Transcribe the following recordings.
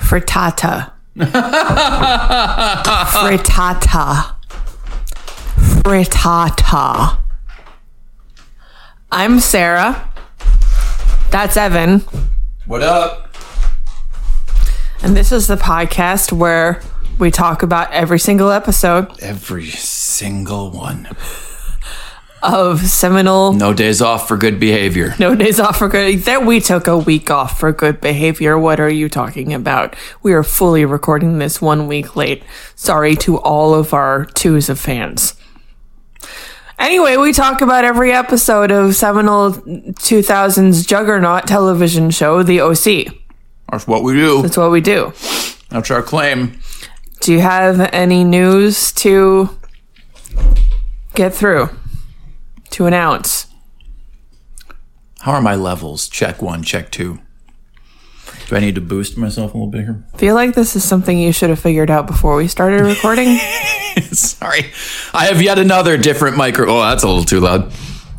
frittata. frittata. Frittata. I'm Sarah. That's Evan. What up? And this is the podcast where we talk about every single episode Every single one. of seminal No days off for good behavior. No Days Off for Good. That we took a week off for good behavior. What are you talking about? We are fully recording this one week late. Sorry to all of our twos of fans. Anyway, we talk about every episode of seminal 2000s juggernaut television show, The OC. That's what we do. That's what we do. That's our claim. Do you have any news to get through, to announce? How are my levels? Check one, check two. Do I need to boost myself a little bit here? feel like this is something you should have figured out before we started recording. Sorry. I have yet another different micro. Oh, that's a little too loud.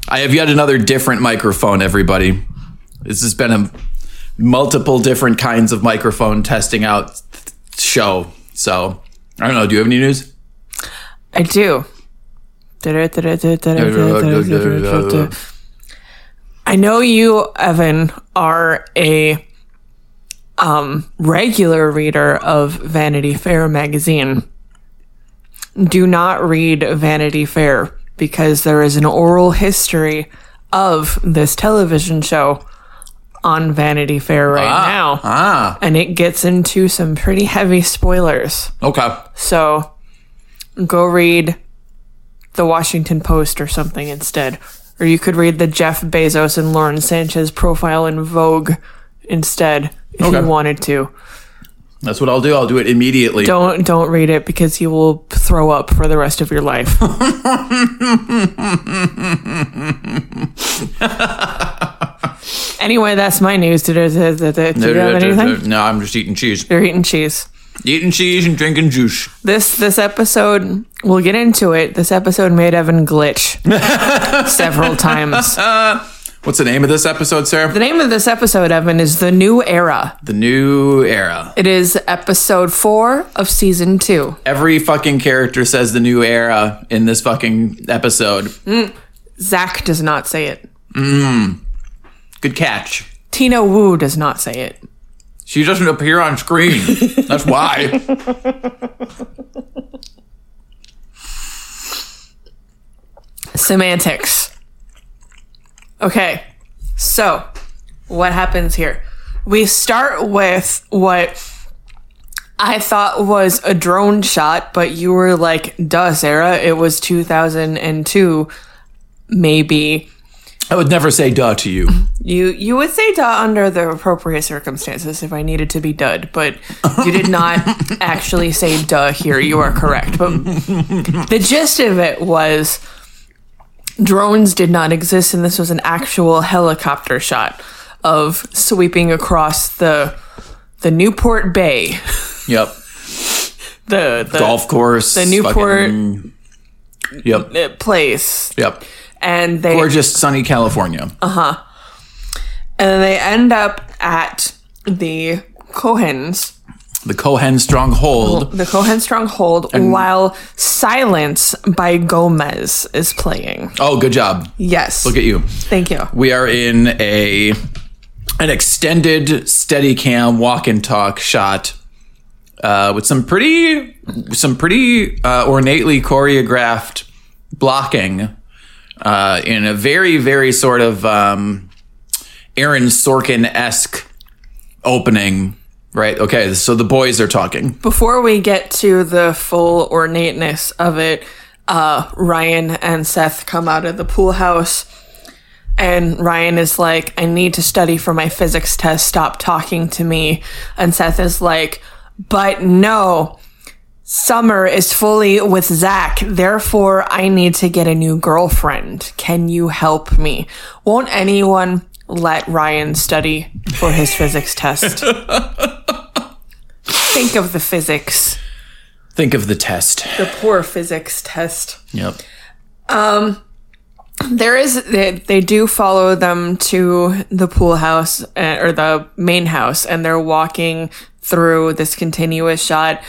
I have yet another different microphone, everybody. This has been a multiple different kinds of microphone testing out th- show. So, I don't know. Do you have any news? I do. I know you, Evan, are a um, regular reader of Vanity Fair magazine. Do not read Vanity Fair because there is an oral history of this television show on Vanity Fair right Ah, now, Ah, and it gets into some pretty heavy spoilers. okay. So go read the Washington Post or something instead. Or you could read the Jeff Bezos and Lauren Sanchez profile in Vogue instead if Okay. you wanted to. That's what I'll do. I'll do it immediately. Don't don't read it because you will throw up for the rest of your life. anyway, that's my news. Did, did, did, did, did you have anything? No, I'm just eating cheese. They're eating cheese. Eating cheese and drinking juice. This this episode, we'll get into it. This episode made Evan glitch several times. What's the name of this episode, Sarah? The name of this episode, Evan, is The New Era. The New Era. It is episode four of season two. Every fucking character says the new era in this fucking episode. Zach does not say it. Good catch. Tina Wu does not say it. She doesn't appear on screen. That's why. Semantics. Okay, so what happens here? We start with what I thought was a drone shot, but you were like, duh, Sarah, it was 2002, maybe. I would never say duh to you. You you would say duh under the appropriate circumstances if I needed to be dud, but you did not actually say duh here. You are correct. But the gist of it was drones did not exist and this was an actual helicopter shot of sweeping across the the Newport Bay. Yep. The the Golf course. The Newport- yep. uh, place. Yep. And they Or just sunny California. Uh-huh. and they end up at the Cohen's The Cohen stronghold. the Cohen Stronghold while Silence by Gomez is playing. Oh, good job. Yes. Look at you. Thank you. We are in a an extended steady cam walk and talk shot uh, with some pretty some pretty uh, ornately choreographed blocking uh, in a very very sort of um, Aaron Sorkin esque opening. Right. Okay. So the boys are talking. Before we get to the full ornateness of it, uh, Ryan and Seth come out of the pool house. And Ryan is like, I need to study for my physics test. Stop talking to me. And Seth is like, but no, Summer is fully with Zach, therefore, I need to get a new girlfriend. Can you help me? Won't anyone let Ryan study for his physics test? Think of the physics, Think of the test. the poor physics test. Yep. There is they, they do follow them to the pool house uh, or the main house, and they're walking through this continuous shot.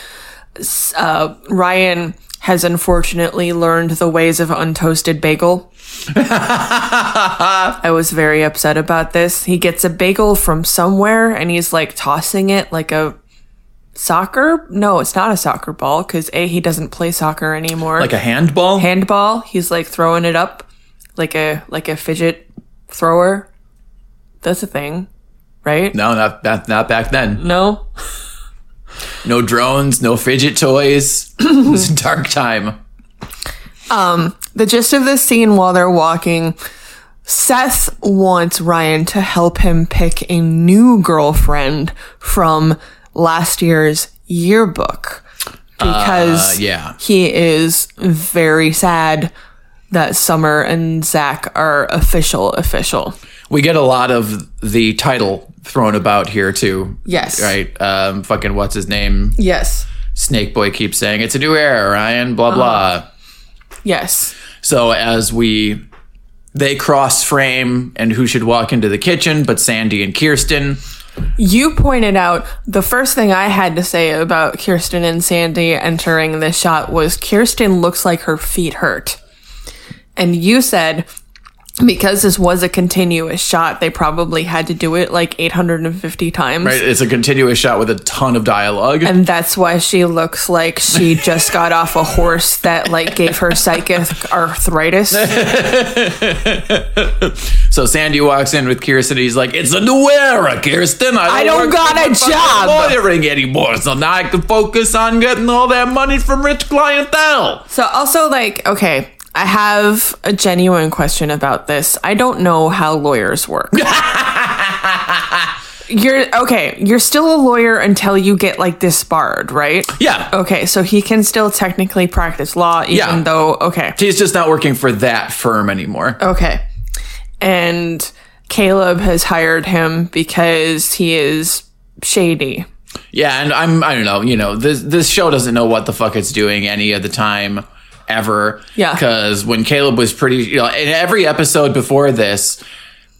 S- Uh, Ryan has unfortunately learned the ways of untoasted bagel. I was very upset about this. He gets a bagel from somewhere, and he's like tossing it like a soccer. No, it's not a soccer ball because a he doesn't play soccer anymore Like a handball? handball. He's like throwing it up like a like a fidget thrower. That's a thing, right? no, not, not not back then. No. No drones, no fidget toys. it was a dark time. The gist of this scene while they're walking, Seth wants Ryan to help him pick a new girlfriend from last year's yearbook because Uh, yeah. he is very sad that Summer and Zach are official official. We get a lot of the title thrown about here too. Yes. Right. Um fucking what's his name? Yes. Snake Boy keeps saying it's a new era, Ryan, blah blah. Uh-huh. Yes. So as we they cross frame and who should walk into the kitchen but Sandy and Kirsten. You pointed out the first thing I had to say about Kirsten and Sandy entering this shot was Kirsten looks like her feet hurt. And you said because this was a continuous shot, they probably had to do it like 850 times. Right? It's a continuous shot with a ton of dialogue. And that's why she looks like she just got off a horse that like gave her psychic arthritis. so Sandy walks in with Kirsten. He's like, "It's a new era, Kirsten. I I don't work got for a fucking job." lawyering anymore, so now I can focus on getting all that money from rich clientele." So also like, okay, I have a genuine question about this. I don't know how lawyers work. you're okay, you're still a lawyer until you get like disbarred, right? Yeah, Okay, so he can still technically practice law even Yeah. though okay. he's just not working for that firm anymore. Okay. And Caleb has hired him because he is shady. Yeah, and I'm I don't know, you know, this this show doesn't know what the fuck it's doing any of the time ever. Yeah. Cause when Caleb was pretty you know, in every episode before this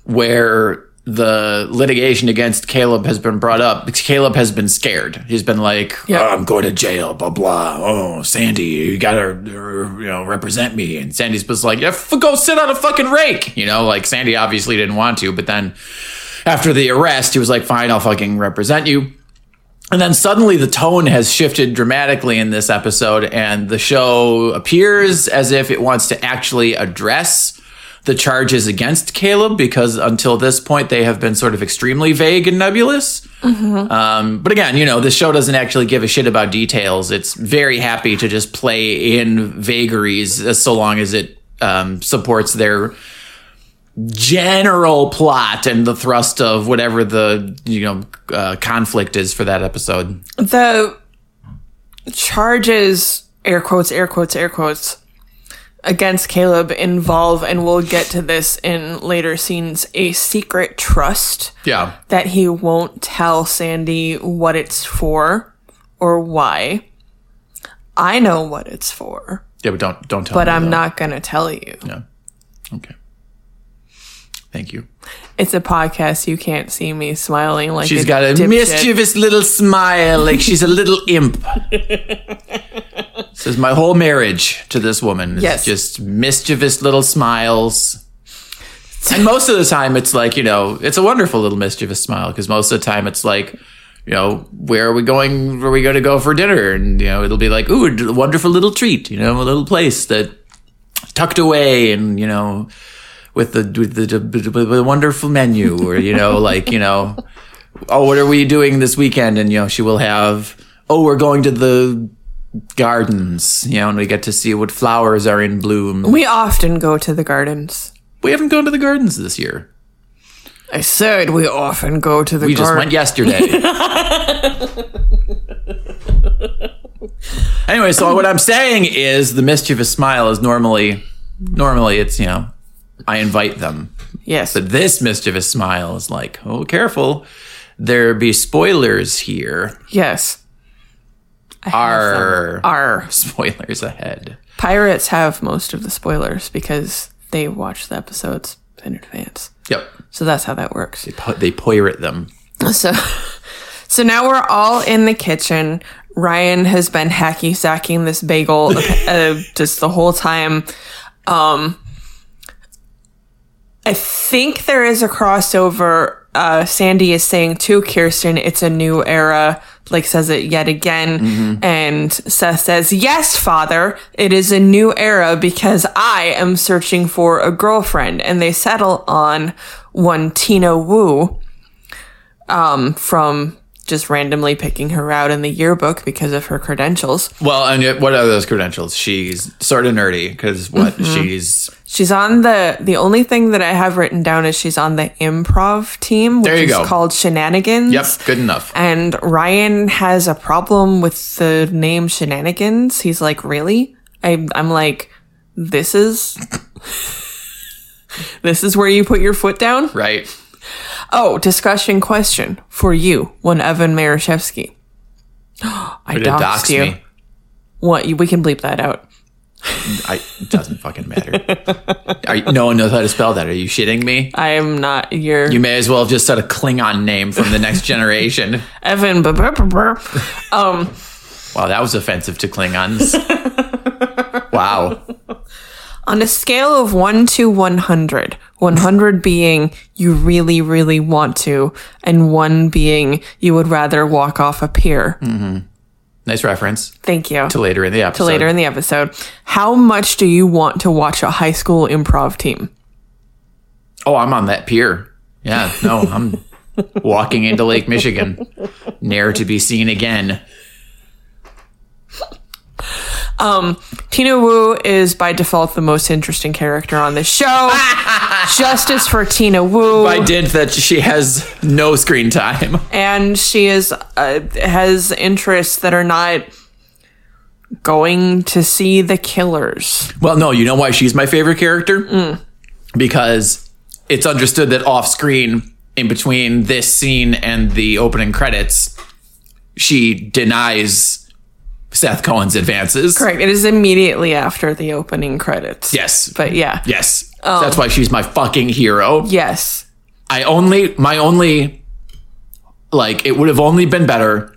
where the litigation against Caleb has been brought up, Caleb has been scared. He's been like, Yeah. "Oh, I'm going to jail, blah blah. Oh, Sandy, you gotta uh, you know, represent me. And Sandy's was like, yeah, f- go sit on a fucking rake. You know, like Sandy obviously didn't want to, but then after the arrest, he was like, fine, I'll fucking represent you. And then suddenly the tone has shifted dramatically in this episode, and the show appears as if it wants to actually address the charges against Caleb because until this point they have been sort of extremely vague and nebulous. Um, but again, you know, the show doesn't actually give a shit about details. It's very happy to just play in vagaries as so long as it um, supports their general plot and the thrust of whatever the you know uh, conflict is for that episode. the charges air quotes air quotes air quotes against caleb involve and we'll get to this in later scenes a secret trust Yeah, that he won't tell sandy what it's for or why i know what it's for yeah, but don't don't tell. but me i'm though. not going to tell you okay. Thank you. it's a podcast you can't see me smiling like She's a got a dipshit. mischievous little smile, like she's a little imp. Says my whole marriage to this woman is Yes. just mischievous little smiles. And most of the time, it's like you know, it's a wonderful little mischievous smile because most of the time, it's like. You know, where are we going? Where are we going to go for dinner? And, you know, it'll be like, ooh, a wonderful little treat, you know, a little place that tucked away and, you know, with the, with the, with the wonderful menu or, you know, like, you know, oh, what are we doing this weekend? And, you know, she will have, oh, we're going to the gardens, you know, and we get to see what flowers are in bloom. we often go to the gardens We haven't gone to the gardens this year. i said we often go to the We gardens just went yesterday. Anyway, so what I'm saying is the mischievous smile is normally normally it's, you know, I invite them. Yes. But this mischievous smile is like, oh careful. There be spoilers here. Yes. Are Our spoilers ahead. pirates have most of the spoilers because they watch the episodes in advance. Yep. So that's how that works. Po- They pirate them. So, so now we're all in the kitchen. Ryan has been hacky sacking this bagel uh, just the whole time. Um, I think there is a crossover. Uh, Sandy is saying to Kirsten, "It's a new era." Like says it yet again, and Seth says, "Yes, father, it is a new era because I am searching for a girlfriend." And they settle on one Tina Wu from just randomly picking her out in the yearbook because of her credentials. Well, and yet, what are those credentials? She's sort of nerdy because what Mm-hmm. she's She's on the the only thing that I have written down is she's on the improv team, which There you is go. called Shenanigans. yep, good enough. And Ryan has a problem with the name Shenanigans. He's like, "Really?" I I'm like, "This is This is where you put your foot down?" Right? Oh, discussion question for you, one Evan Marashevsky. I It doxed doxed you. me. What we can bleep that out. I, it doesn't fucking matter. Are you, no one knows how to spell that. Are you shitting me? I am not your You may as well have just said a Klingon name from the next generation. Evan. bu- bu- bu- bu- Um, Wow, that was offensive to Klingons. Wow. on a scale of 1 to 100, 100 being you really, really want to, and 1 being you would rather walk off a pier. Mm. Nice reference Thank you. to later in the episode. Later in the episode, how much do you want to watch a high school improv team? Oh, I'm on that pier. Yeah, no, I'm walking into Lake Michigan, ne'er to be seen again. Tina Wu is by default the most interesting character on this show. Justice for Tina Wu. By dint that she has no screen time. and she is uh, has interests that are not going to see the killers. Well, no, you know why she's my favorite character? Mm. Because it's understood that off screen, in between this scene and the opening credits, she denies Seth Cohen's advances. Correct. It is immediately after the opening credits. Yes. But Oh. yeah. yes. That's why she's my fucking hero. Yes. I only, my only, like, it would have only been better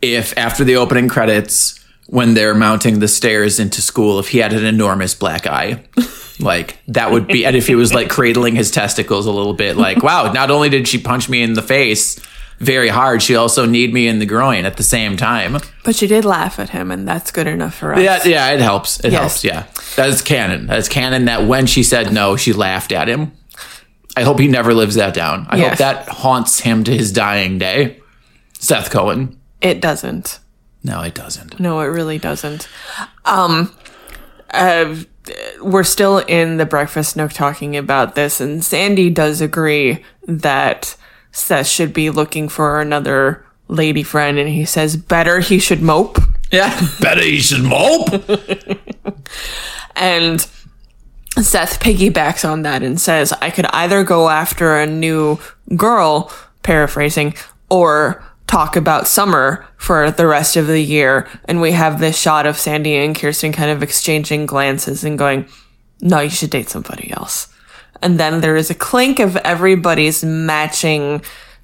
if after the opening credits, when they're mounting the stairs into school, if he had an enormous black eye. Like, that would be, and if he was like cradling his testicles a little bit, like, wow, not only did she punch me in the face very hard, she also kneed me in the groin at the same time. But she did laugh at him, and that's good enough for us. Yeah, yeah, it helps. It Yes. helps. Yeah, that is canon. That's canon. That when she said no, she laughed at him. I hope he never lives that down. I Yes. hope that haunts him to his dying day. Seth Cohen. It doesn't. No, it doesn't. No, it really doesn't. Um, uh, we're still in the breakfast nook talking about this, and Sandy does agree that Seth should be looking for another lady friend, and he says better he should mope. Yeah, better he should mope. And Seth piggybacks on that and says, I could either go after a new girl, paraphrasing, or talk about summer for the rest of the year. And we have this shot of Sandy and Kirsten kind of exchanging glances and going, No, you should date somebody else. And then there is a clink of everybody's matching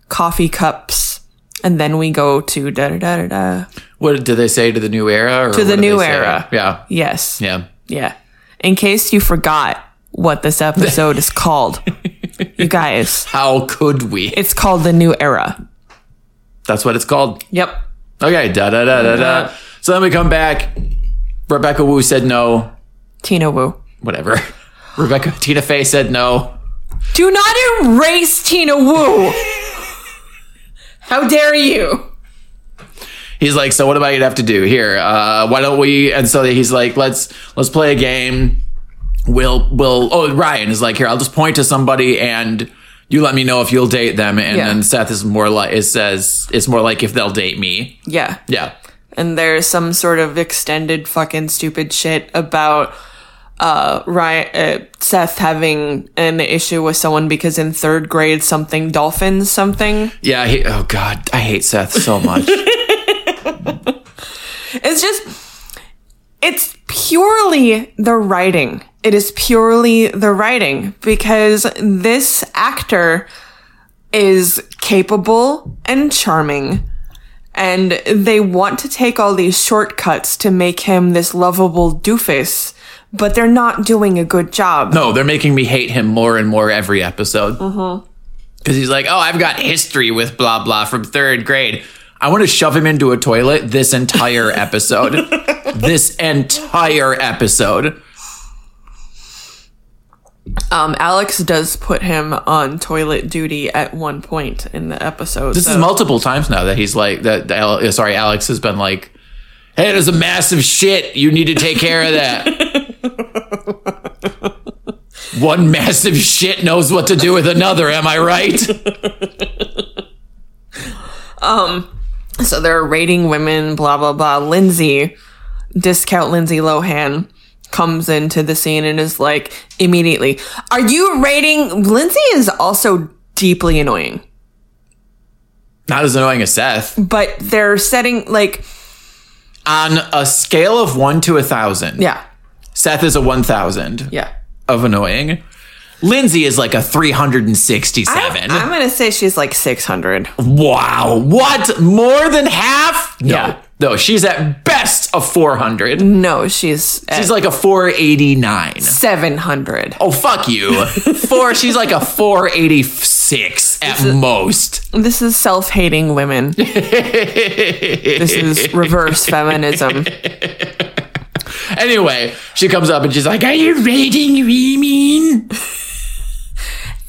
coffee cups. And then we go to da da da da da. what do they say to the new era? Or to the new era. Yeah, Yes. yeah. Yeah. In case you forgot what this episode is called, you guys, How could we? it's called The New Era. That's what it's called. Yep. Okay, da da da da da. So then we come back. Rebecca Wu said no. Tina Wu. Whatever. Rebecca Tina Fey said no. Do not erase Tina Wu. How dare you? he's like, so what am I gonna have to do here? Uh, why don't we? And so he's like, let's let's play a game. We'll we'll. Oh, Ryan is like, here, I'll just point to somebody and you let me know if you'll date them. And Yeah. then Seth is more like, it says it's more like if they'll date me. Yeah. Yeah. and there's some sort of extended fucking stupid shit about uh, Ryan, uh, Seth having an issue with someone because in third grade something dolphins something. Yeah. He, oh God, I hate Seth so much. It's just, it's purely the writing. It is purely the writing because this actor is capable and charming. And they want to take all these shortcuts to make him this lovable doofus, but they're not doing a good job. no, they're making me hate him more and more every episode. Because he's like, oh, I've got history with blah blah from third grade. I want to shove him into a toilet this entire episode. this entire episode. Um, Alex does put him on toilet duty at one point in the episode. This is multiple times now that he's like that. that Al- uh, sorry, Alex has been like, "Hey, there's a massive shit. You need to take care of that." One massive shit knows what to do with another. Am I right? So they're rating women, blah, blah, blah. Lindsay, discount Lindsay Lohan, comes into the scene and is like, immediately, Are you rating? Lindsay is also deeply annoying, Not as annoying as Seth. but they're setting, like, On a scale of one to a thousand, yeah, Seth is a one thousand yeah. of annoying. Lindsay is like a three hundred and I- sixty-seven. I'm going to say she's like 600. Wow, what? More than half? No, Yeah. no, she's at best a four hundred. No, she's at She's like a four eighty-nine. 700. Oh fuck you. Four she's like a four eighty six at most. This is self hating women. this is reverse feminism. Anyway, she comes up and she's like, Are you rating women?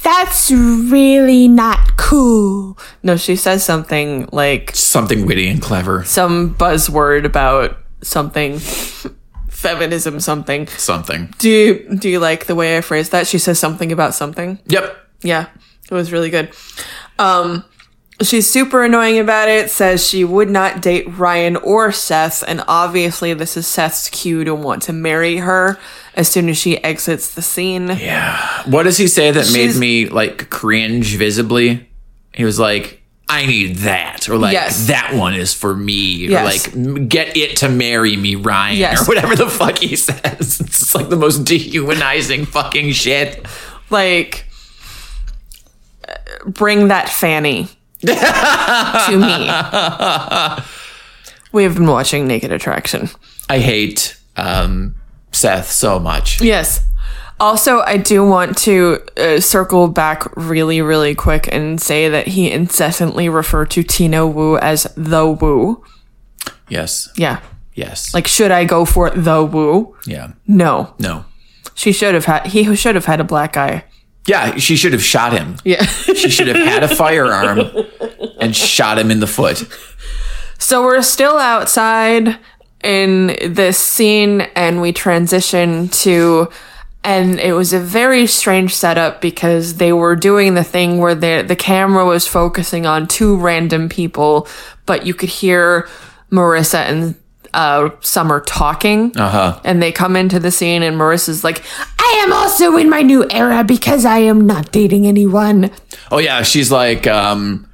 That's really not cool. No, she says something like Something witty and clever. some buzzword about something feminism something. Something. Do you, do you like the way I phrased that? She says something about something. Yep. Yeah, it was really good. Um, she's super annoying about it, says she would not date Ryan or Seth, and obviously this is Seth's cue to want to marry her as soon as she exits the scene. Yeah. What does he say that She's- made me like cringe visibly? He was like, I need that. Or like Yes. that one is for me. Or Yes. like "M- get it to marry me, Ryan. Yes. Or whatever the fuck he says. It's just, like the most dehumanizing fucking shit. like uh, bring that fanny to me we have been watching naked attraction I hate um, Seth so much. yes also i do want to uh, circle back really really quick and say that he incessantly referred to tino wu as the wu Yes. yeah Yes. like should i go for the wu yeah. no No. she should have had he should have had a black eye Yeah, she should have shot him. yeah She should have had a firearm and shot him in the foot. So we're still outside in this scene, and we transition to, and it was a very strange setup because they were doing the thing where the the camera was focusing on two random people, but you could hear Marissa and uh, Summer talking, uh-huh. and they come into the scene, and Marissa's like, "I am also in my new era because I am not dating anyone." Oh yeah, she's like, um,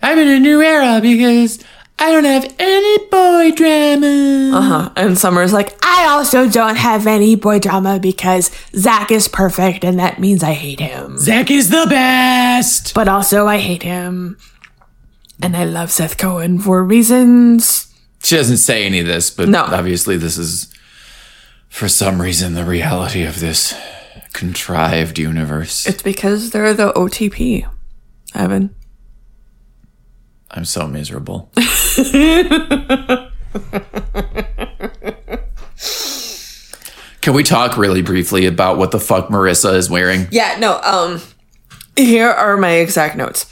I'm in a new era because I don't have any boy drama. Uh-huh. And Summer's like, I also don't have any boy drama because Zach is perfect and that means I hate him. Zach is the best. But also, I hate him. And I love Seth Cohen for reasons. She doesn't say any of this, but No. obviously this is, for some reason, the reality of this contrived universe. It's because they're the OTP, Evan. I'm so miserable. Can we talk really briefly about what the fuck Marissa is wearing? Yeah, no, um, here are my exact notes.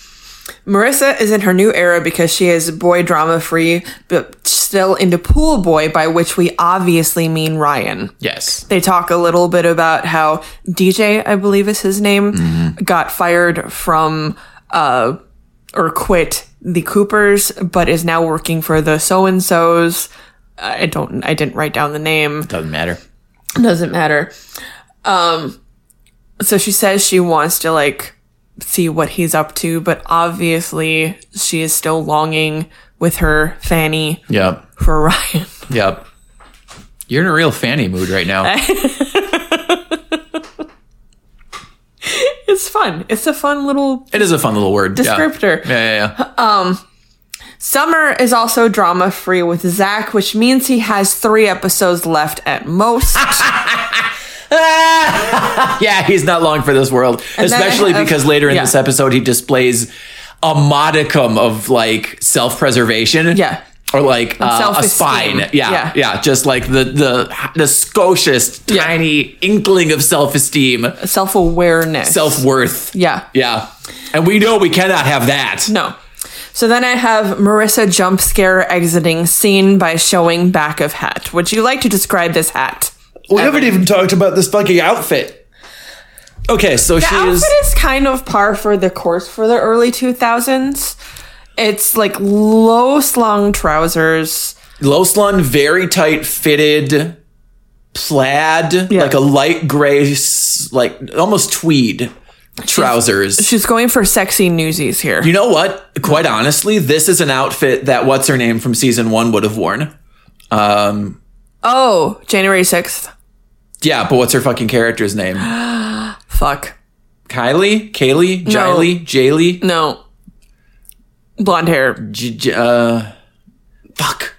Marissa is in her new era because she is boy drama free, but still into pool boy, by which we obviously mean Ryan. Yes. they talk a little bit about how DJ, I believe is his name, got fired from uh, or quit the Coopers, but is now working for the so and so's. I don't. I didn't write down the name. Doesn't matter. Doesn't matter. Um, so she says she wants to like see what he's up to, but obviously she is still longing with her Fanny Yep. for Ryan. Yep. You're in a real fanny mood right now. It's fun. It's a fun little it is a fun little word. Yeah. descriptor. Yeah, yeah, yeah. Summer is also drama free with Zach, which means he has three episodes left at most. Yeah, he's not long for this world. then I Especially have- because later in yeah. this episode, he displays a modicum of like self preservation. Yeah. Or like uh, a self-esteem. spine. Yeah, Yeah. yeah. Just like the the the scotiest Yeah. tiny inkling of self esteem, Self awareness. self worth. Yeah. Yeah. And we know we cannot have that. No. So then I have Marissa jump scare exiting scene by showing back of hat. Would you like to describe this hat? We haven't even talked about this fucking outfit. Okay, so The she is. outfit is kind of par for the course for the early 2000s. It's like low slung trousers. low slung, very tight fitted plaid, Yeah. like a light gray, s- like almost tweed trousers. She's going for sexy newsies here. you know what? Quite honestly, this is an outfit that what's her name from season one would have worn. Um, oh, January 6th. yeah, but what's her fucking character's name? Fuck. Kylie, Kaylee, No. Jiley, Jaylee, No. Blonde hair. J- J- uh, fuck.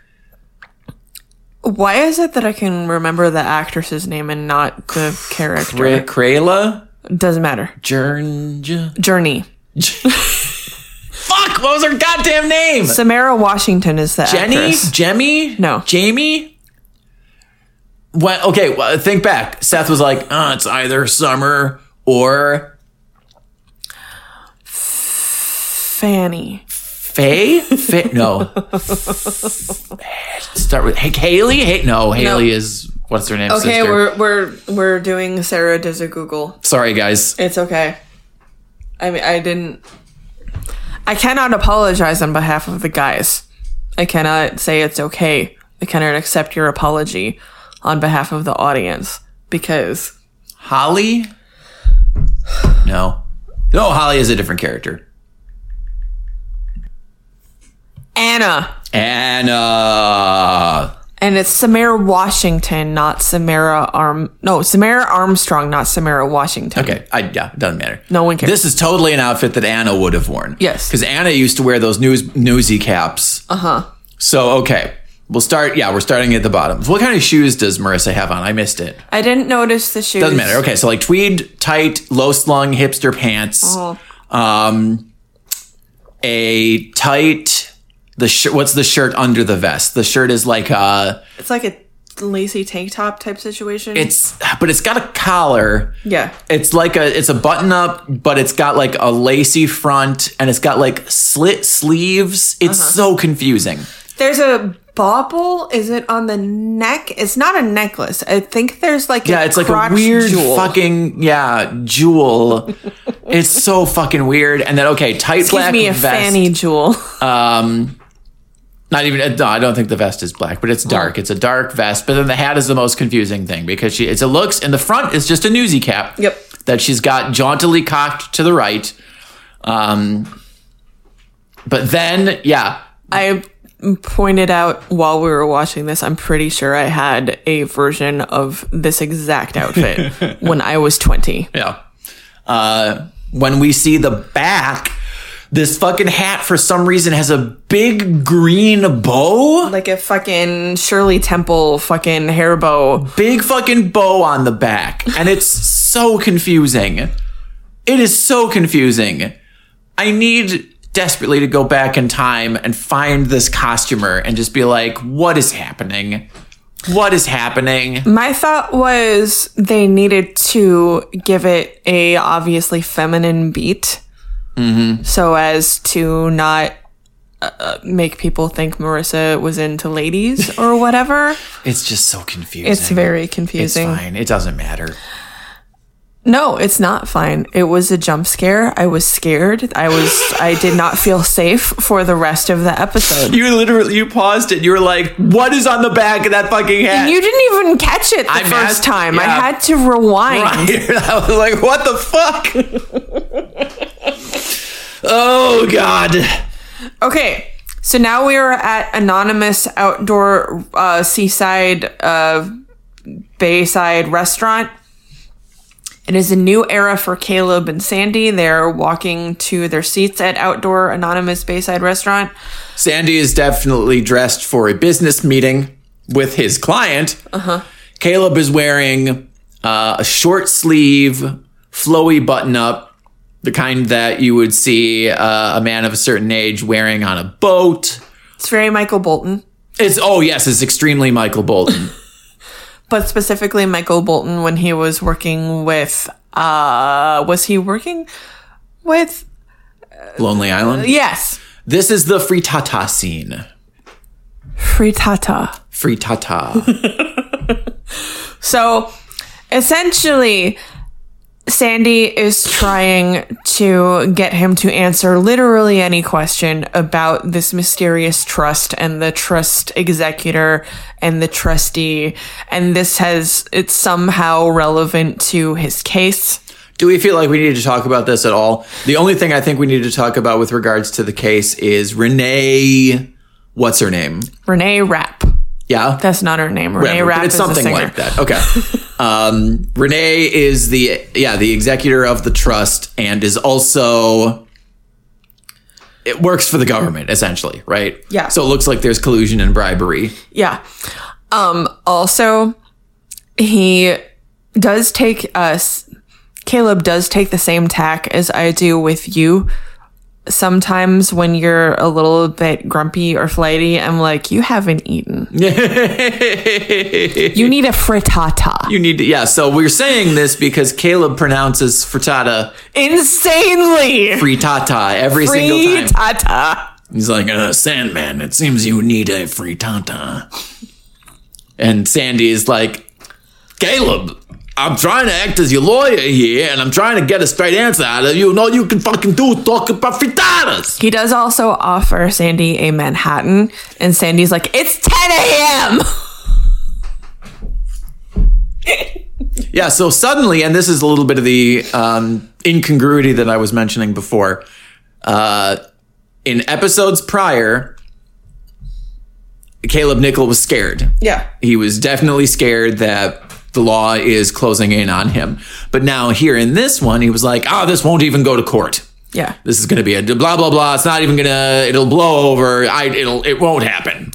Why is it that I can remember the actress's name and not the character? Ra- Krayla, Doesn't matter. Jern. J- Journey. Fuck! What was her goddamn name? Samara Washington is the Jenny, actress. Jemmy, No. Jamie. When okay, well, think back. Seth was like, uh, "It's either Summer or Fanny. Faye." Faye? No, start with hey, Haley. Hey, no, Haley is what's her name? Okay, sister. we're we're we're doing Sarah does a Google. sorry, guys. It's okay. I mean, I didn't. I cannot apologize on behalf of the guys. I cannot say it's okay. I cannot accept your apology on behalf of the audience because Holly. No, no, Holly is a different character. Anna Anna. and it's Samara Washington, not Samara Arm. No, Samara Armstrong, not Samara Washington. Okay, I yeah, doesn't matter. No one cares. This is totally an outfit that Anna would have worn. Yes. Uh-huh. because Anna used to wear those news newsy caps. Uh huh. So okay, we'll start. Yeah, we're starting at the bottom. What kind of shoes does Marissa have on? I missed it. I didn't notice the shoes. Doesn't matter. Okay, so like tweed, tight, low slung hipster pants. Oh. Um, a tight. The shirt. What's the shirt under the vest? The shirt is like uh, It's like a lacy tank top type situation. it's but it's got a collar. yeah. It's like a it's a button up, but it's got like a lacy front and it's got like slit sleeves. It's Uh-huh. so confusing. There's a bauble. Is it on the neck? It's not a necklace. I think there's like Yeah, it's like crotch a weird jewel. fucking yeah jewel. it's so fucking weird. And then okay, tight Excuse black me, a vest. fanny jewel. Um, not even no, I don't think the vest is black, but it's dark. It's a dark vest. But then the hat is the most confusing thing because she it's a looks and the front is just a newsy cap. Yep. That she's got jauntily cocked to the right. Um but then, yeah, I pointed out while we were watching this. I'm pretty sure I had a version of this exact outfit when I was 20. Yeah. Uh, when we see the back, this fucking hat for some reason has a big green bow, Like a fucking Shirley Temple fucking hair bow. big fucking bow on the back. And it's so confusing. It is so confusing. I need desperately to go back in time and find this costumer and just be like, what is happening? What is happening? My thought was they needed to give it a obviously feminine beat, Mm-hmm. so as to not uh, make people think Marissa was into ladies or whatever. It's just so confusing. it's very It's confusing. fine. It doesn't matter. No, it's not fine. It was a jump scare. I was scared. I was I did not feel safe for the rest of the episode. You literally you paused it. You were like, "What is on the back of that fucking hat?" You didn't even catch it the I first messed- time. I yeah. had to rewind. I was like, "What the fuck?" oh god. Okay. So now we are at anonymous outdoor uh, seaside uh, bayside restaurant. It is a new era for Caleb and Sandy. They're walking to their seats at outdoor anonymous bayside restaurant. Sandy is definitely dressed for a business meeting with his client. Uh-huh. Caleb is wearing uh, a short sleeve, flowy button up, the kind that you would see uh, a man of a certain age wearing on a boat. It's very Michael Bolton, It's oh yes, it's extremely Michael Bolton. but specifically Michael Bolton when he was working with uh was he working with Lonely Island. yes, This is the frittata scene. Frittata. Frittata. So essentially, Sandy is trying to get him to answer literally any question about this mysterious trust and the trust executor and the trustee. And this has, it's somehow relevant to his case. Do we feel like we need to talk about this at all? The only thing I think we need to talk about with regards to the case is Renee. What's her name? Renee Rapp. Yeah. That's not her name. Renee Whatever, Rapp but it's is something a singer. like that. Okay. um, Renee is the yeah the executor of the trust and is also it works for the government essentially, right? Yeah. So it looks like there's collusion and bribery. Yeah. Um, also, he does take us, Caleb does take the same tack as I do with you. Sometimes when you're a little bit grumpy or flighty, I'm like, you haven't eaten. you need a frittata. You need to, yeah. So we're saying this because Caleb pronounces frittata Insanely! frittata every single time. Frittata. He's like, uh, Sandman, it seems you need a frittata. And Sandy is like, Caleb, I'm trying to act as your lawyer here, and I'm trying to get a straight answer out of you. And all you can fucking do is talk about frittatas. He does also offer Sandy a Manhattan, and Sandy's like, it's 10 a.m. Yeah, so suddenly, and this is a little bit of the um, incongruity that I was mentioning before. Uh, in episodes prior, Caleb Nickel was scared. Yeah. he was definitely scared that the law is closing in on him. But now here in this one, he was like, "Ah, this won't even go to court. Yeah. This is going to be a blah blah blah. It's not even gonna. It'll blow over. I. It'll. It won't happen."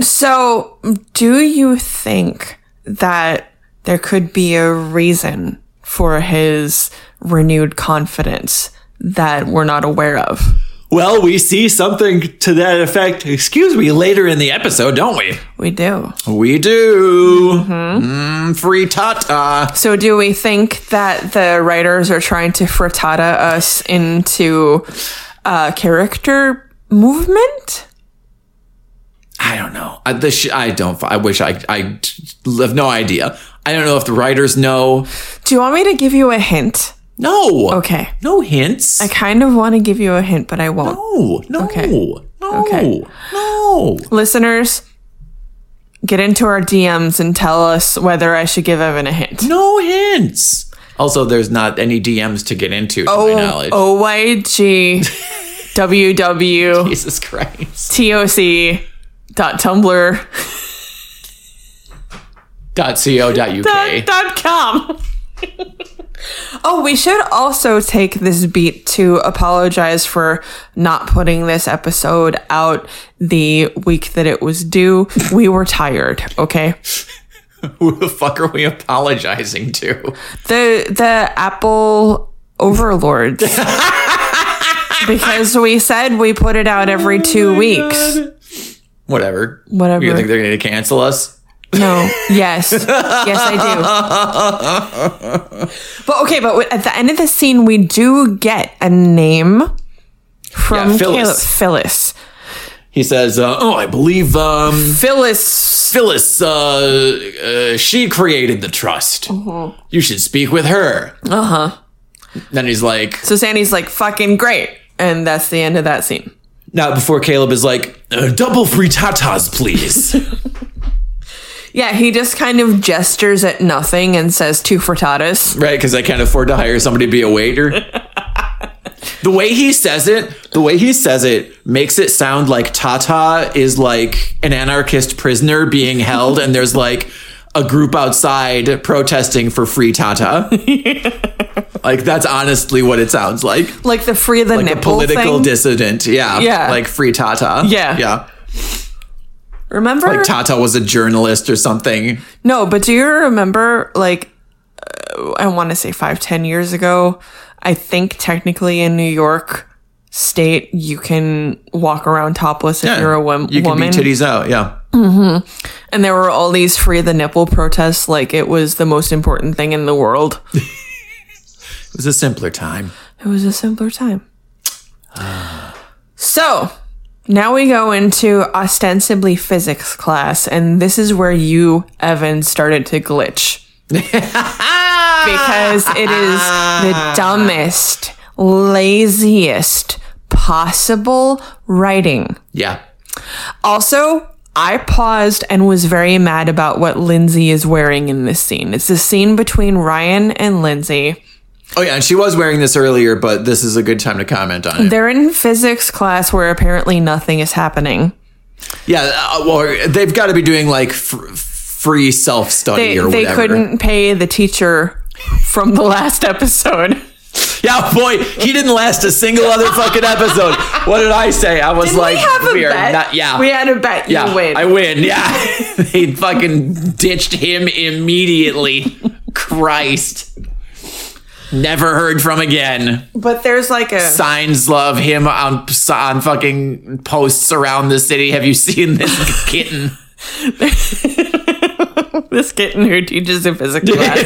So, do you think that there could be a reason for his renewed confidence that we're not aware of? Well, we see something to that effect. Excuse me. Later in the episode, don't we? We do. We do. Mm-hmm. Mm, free tata. So, do we think that the writers are trying to frittata us into uh, character movement? I don't know. I, this. sh- I don't. I wish. I. I have no idea. I don't know if the writers know. Do you want me to give you a hint? No. Okay. No hints. I kind of want to give you a hint, but I won't. No, no, Okay. no, Okay. no. Listeners, get into our DMs and tell us whether I should give Evan a hint. No hints. Also, there's not any DMs to get into, to Oh, my knowledge. OYG WW Jesus Christ. TOC dot Tumblr Dot co. Dot dot, uk. dot com. oh, we should also take this beat to apologize for not putting this episode out the week that it was due. We were tired, okay? Who the fuck are we apologizing to? the the Apple overlords. because we said we put it out every two weeks. Whatever. Whatever. You think they're going to cancel us? No. Yes. yes, I do. But okay, but at the end of the scene, we do get a name from Caleb Yeah, Phyllis. Phyllis. He says, uh, "Oh, I believe um, Phyllis. Phyllis, uh, uh, she created the trust. You should speak with her." Uh huh. Then he's like, So Sandy's like, fucking great. And that's the end of that scene. "Now before Caleb is like, uh, double free tatas, please." Yeah, he just kind of gestures at nothing and says two frittatas. Right, because I can't afford to hire somebody to be a waiter. the way he says it, the way he says it makes it sound like Tata is like an anarchist prisoner being held, and there's like a group outside protesting for free Tata. like that's honestly what it sounds like. Like the free the Like a nipple political thing. dissident. Yeah. Yeah. Like free Tata. Yeah. Yeah. remember? Like Tata was a journalist or something. no, but do you remember, like, uh, I want to say five, ten years ago, I think technically in New York State, you can walk around topless if you're a wom- You can woman. be titties out. Yeah. and there were all these free the nipple protests, like it was the most important thing in the world. It was a simpler time. It was a simpler time. so now we go into ostensibly physics class, and this is where you, Evan, started to glitch. because it is the dumbest, laziest possible writing. Yeah. Also, I paused and was very mad about what Lindsay is wearing in this scene. It's the scene between Ryan and Lindsay. Oh yeah, and she was wearing this earlier, but this is a good time to comment on it. They're in physics class where apparently nothing is happening. Yeah, uh, well, they've got to be doing like fr- free self study They, or they whatever. couldn't pay the teacher from the last episode. Yeah, boy, he didn't last a single other fucking episode. What did I say? I was like, we have a are bet. not- yeah, We had a bet. yeah, You win. I win. Yeah, they fucking ditched him immediately. Christ, never heard from again. but there's like a. signs love him on on fucking posts around the city. Have you seen this kitten? this kitten who teaches a physics class.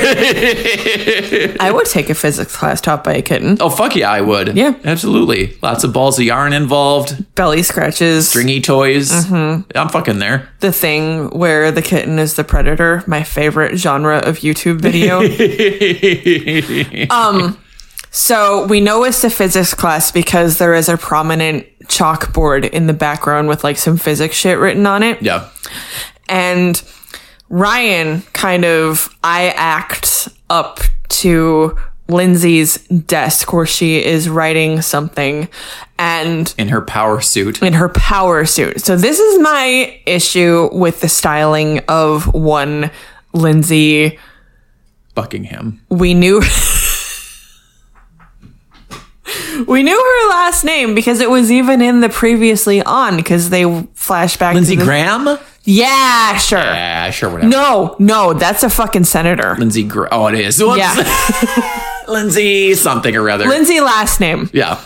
I would take a physics class taught by a kitten. Oh fuck yeah, I would. Yeah. absolutely. Lots of balls of yarn involved, Belly scratches. stringy toys. Mm-hmm. I'm fucking there. The thing where the kitten is the predator, my favorite genre of YouTube video. Um, So we know it's a physics class because there is a prominent chalkboard in the background with like some physics shit written on it. Yeah, And Ryan kind of I act up to Lindsay's desk where she is writing something and in her power suit. in her power suit. So this is my issue with the styling of one Lindsay. Buckingham. We knew We knew her last name because it was even in the previously on because they flash back Lindsey to the- Graham. Yeah, sure. Yeah, sure, whatever. No, no, that's a fucking senator. Lindsey. Gra- oh, it is. Whoops. Yeah. Lindsey something or other. Lindsay last name. yeah.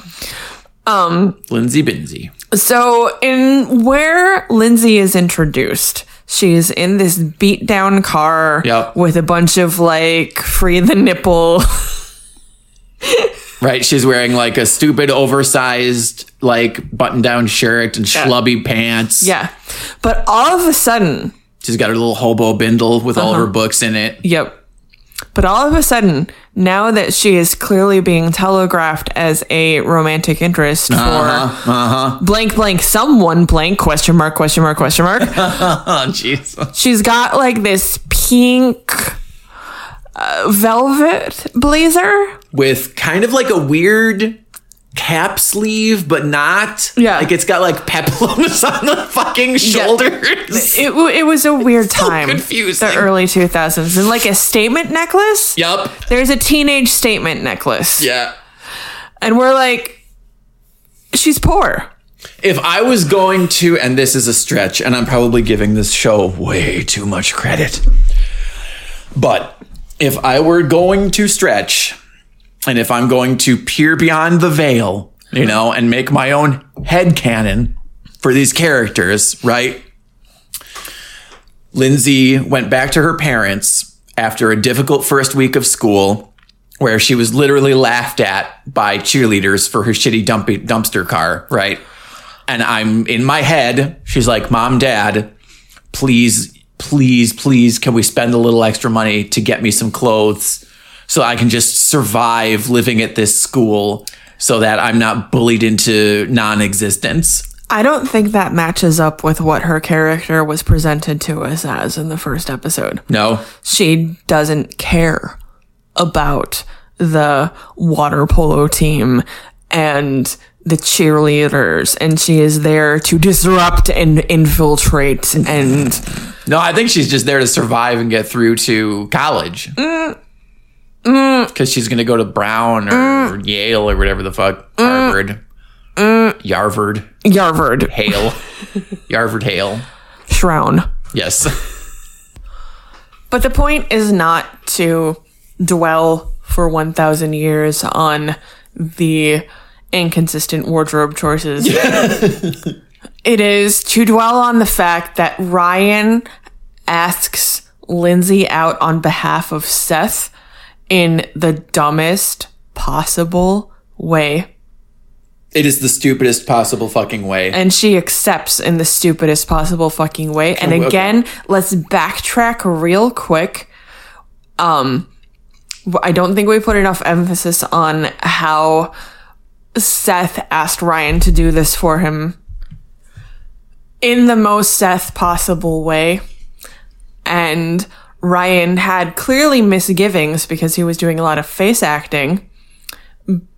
Um, Lindsey Binsey. So in where Lindsay is introduced, she's in this beat down car Yep. with a bunch of like free the nipple. Right, she's wearing like a stupid oversized like button-down shirt and schlubby pants. yeah. But all of a sudden, She's got her little hobo bindle with all of her books in it. Yep. But all of a sudden, now that she is clearly being telegraphed as a romantic interest Uh-huh, for blank blank someone blank question mark question mark question mark, Oh jeez. she's got like this pink uh, velvet blazer. With kind of like a weird cap sleeve, but not. Yeah. Like it's got like peplums on the fucking shoulders. It, w- it was a weird time. confusing. The early 2000s. And like a statement necklace. Yup. There's a teenage statement necklace. Yeah. And we're like, she's poor. If I was going to, and this is a stretch, and I'm probably giving this show way too much credit, but if I were going to stretch, and if I'm going to peer beyond the veil, you know, and make my own head canon for these characters, right? Lindsay went back to her parents after a difficult first week of school where she was literally laughed at by cheerleaders for her shitty dumpy dumpster car, right? And I'm in my head. She's like, Mom, Dad, please, please, please, can we spend a little extra money to get me some clothes so I can just survive living at this school so that I'm not bullied into non existence? I don't think that matches up with what her character was presented to us as in the first episode. No. She doesn't care about the water polo team and the cheerleaders, and she is there to disrupt and infiltrate. And No, I think she's just there to survive and get through to college. Because she's going to go to Brown or, Yale or whatever the fuck. Harvard. Yarvard. Yarvard, Hale. Yarvard Hale. Shrown. Yes. But the point is not to dwell for 1,000 years on the inconsistent wardrobe choices. it is to dwell on the fact that Ryan asks Lindsay out on behalf of Seth in the dumbest possible way. It is the stupidest possible fucking way. and she accepts in the stupidest possible fucking way. And okay. again, let's backtrack real quick. Um, I don't think we put enough emphasis on how Seth asked Ryan to do this for him in the most Seth possible way. And Ryan had clearly misgivings because he was doing a lot of face acting,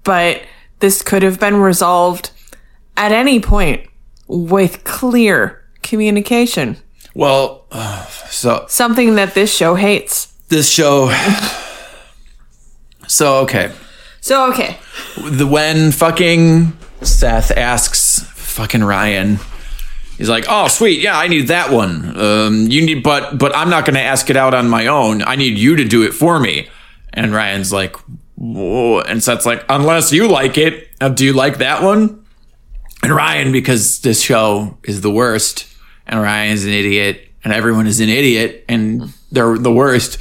but this could have been resolved at any point with clear communication. well, so Something that this show hates. this show. So, okay. So, okay. the when fucking Seth asks fucking Ryan, he's like, "Oh, sweet, yeah, I need that one. Um, you need, but but I'm not going to ask it out on my own. I need you to do it for me." And Ryan's like, "Whoa," and Seth's like, "Unless you like it, Uh, do you like that one?" And Ryan, because this show is the worst, and Ryan's an idiot, and everyone is an idiot, and they're the worst.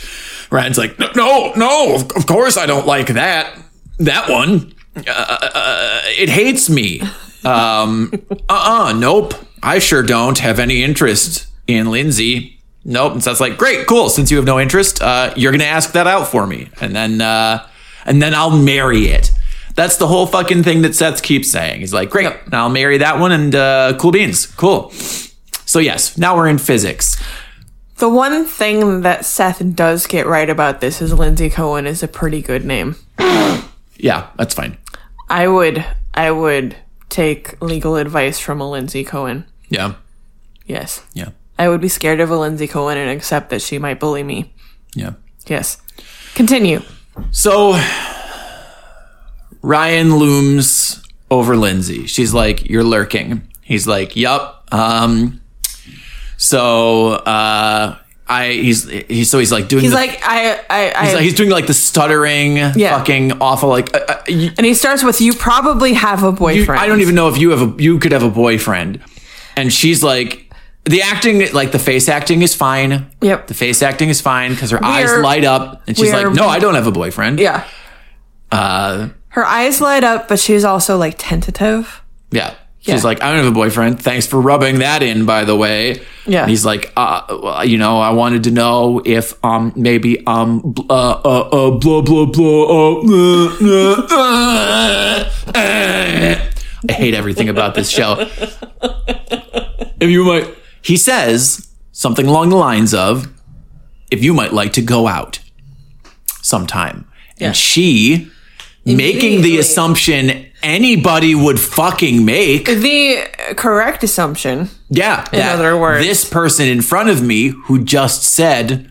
Ryan's like, no, no, no of of course I don't like that. That one, uh, uh, uh, it hates me. Um, uh-uh, nope. I sure don't have any interest in Lindsay. Nope. And so it's like, great, cool. Since you have no interest, uh, you're gonna ask that out for me, and then uh, and then I'll marry it. That's the whole fucking thing that Seth keeps saying. He's like, great, I'll marry that one, and uh, cool beans, cool. So yes, now we're in physics. The one thing that Seth does get right about this is Lindsay Cohen is a pretty good name. Yeah, that's fine. I would I would take legal advice from a Lindsay Cohen. Yeah, Yes. yeah, I would be scared of a Lindsay Cohen and accept that she might bully me. yeah. Yes. Continue. So Ryan looms over Lindsay. She's like, "You're lurking." He's like, "Yup." Um, so uh, I he's he, so he's like doing He's the, like I I, I he's, like- he's doing like the stuttering Yeah. fucking awful like uh, uh, you- and he starts with you probably have a you- boyfriend. I don't even know if you have a you could have a boyfriend. And she's like the acting like the face acting is fine. Yep. The face acting is fine because her eyes are- light up and she's we are- like, "No, I don't have a boyfriend." Yeah. Uh Her eyes light up, but she's also like tentative. Yeah. Yeah. She's like, I don't have a boyfriend. Thanks for rubbing that in, by the way. Yeah. And he's like, uh, well, you know, I wanted to know if um maybe um bl- uh uh uh blah blah blah uh, uh, uh, uh, uh. I hate everything about this show. if you might, he says something along the lines of, "If you might like to go out sometime," and she making the Immediately. assumption anybody would fucking make. The correct assumption. Yeah. In other words. This person in front of me who just said,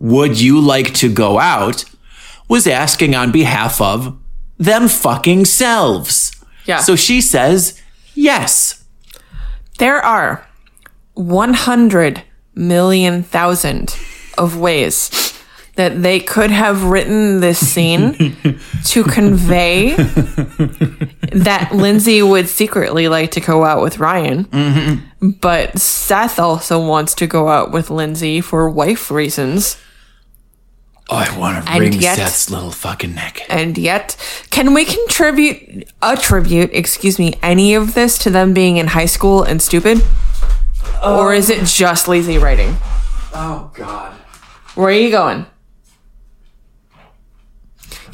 Would you like to go out? was asking on behalf of them fucking selves. Yeah. So she says, Yes. There are 100 million thousand of ways that they could have written this scene to convey that Lindsay would secretly like to go out with Ryan. Mm-hmm. But Seth also wants to go out with Lindsay for wife reasons. Oh, I want to And rings yet- Seth's little fucking neck. and yet can we contribute attribute excuse me any of this to them being in high school and stupid or is it just lazy writing Oh God. where are you going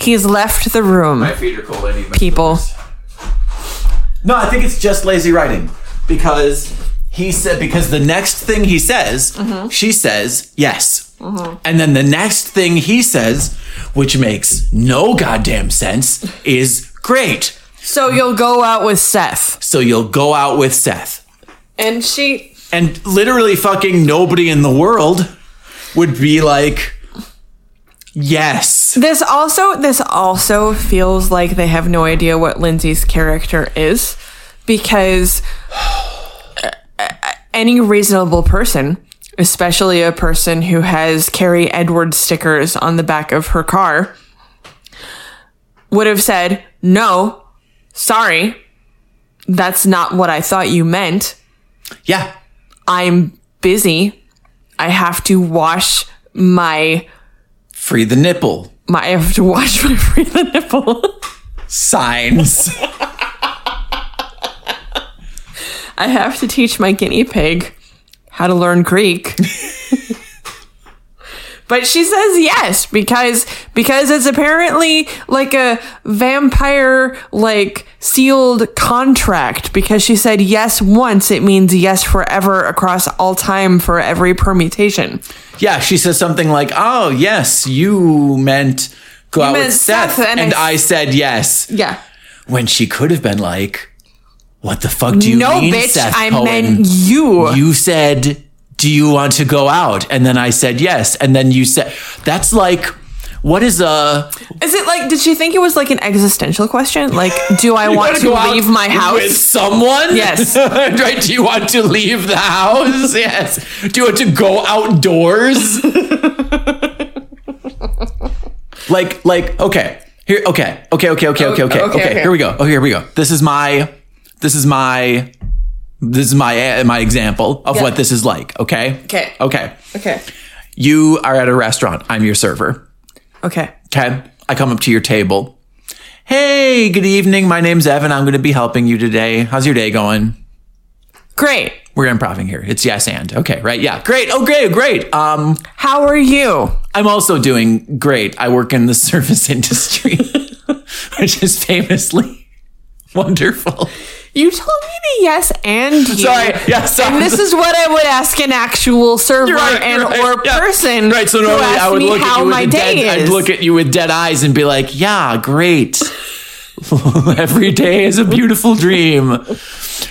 he's left the room My feet are cold. I need my people No, I think it's just lazy writing because he said because the next thing he says, she says yes, and then the next thing he says, which makes no goddamn sense, is great. so you'll go out with seth So you'll go out with Seth, and she and literally fucking nobody in the world would be like, yes. this also this also feels like they have no idea what lindsay's character is because uh, uh, any reasonable person especially a person who has carrie edwards stickers on the back of her car would have said no sorry that's not what i thought you meant Yeah, i'm busy i have to wash my free the nipple my i have to wash my free the nipple signs. I have to teach my guinea pig how to learn Greek. but she says yes because because it's apparently like a vampire like sealed contract because she said yes once it means yes forever across all time for every permutation. Yeah, she says something like, "Oh yes, you meant go out meant with Seth, Seth, and and, I- I, said yes." Yeah. When she could have been like, "What the fuck do you no mean, bitch, Seth I Cohen? meant you. you said, do you want to go out?" And then I said yes, and then you said, "That's like, what is a Is it like did she think it was like an existential question? Like do I want go to out leave my house? with someone?" Yes. right. Do you want to leave the house? Yes. Do you want to go outdoors? like, like, okay. Here, okay, okay, okay, okay, okay, okay, okay, okay, okay. Here we go. Oh, here we go. This is my, this is my, this is my uh, my example of Yeah. what this is like. Okay. Okay. Okay. okay. You are at a restaurant. I'm your server. Okay. Okay. I come up to your table. Hey, good evening. My name's Evan. I'm going to be helping you today. How's your day going? Great. We're improving here. It's yes and. Okay, right. Yeah. Great. Oh, great. Great. Um, How are you? I'm also doing great. I work in the service industry, which is famously wonderful. You told me the yes and you. Sorry. Yeah. Sorry. This is what I would ask an actual server Right, and right, or yeah. person. Right. So who normally asked I would me look at how you with my a day dead. is. I'd look at you with dead eyes and be like, "Yeah, great. Every day is a beautiful dream."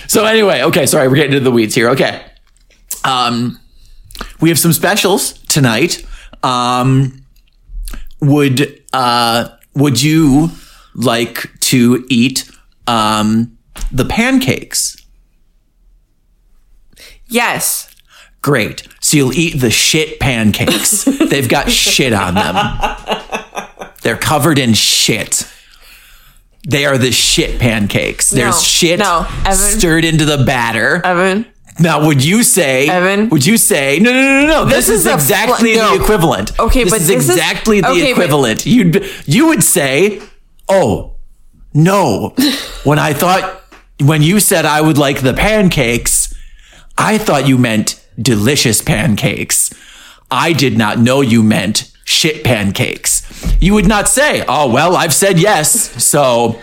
so anyway, okay. Sorry, we're getting into the weeds here. Okay. Um, we have some specials tonight. Um, would uh, would you like to eat um the pancakes? yes. Great. So you'll eat the shit pancakes. They've got shit on them. They're covered in shit. They are the shit pancakes. There's No. shit No, Evan. stirred into the batter. Evan. now, would you say, Evan. Would you say, no, no, no, no, no. This, is is, a fl- exactly no. the equivalent. Okay, this but is this is- exactly the okay, but- equivalent. You'd you would say, oh no, when I thought when you said I would like the pancakes, I thought you meant delicious pancakes. I did not know you meant shit pancakes. You would not say, oh well, I've said yes, so.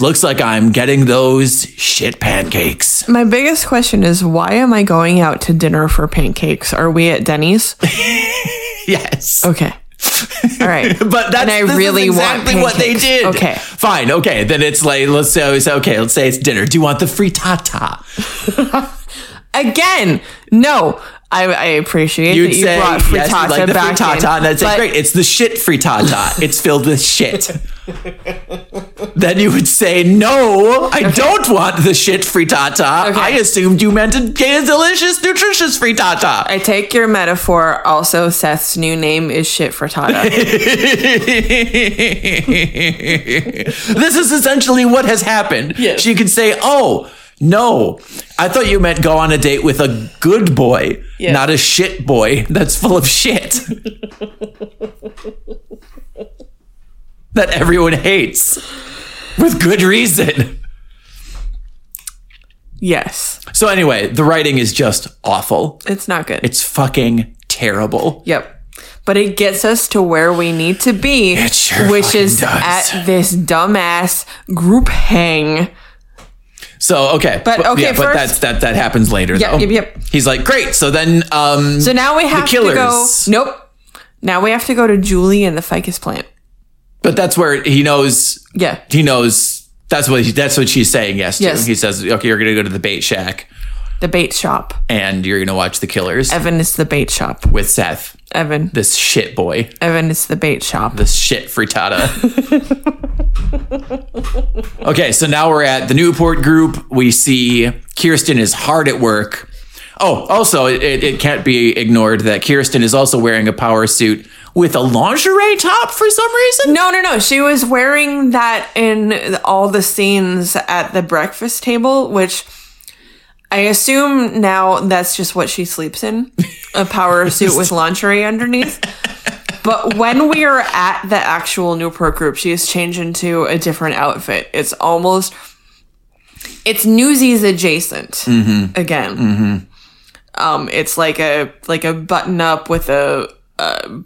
Looks like I'm getting those shit pancakes. My biggest question is why am I going out to dinner for pancakes? Are we at Denny's? Yes. Okay. All right. But that's And I this is really want exactly what they pancakes. did. Okay. fine, okay. Then it's like let's say it's okay. Let's say it's dinner. Do you want the frittata? Again, no. I, I appreciate You'd that you say brought yes, you'd frittata like the back in, frittata, and I'd say but- great. It's the shit frittata. it's filled with shit. then you would say no, I don't want the shit frittata. Okay. I assumed you meant a gay, delicious, nutritious frittata. I take your metaphor. Also, Seth's new name is shit frittata. this is essentially what has happened. Yes. She could say, Oh, no, I thought you meant go on a date with a good boy, Yes. not a shit boy that's full of shit. that everyone hates with good reason. Yes. So anyway, the writing is just awful. It's not good. It's fucking terrible. Yep. But it gets us to where we need to be, It sure which fucking is does. at this dumbass group hang. So okay, But, okay, yeah, but first- that's that that happens later. Yep, though. yep, yep. He's like, great. So then, um, So now we have to go. Killers. Nope. Now we have to go to Julie and the ficus plant. but that's where he knows. Yeah. he knows. That's what he, that's what she's saying. Yes, to. Yes. He says, okay, you're gonna go to the bait shack The bait shop. and you're gonna watch the killers Evan is the bait shop. with Seth, Evan. this shit boy, Evan is the bait shop. this shit frittata. okay, so now we're at the Newport group. We see Kirsten is hard at work. Oh, also, it, it, it can't be ignored that Kirsten is also wearing a power suit with a lingerie top for some reason. No, no, no. She was wearing that in all the scenes at the breakfast table, which I assume now that's just what she sleeps in a power suit with lingerie underneath. But when we are at the actual Newport group, she is changed into a different outfit. It's almost. It's Newsies adjacent again. Um, it's like a like a button up with a, a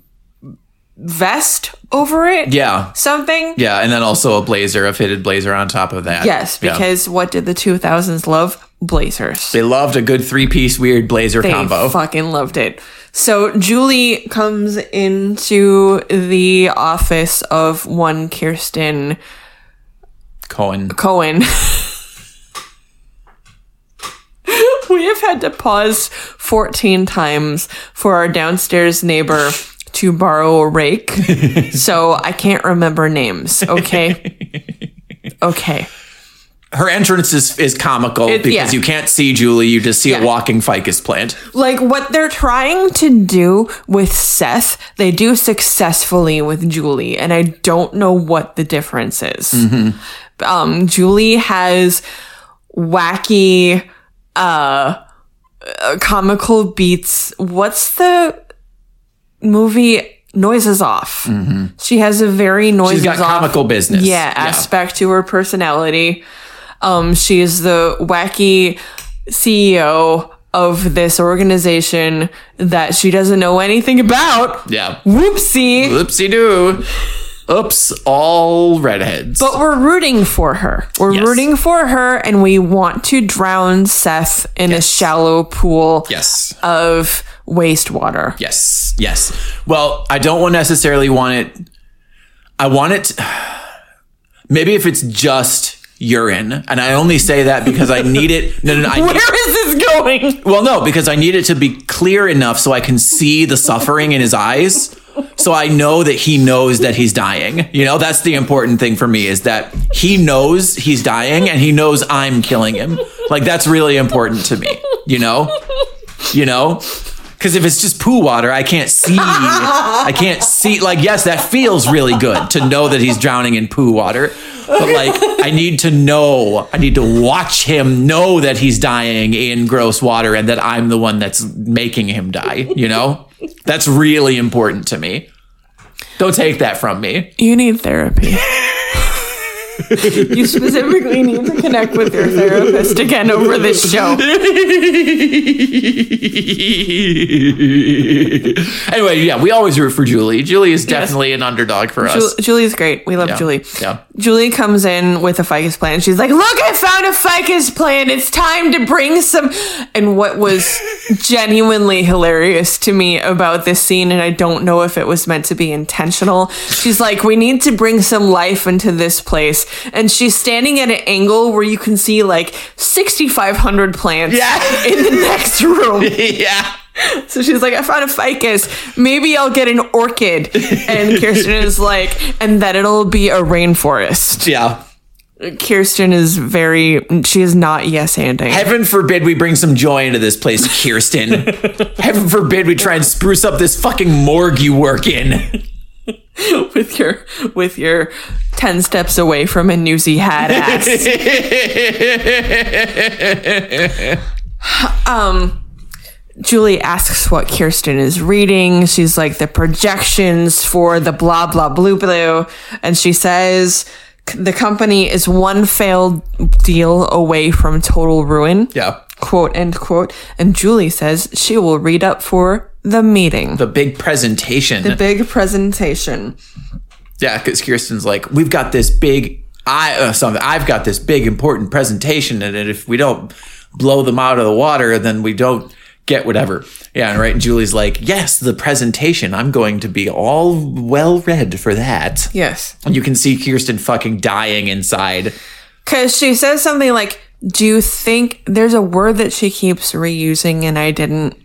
vest over it Yeah. something. Yeah, and then also a blazer, a fitted blazer on top of that. Yes, Yeah. because what did the 2000s love? Blazers. they loved a good three piece weird blazer They combo. fucking loved it. So Julie comes into the office of one Kirsten Cohen. Cohen. we have had to pause 14 times for our downstairs neighbor to borrow a rake. so I can't remember names, okay? okay. Her entrance is, is comical because yeah. you can't see Julie, you just see Yeah. a walking ficus plant. like what they're trying to do with Seth, they do successfully with Julie, and I don't know what the difference is. Mm-hmm. Um, Julie has wacky, uh, uh, comical beats. What's the movie? Noises off. She has a very noises Mm-hmm. She's got off comical business. yeah, aspect to her personality. Um, she is the wacky CEO of this organization that she doesn't know anything about. Yeah. Whoopsie. Oopsie doo. Oops, all redheads. But we're rooting for her. We're Yes. rooting for her, and we want to drown Seth in a shallow pool yes. of wastewater. Yes. Yes. Well, I don't want necessarily want it. I want it. Maybe if it's just urine, and I only say that because I need it. No, no, no. I need, Where is this going? Well, no, because I need it to be clear enough so I can see the suffering in his eyes. So I know that he knows that he's dying. You know, that's the important thing for me is that he knows he's dying and he knows I'm killing him. Like that's really important to me, you know? You know? Cuz if it's just poo water, I can't see. I can't see like yes, that feels really good to know that he's drowning in poo water. But like I need to know. I need to watch him know that he's dying in gross water and that I'm the one that's making him die, you know? That's really important to me. Don't take that from me. You need therapy. you specifically need to connect with your therapist again over this show. anyway, yeah, we always root for Julie. Julie is definitely an underdog for Ju- us. Julie's great. We love Yeah, Julie. yeah. Julie comes in with a ficus plant. She's like, "Look, I found a ficus plant. It's time to bring some." And what was genuinely hilarious to me about this scene, and I don't know if it was meant to be intentional. She's like, "We need to bring some life into this place," and she's standing at an angle where you can see like sixty five hundred plants Yeah. in the next room. yeah. So she's like, I found a ficus. Maybe I'll get an orchid. And Kirsten is like, and then it'll be a rainforest. Yeah. Kirsten is very, she is not yes anding. Heaven forbid we bring some joy into this place, Kirsten. Heaven forbid we try and spruce up this fucking morgue you work in. with your, with your 10 steps away from a newsy hat ass. yeah. um, Julie asks what Kirsten is reading. She's like the projections for the blah blah blue blue, and she says the company is one failed deal away from total ruin. Yeah. Quote end quote. And Julie says she will read up for the meeting, The big presentation. the big presentation. Yeah, because Kirsten's like, we've got this big, I uh, something. I've got this big important presentation, and if we don't blow them out of the water, then we don't get whatever. Yeah, and right. And Julie's like, yes, the presentation. I'm going to be all well read for that. Yes. And you can see Kirsten fucking dying inside. Because she says something like, Do you think there's a word that she keeps reusing and I didn't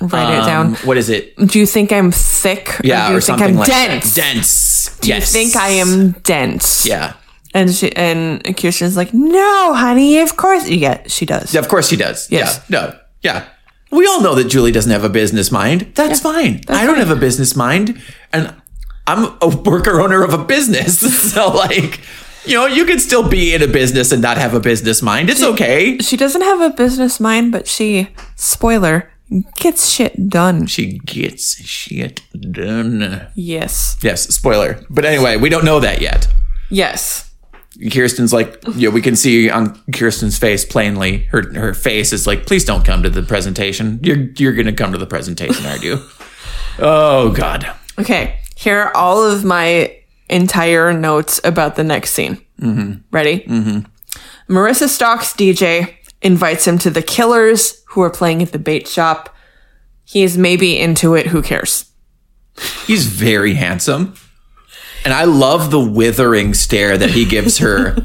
write it Um, down? what is it? Do you think I'm thick? Yeah, do or, you think something I'm like that. dense? Dense. Do you yes. think I am dense? Yeah. And she and Kirsten's like, No, honey, of course. Yeah, she does. Of course she does. Yes. Yeah. No. Yeah. We all know that Julie doesn't have a business mind. That's fine. I don't have a business mind. And I'm a worker owner of a business. so, like, you know, you can still be in a business and not have a business mind. It's okay. She doesn't have a business mind, but she, spoiler, gets shit done. She gets shit done. Yes. Yes, spoiler. But anyway, we don't know that yet. Yes. Kirsten's like, yeah, we can see on Kirsten's face plainly. Her her face is like, please don't come to the presentation. You're you're gonna come to the presentation, aren't you? oh God. Okay, here are all of my entire notes about the next scene. Mm-hmm. Ready? Mm-hmm. Marissa stalks DJ, invites him to the Killers, who are playing at the bait shop. He is maybe into it. Who cares? He's very handsome. And I love the withering stare that he gives her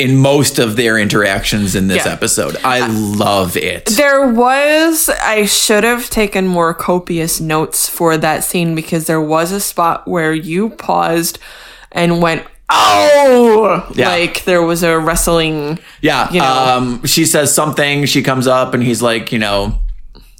in most of their interactions in this Yeah. Uh, episode. I love it. There was, I should have taken more copious notes for that scene because there was a spot where you paused and went, oh! Yeah. Like there was a wrestling. Yeah. know. Um, she says something. She comes up and he's like, you know,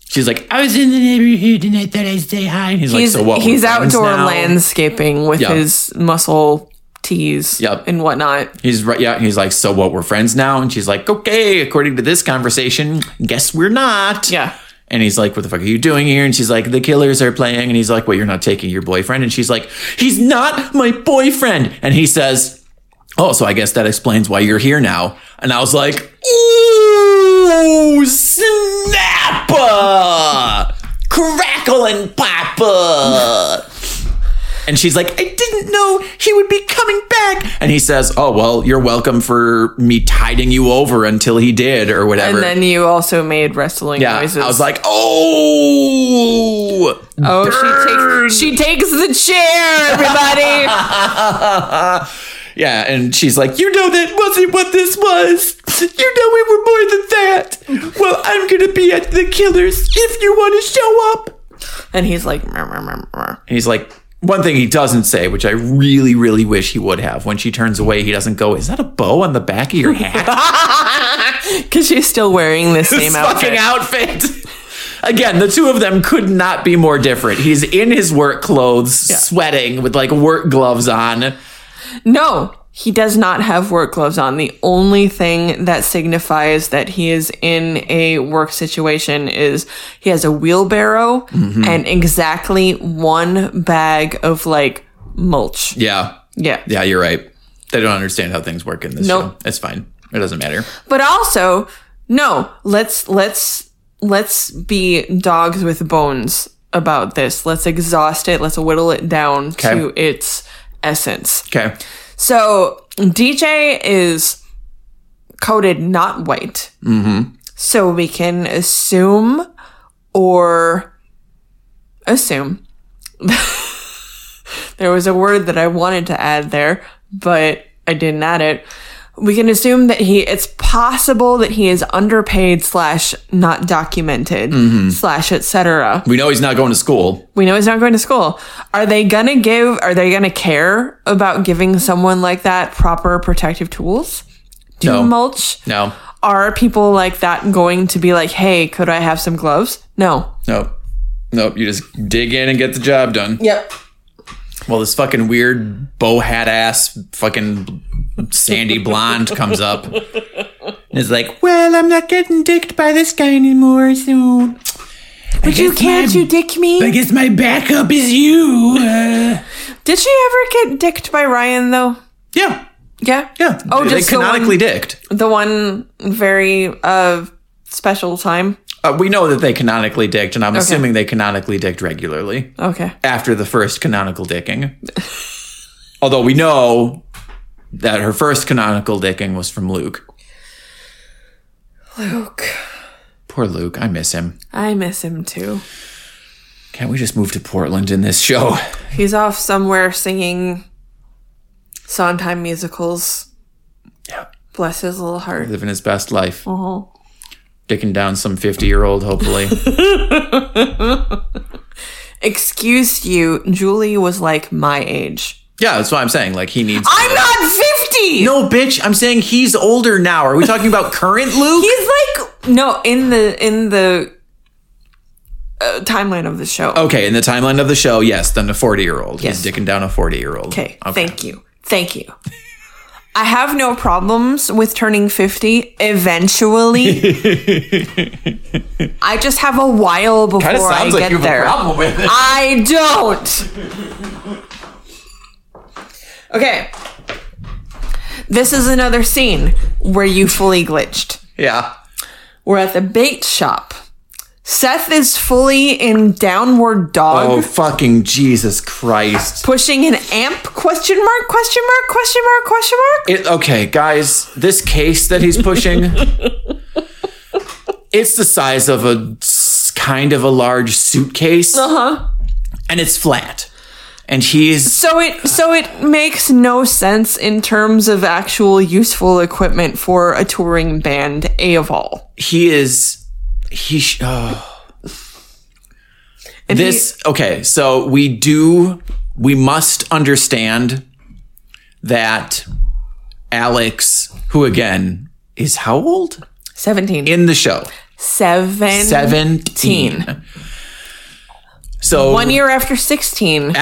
she's like, I was in the neighborhood and I thought I'd say hi. And he's, He's, like, so what? he's we're friends outdoor now?" landscaping with Yeah. his muscle tees Yep. and whatnot. He's right. Yeah. He's like, so what? We're friends now. And she's like, okay, according to this conversation, guess we're not. Yeah. And he's like, what the fuck are you doing here? And she's like, the killers are playing. And he's like, well, you're not taking your boyfriend. And she's like, he's not my boyfriend. And he says, oh, so I guess that explains why you're here now. And I was like, ooh, snapper, crackle and papa. And she's like, I didn't know he would be coming back. And he says, Oh, well, you're welcome for me tiding you over until he did or whatever. And then you also made wrestling Yeah, noises. I was like, oh, oh, she takes, she takes the chair, everybody. yeah. And she's like, you know that wasn't what this was. You know we were more than that. Well, I'm gonna be at the killers if you want to show up. and he's like, "Mer, mer, mer, mer." And he's like, one thing he doesn't say, which I really, really wish he would have. When she turns away, he doesn't go, "Is that a bow on the back of your hat?" Cause she's still wearing the same This outfit. fucking outfit. Again, the two of them could not be more different. He's in his work clothes, sweating with like work gloves on. No, he does not have work gloves on. The only thing that signifies that he is in a work situation is he has a wheelbarrow and exactly one bag of like mulch. Yeah. Yeah. Yeah, you're right. They don't understand how things work in this Nope. show. It's fine. It doesn't matter. But also, no, let's let's let's be dogs with bones about this. Let's exhaust it. Let's whittle it down to its essence. Okay. So DJ is coated not white. Mm-hmm. So we can assume or assume. there was a word that I wanted to add there, but I didn't add it. We can assume that he, it's possible that he is underpaid slash not documented slash etc. We know he's not going to school. We know he's not going to school. Are they gonna give, are they gonna care about giving someone like that proper protective tools? Do No. mulch? No. Are people like that going to be like, hey, could I have some gloves? No. Nope. Nope. You just dig in and get the job done. Yep. Well, this fucking weird bow hat ass fucking sandy blonde comes up and is like, Well, I'm not getting dicked by this guy anymore, so But you guess can't, my- you dick me. I guess my backup is you. Uh, Did she ever get dicked by Ryan though? yeah, Yeah. yeah. Oh, they, they just the one- canonically dicked. The one very uh special time. Uh, we know that they canonically dicked, and I'm assuming they canonically dicked regularly Okay. after the first canonical dicking. Although we know that her first canonical dicking was from Luke. Luke. Poor Luke, I miss him. I miss him too. Can't we just move to Portland in this show? He's off somewhere singing Sondheim musicals. Yeah. Bless his little heart. Living his best life, Oh. dicking down some 50 year old, hopefully. Excuse you, Julie was like my age. yeah, that's what I'm saying. Like, he needs. I'm not 50! no, bitch, I'm saying he's older now. Are we talking about current Luke? He's like no in the in the uh, timeline of the show. Okay, in the timeline of the show, yes, then a 40 year old. Yes. He's dicking down a 40 year old. Okay, thank you, thank you. I have no problems with turning fifty eventually. I just have a while before Kind of I sounds get like you have there. a problem with it. I don't. Okay. This is another scene where you fully glitched. Yeah. We're at the bait shop. Seth is fully in downward dog, Oh fucking Jesus Christ. pushing an amp question mark, question mark, question mark, question mark. It, okay, guys, this case that he's pushing it's the size of a s- kind of a large suitcase. Uh-huh. And it's flat. And he's So it so it makes no sense in terms of actual useful equipment for a touring band Aval. he is he sh- oh. This okay, so we do we must understand that Alex, who again is how old 17. in the show? 7 17. So, 1 year after 16.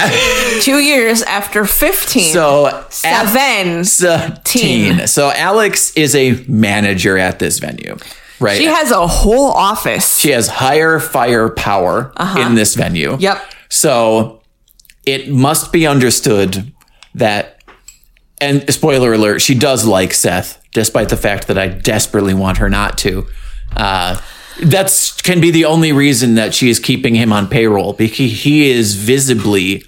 2 years after 15. so 7. 17. So, Alex is a manager at this venue, right? She has a whole office. she has higher firepower in this venue. Yep. So, it must be understood that, and spoiler alert, she does like Seth, despite the fact that I desperately want her not to. Uh, that's can be the only reason that she is keeping him on payroll because he is visibly,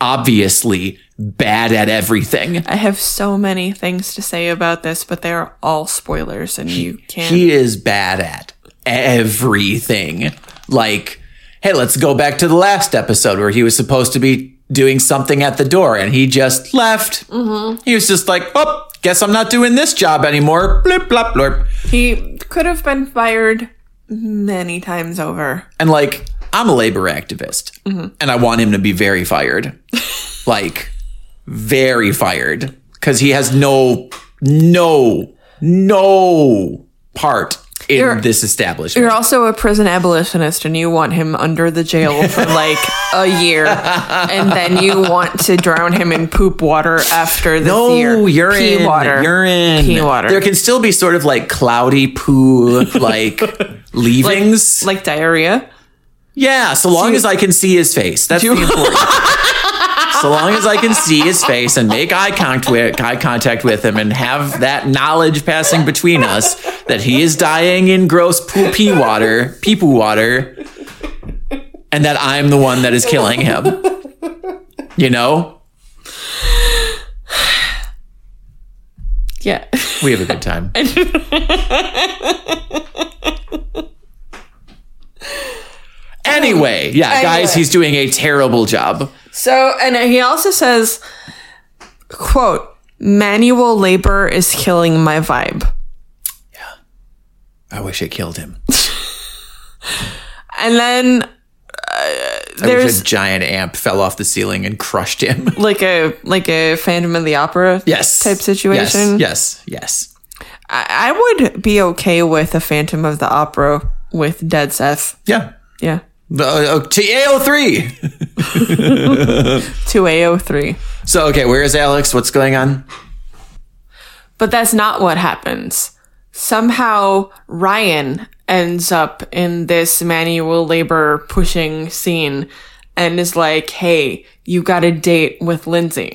obviously bad at everything. I have so many things to say about this, but they're all spoilers, and you can't. He is bad at everything. Like, hey, let's go back to the last episode where he was supposed to be doing something at the door and he just left. Mm-hmm. He was just like, oh, guess I'm not doing this job anymore. Blip, blop, blorp. he could have been fired many times over. And like, I'm a labor activist and I want him to be very fired. like, very fired because he has no, no, no part in this establishment. You're also a prison abolitionist, and you want him under the jail for like a year, and then you want to drown him in poop water after this No, year. urine. Pee water. Urine. Pee water. There can still be sort of like cloudy poo, like leavings. Like diarrhea. yeah, so long as I can see his face. That's the important. so long as I can see his face and make eye contact, with, eye contact with him and have that knowledge passing between us that he is dying in gross poo pee water, pee poo water, and that I'm the one that is killing him. You know? Yeah. We have a good time. anyway, yeah, guys, he's doing a terrible job. So, and he also says, quote, manual labor is killing my vibe. I wish it killed him. And then uh, I wish there's a giant amp fell off the ceiling and crushed him. like a like a Phantom of the Opera yes. type situation. Yes. Yes. yes. I, I would be okay with a Phantom of the Opera with Dead Seth. Yeah. Yeah. The uh, uh, TAO3. To AO3. So, okay, where is Alex? What's going on? But that's not what happens. Somehow Ryan ends up in this manual labor pushing scene and is like, hey, you got a date with Lindsay.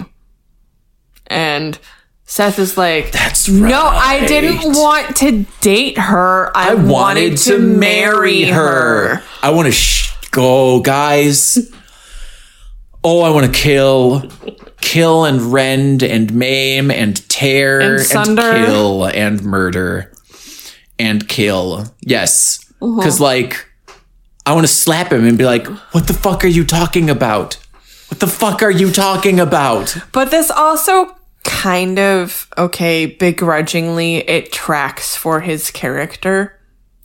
And Seth is like, That's no, I didn't want to date her. I, I wanted, wanted to marry her. I want to sh- go, guys. Oh, I want to kill, kill and rend and maim and tear And and, sunder. kill and murder and kill. Yes, Uh-huh. because like I want to slap him and be like, "What the fuck are you talking about? What the fuck are you talking about?" But this also kind of okay, begrudgingly it tracks for his character.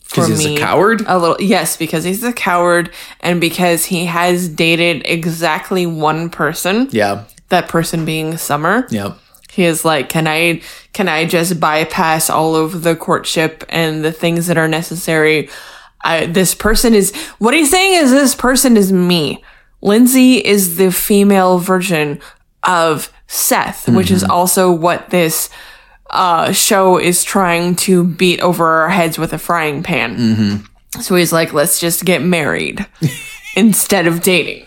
For Because he's a me. Oh. coward. A little yes, because he's a coward and because he has dated exactly one person. Yeah. That person being Summer. Yeah. He is like, Can I can I just bypass all of the courtship and the things that are necessary? I, this person is what he's saying is this person is me. Lindsay is the female version of Seth, which is also what this uh, show is trying to beat over our heads with a frying pan. So he's like, let's just get married instead of dating.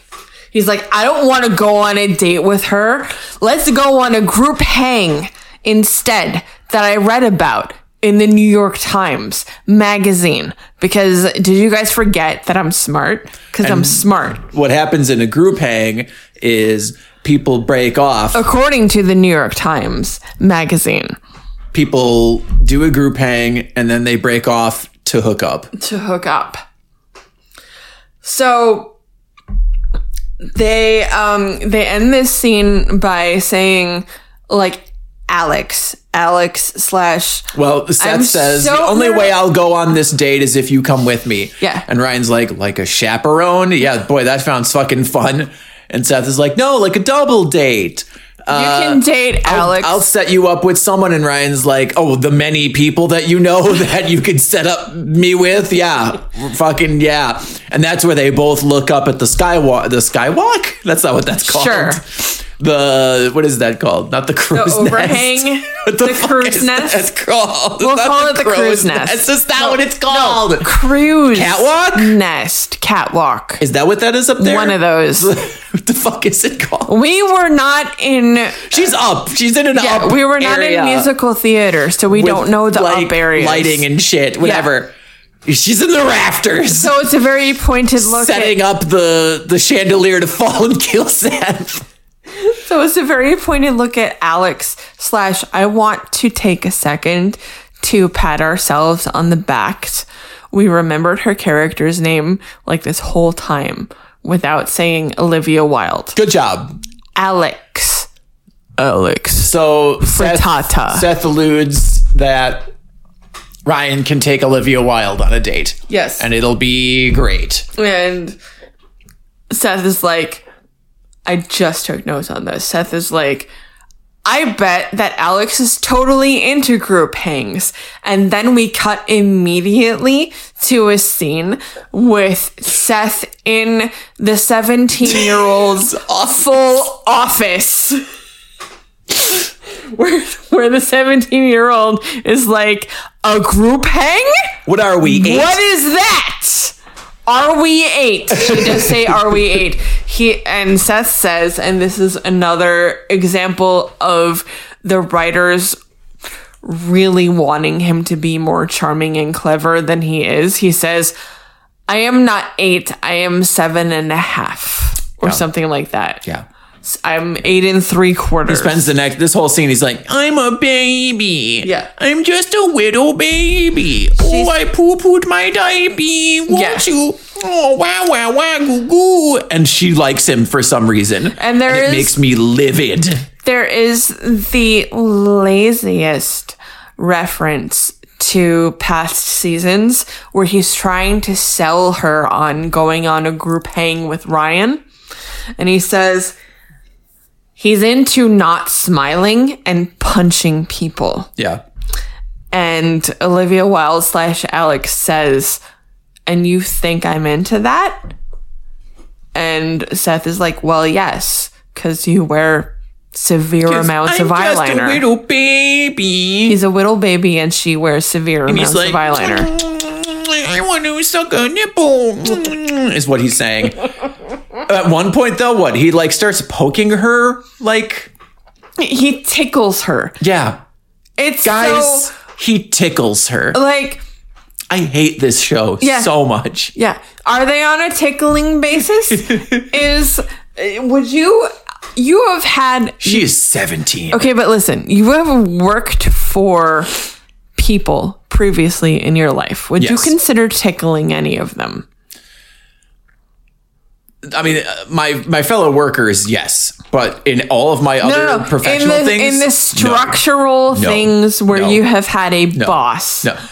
He's like, I don't want to go on a date with her. Let's go on a group hang instead that I read about in the New York Times magazine. Because did you guys forget that I'm smart? Because I'm smart. What happens in a group hang is people break off. According to the New York Times magazine, people do a group hang and then they break off to hook up. to hook up. So they um they end this scene by saying like Alex, Alex slash Well, Seth I'm says so the only nervous." way I'll go on this date is if you come with me. Yeah. And Ryan's like, like a chaperone. Yeah, boy, that sounds fucking fun. And Seth is like, no, like a double date. you can date Alex. Uh, I'll set you up with someone. And Ryan's like, oh, the many people that you know that you could set up me with. Yeah, fucking yeah. And that's where they both look up at the skywalk. The skywalk? That's not what that's called. Sure. The what is that called? Not the crow's overhang, nest. what the, the fuck crow's is nest. That called? We'll Not call it the crow's nest. Is that what it's called? cruise Catwalk? nest catwalk. Is that what that is up there? One of those. what the fuck is it called? We were not in. She's up. She's in an up. we were not area. in musical theater, so we with, don't know the like, up areas. lighting and shit, whatever. She's in the rafters, so it's a very pointed look. at- setting up the the chandelier to fall and kill Seth. So it's a very pointed look at Alex slash I want to take a second to pat ourselves on the back. We remembered her character's name like this whole time without saying Olivia Wilde. Good job. Alex. Alex. So Seth, Frittata. Seth alludes that Ryan can take Olivia Wilde on a date. Yes. and it'll be great. And Seth is like, I just took notes on this. Seth is like, I bet that Alex is totally into group hangs. And then we cut immediately to a scene with Seth in the 17 year old's full office. Where, where the 17 year old is like, a group hang? What are we? Eight? What is that? Are we eight? She does say, "Are we eight? He and Seth says, and this is another example of the writers really wanting him to be more charming and clever than he is. He says, "I am not eight. I am seven and a half, or something like that. Yeah. I'm eight and three quarters. Spends the next this whole scene. He's like, "I'm a baby. Yeah. I'm just a little baby. oh, I poo pooed my diaper. Won't Yeah. you? Oh, wow, wow, wow, goo goo." And she likes him for some reason, And there it is- makes me livid. there is the laziest reference to past seasons where he's trying to sell her on going on a group hang with Ryan. And he says he's into not smiling and punching people. Yeah, And Olivia Wilde slash Alex says, and you think I'm into that? And Seth is like, well, yes, because you wear severe amounts I'm of just eyeliner. a little baby. He's a little baby and she wears severe amounts He's like, "Mm, of eyeliner. I want to suck a nipple, Mm, is what he's saying. At one point, though, what? He like starts poking her, like, He tickles her. yeah. It's Guys, so he tickles her. like I hate this show Yeah. so much. yeah. Are they on a tickling basis? Is would you you have had She is 17. Okay, but listen, you have worked for people previously in your life. Would you Yes. consider tickling any of them? I mean, uh, my my fellow workers, yes, but in all of my other in professional the, things, in the structural things where No. you have had a boss, no. no.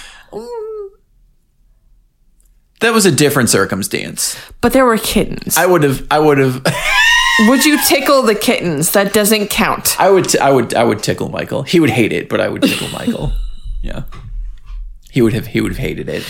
That was a different circumstance. but there were kittens. I would have, I would have, would you tickle the kittens? That doesn't count. I would, I would, I would tickle Michael. He would hate it, but I would tickle Michael. Yeah, he would have, he would have hated it.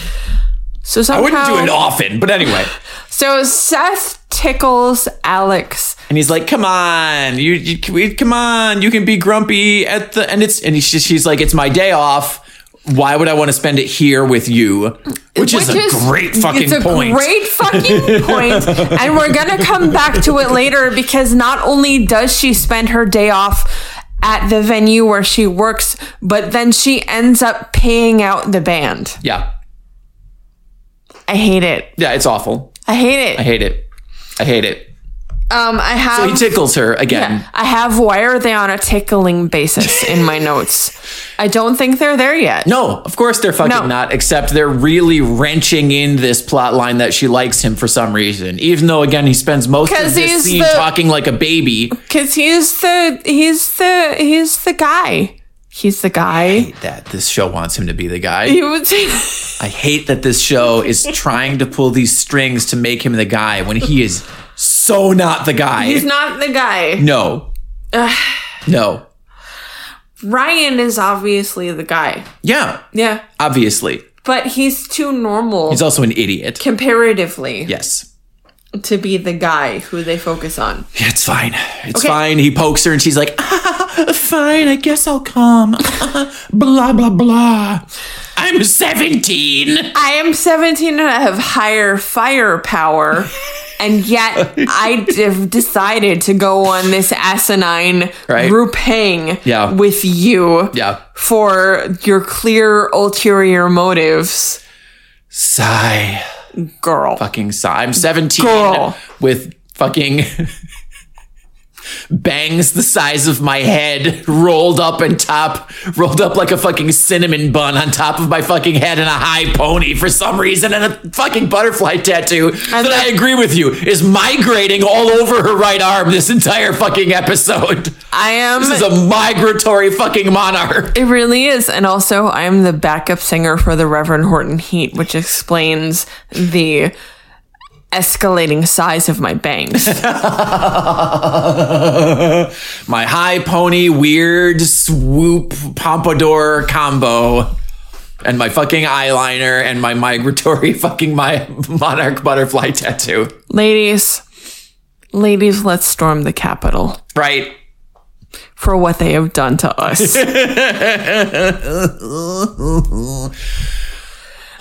So I somehow, wouldn't do it often, but anyway. so Seth tickles Alex. And he's like, "Come on, you, you can we- come on, you can be grumpy at the." And it's and she's, she's like, "It's my day off. Why would I want to spend it here with you?" Which, is a great fucking it's a point. Great fucking point. and we're gonna come back to it later because not only does she spend her day off at the venue where she works, but then she ends up paying out the band. yeah, I hate it. yeah, it's awful. I hate it. I hate it. I hate it. um, I have. He tickles her again. I have. Why are they on a tickling basis in my notes? I don't think they're there yet. No, of course they're fucking No. not. Except they're really wrenching in this plot line that she likes him for some reason. Even though again he spends most of 'Cause this he's scene the- talking like a baby. because he's the he's the he's the guy. He's the guy. That this show wants him to be the guy. He was. I hate that this show is trying to pull these strings to make him the guy when he is so not the guy. He's not the guy. no. no. Ryan is obviously the guy. Yeah, Yeah. obviously. But he's too normal He's also an idiot. comparatively Yes. to be the guy who they focus on. Yeah, It's fine. It's fine. He pokes her and she's like, ah, fine, I guess I'll come. blah, blah, blah. I'm 17. I am 17 and I have higher firepower. And yet, I have decided to go on this asinine Right. group hang Yeah. with you Yeah. for your clear ulterior motives, Sigh. girl. fucking sigh. I'm 17 Girl. with fucking bangs the size of my head rolled up and top, rolled up like a fucking cinnamon bun on top of my fucking head and a high pony for some reason and a fucking butterfly tattoo that I agree with you is migrating all over her right arm this entire fucking episode. I am. This is a migratory fucking monarch. It really is. And also, I'm the backup singer for the Reverend Horton Heat, which explains the escalating size of my bangs. My high pony, weird swoop pompadour combo, and my fucking eyeliner and my migratory fucking my monarch butterfly tattoo. ladies, ladies, let's storm the Capitol Right. for what they have done to us.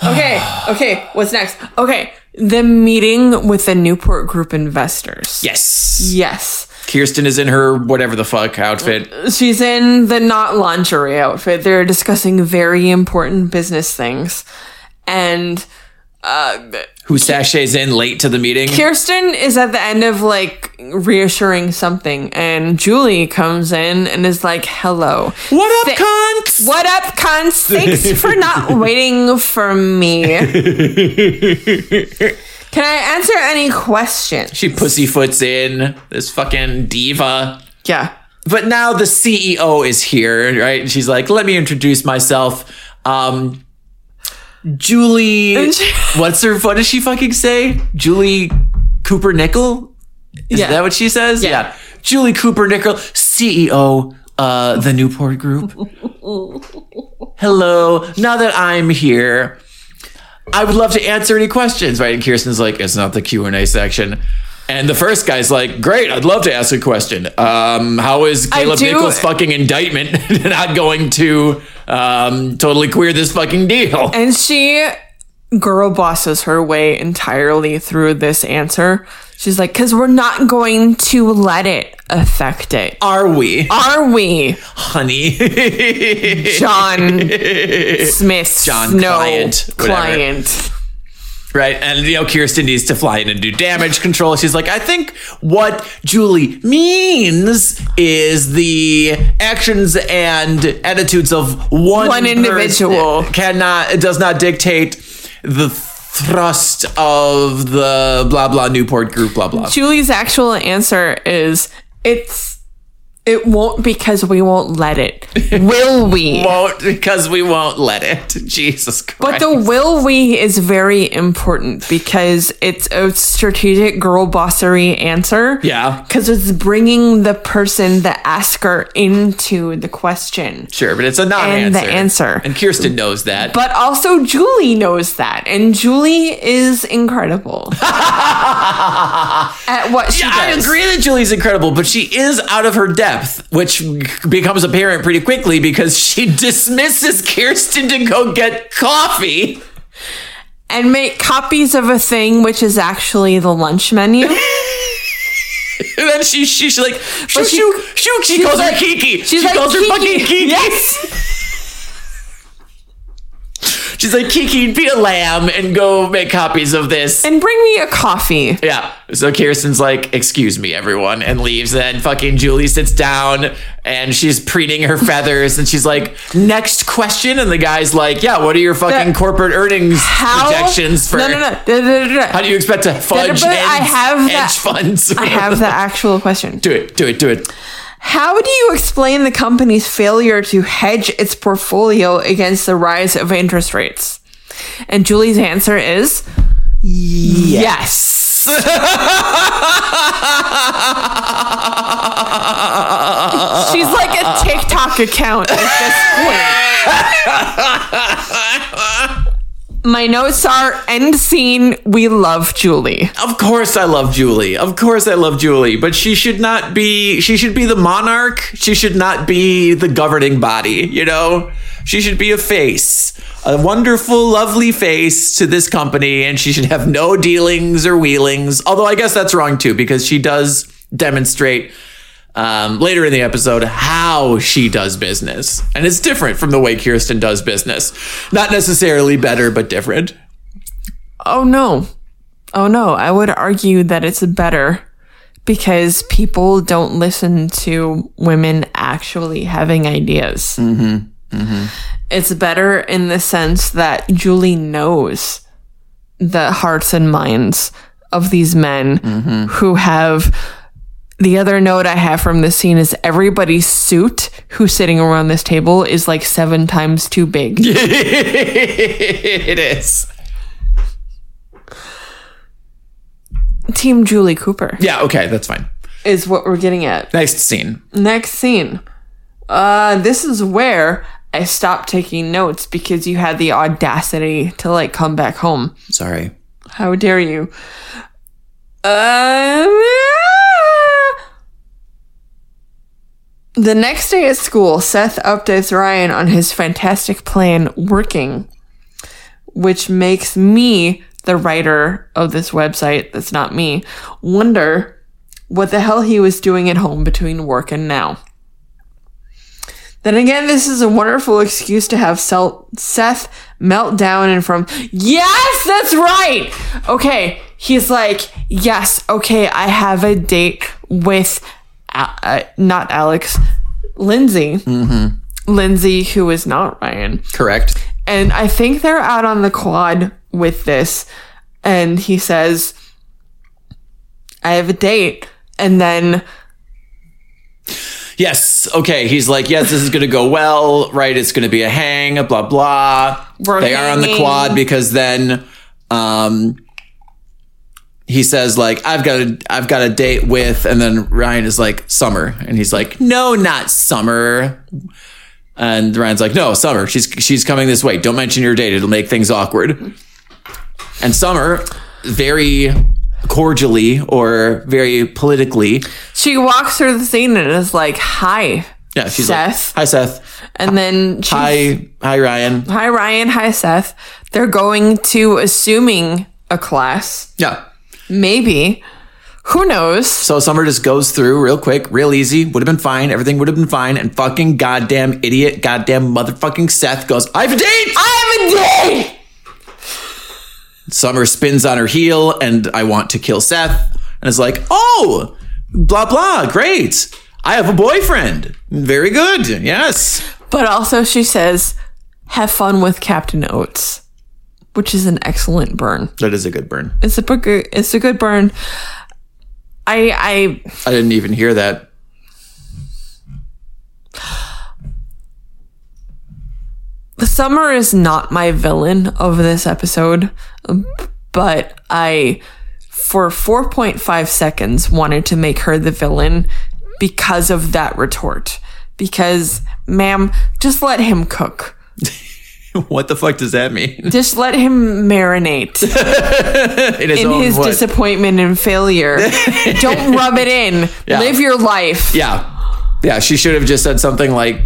okay, okay, what's next? Okay, the meeting with the Newport Group investors. Yes. Yes. Kirsten is in her whatever the fuck outfit. She's in the not lingerie outfit. They're discussing very important business things. And Who sachets in late to the meeting. Kirsten is at the end of like reassuring something. And Julie comes in and is like, hello. What up, Thi- cunts? What up, cons? Thanks for not waiting for me. Can I answer any questions? She pussyfoots in this fucking diva. Yeah. but now the CEO is here, right? And she's like, "Let me introduce myself." Um, Julie, what's her? What does she fucking say? Julie Cooper Nickel? Is Yeah. that what she says? Yeah. Julie Cooper Nickel, CEO, uh, the Newport Group. Hello. Now that I'm here, I would love to answer any questions. Right? And Kirsten's like, "It's not the Q and A section." And the first guy's like, "Great, I'd love to ask a question. Um, how is Caleb do- Nichols' fucking indictment not going to um, totally queer this fucking deal?" And she girl bosses her way entirely through this answer. She's like, because we're not going to let it affect it. Are we, Are we, honey? John Smith? John Snow client, whatever. client. Right. And, you know, Kirsten needs to fly in and do damage control. She's like, I think what Julie means is the actions and attitudes of one, One individual. person Cannot, it does not dictate the thrust of the blah, blah, Newport group, blah, blah. Julie's actual answer is, it's, it won't because we won't let it. Will we? won't because we won't let it. Jesus But Christ. the will we is very important because it's a strategic girl bossery answer. Yeah. Because it's bringing the person, the asker, into the question. sure, but it's a non answer. the answer. And Kirsten knows that. But also, Julie knows that. And Julie is incredible at what she I does. agree that Julie's incredible, but she is out of her depth, which becomes apparent pretty quickly because she dismisses Kirsten to go get coffee. And make copies of a thing, which is actually the lunch menu. And then she she she's like shoo she- shoo shoo she calls like- her Kiki. she's she like, calls "Kiki." her fucking Kiki. Yes. She's like Kiki, be a lamb and go make copies of this. And bring me a coffee. yeah. So Kirsten's like, excuse me, everyone, and leaves. Then fucking Julie sits down and she's preening her feathers and she's like, next question. And the guy's like, yeah, what are your fucking That- corporate earnings How? projections for No, no, no. Da, da, da, da. How do you expect to fudge but I hedge- have hedge that- funds? I have the actual question. do it, do it, do it. How do you explain the company's failure to hedge its portfolio against the rise of interest rates? And Julie's answer is yes. She's like a TikTok account at this point. My notes are end scene. We love Julie. Of course, I love Julie. Of course, I love Julie. But she should not be. She should be the monarch. She should not be the governing body. You know, she should be a face, a wonderful, lovely face to this company, and she should have no dealings or wheelings. Although I guess that's wrong too, because she does demonstrate um, later in the episode how she does business, and it's different from the way Kirsten does business. Not necessarily better, but different. Oh no. Oh no. I would argue that it's better because people don't listen to women actually having ideas. Mm-hmm. Mm-hmm. It's better in the sense that Julie knows the hearts and minds of these men who have. The other note I have from this scene is everybody's suit who's sitting around this table is like seven times too big. it is. Team Julie Cooper Yeah, okay, that's fine. is what we're getting at. Next scene. Next scene. Uh, this is where I stopped taking notes because you had the audacity to like come back home. Sorry. How dare you? Um, the next day at school, Seth updates Ryan on his fantastic plan working, which makes me, the writer of this website that's not me, wonder what the hell he was doing at home between work and now. Then again, this is a wonderful excuse to have Sel- Seth melt down and from, yes, that's right. Okay. He's like, yes, okay, I have a date with, uh, uh, not Alex, Lindsay. Mm-hmm. Lindsay, who is not Ryan. Correct. And I think they're out on the quad with this. And he says, I have a date. And then Yes. Okay. He's like, yes, this is going to go well, right? It's going to be a hang, blah, blah. We're they are on the hanging. quad because then um, he says, like, I've got a, I've got a date with, and then Ryan is like, Summer. And he's like, no, not Summer. And Ryan's like, no, Summer. She's, she's coming this way. Don't mention your date. It'll make things awkward. And Summer, very cordially or very politically, she walks through the scene and is like, hi. Yeah, she's Seth. like, "Hi, Seth. And then she, Hi, hi, Ryan. hi Ryan, hi Seth. They're going to assuming a class, Yeah." maybe. Who knows? So Summer just goes through real quick, real easy. Would have been fine. Everything would have been fine. And fucking goddamn idiot, goddamn motherfucking Seth goes, "I've a date." I'm a day. Summer spins on her heel, and I want to kill Seth. And is like, "Oh, blah blah, great. I have a boyfriend. Very good. Yes." But also, she says, "Have fun with Captain Oates," which is an excellent burn. That is a good burn. It's a book. It's a good burn. I I I didn't even hear that. Summer is not my villain of this episode, but I, for 4.5 seconds, wanted to make her the villain because of that retort. Because, ma'am, just let him cook. what the fuck does that mean? Just let him marinate In his in own his what? disappointment and failure. Don't rub it in. Live your life. Yeah. Yeah, she should have just said something like,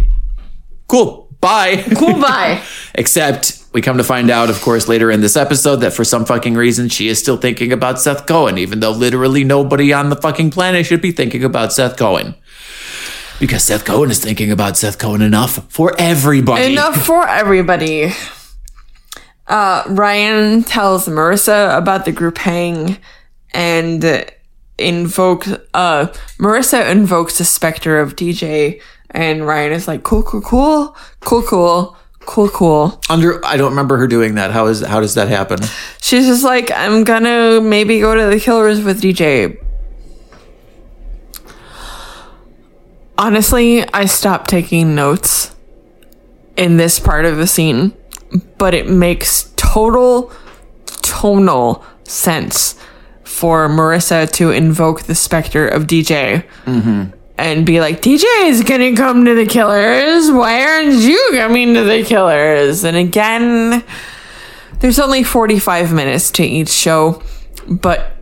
cool, bye. Cool, bye. Except we come to find out, of course, later in this episode that for some fucking reason she is still thinking about Seth Cohen, even though literally nobody on the fucking planet should be thinking about Seth Cohen. Because Seth Cohen is thinking about Seth Cohen enough for everybody. Enough for everybody. Uh, Ryan tells Marissa about the group hang and invokes, uh, Marissa invokes the specter of DJ and Ryan is like, cool, cool, cool, cool, cool, cool, cool. Under I don't remember her doing that. How is how does that happen? She's just like, I'm gonna maybe go to the killers with DJ. Honestly, I stopped taking notes in this part of the scene, but it makes total tonal sense for Marissa to invoke the specter of DJ and be like, DJ is gonna come to the killers. Why aren't you coming to the killers? And again, there's only 45 minutes to each show, but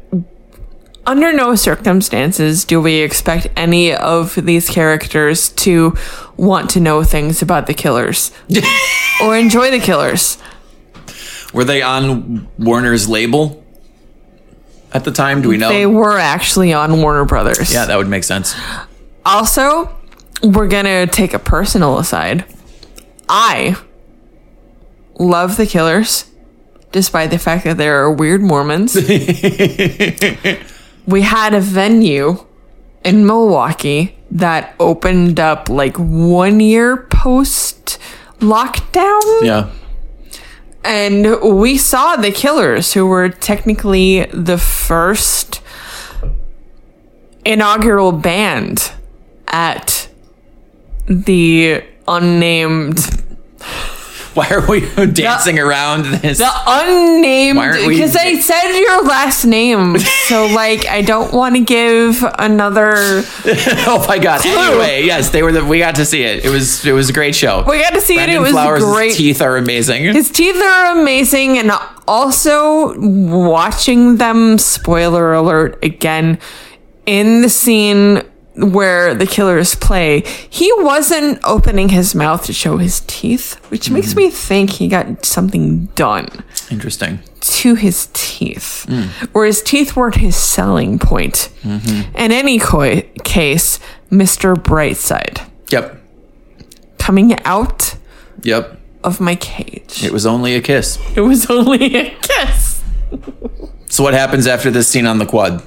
under no circumstances do we expect any of these characters to want to know things about the killers or enjoy the killers. Were they on Warner's label at the time? Do we know? They were actually on Warner Brothers. Oh. yeah, that would make sense. Also, we're going to take a personal aside. I love the killers, despite the fact that there are weird Mormons. we had a venue in Milwaukee that opened up like one year post lockdown. Yeah. And we saw the killers, who were technically the first inaugural band at the unnamed, Why are we dancing around this? the unnamed, Why aren't we- because I said your last name, so like I don't want to give another. oh my god! Anyway, yes, they were. The, we got to see it. It was. It was a great show. We got to see Brandon it. It was Flowers' great. teeth are amazing. His teeth are amazing, and also watching them, spoiler alert again, in the scene where the killers play, he wasn't opening his mouth to show his teeth, which makes me think he got something done Interesting. to his teeth, or his teeth weren't his selling point. In any co- case, Mr. Brightside Yep. coming out Yep. of my cage. It was only a kiss. It was only a kiss. So what happens after this scene on the quad?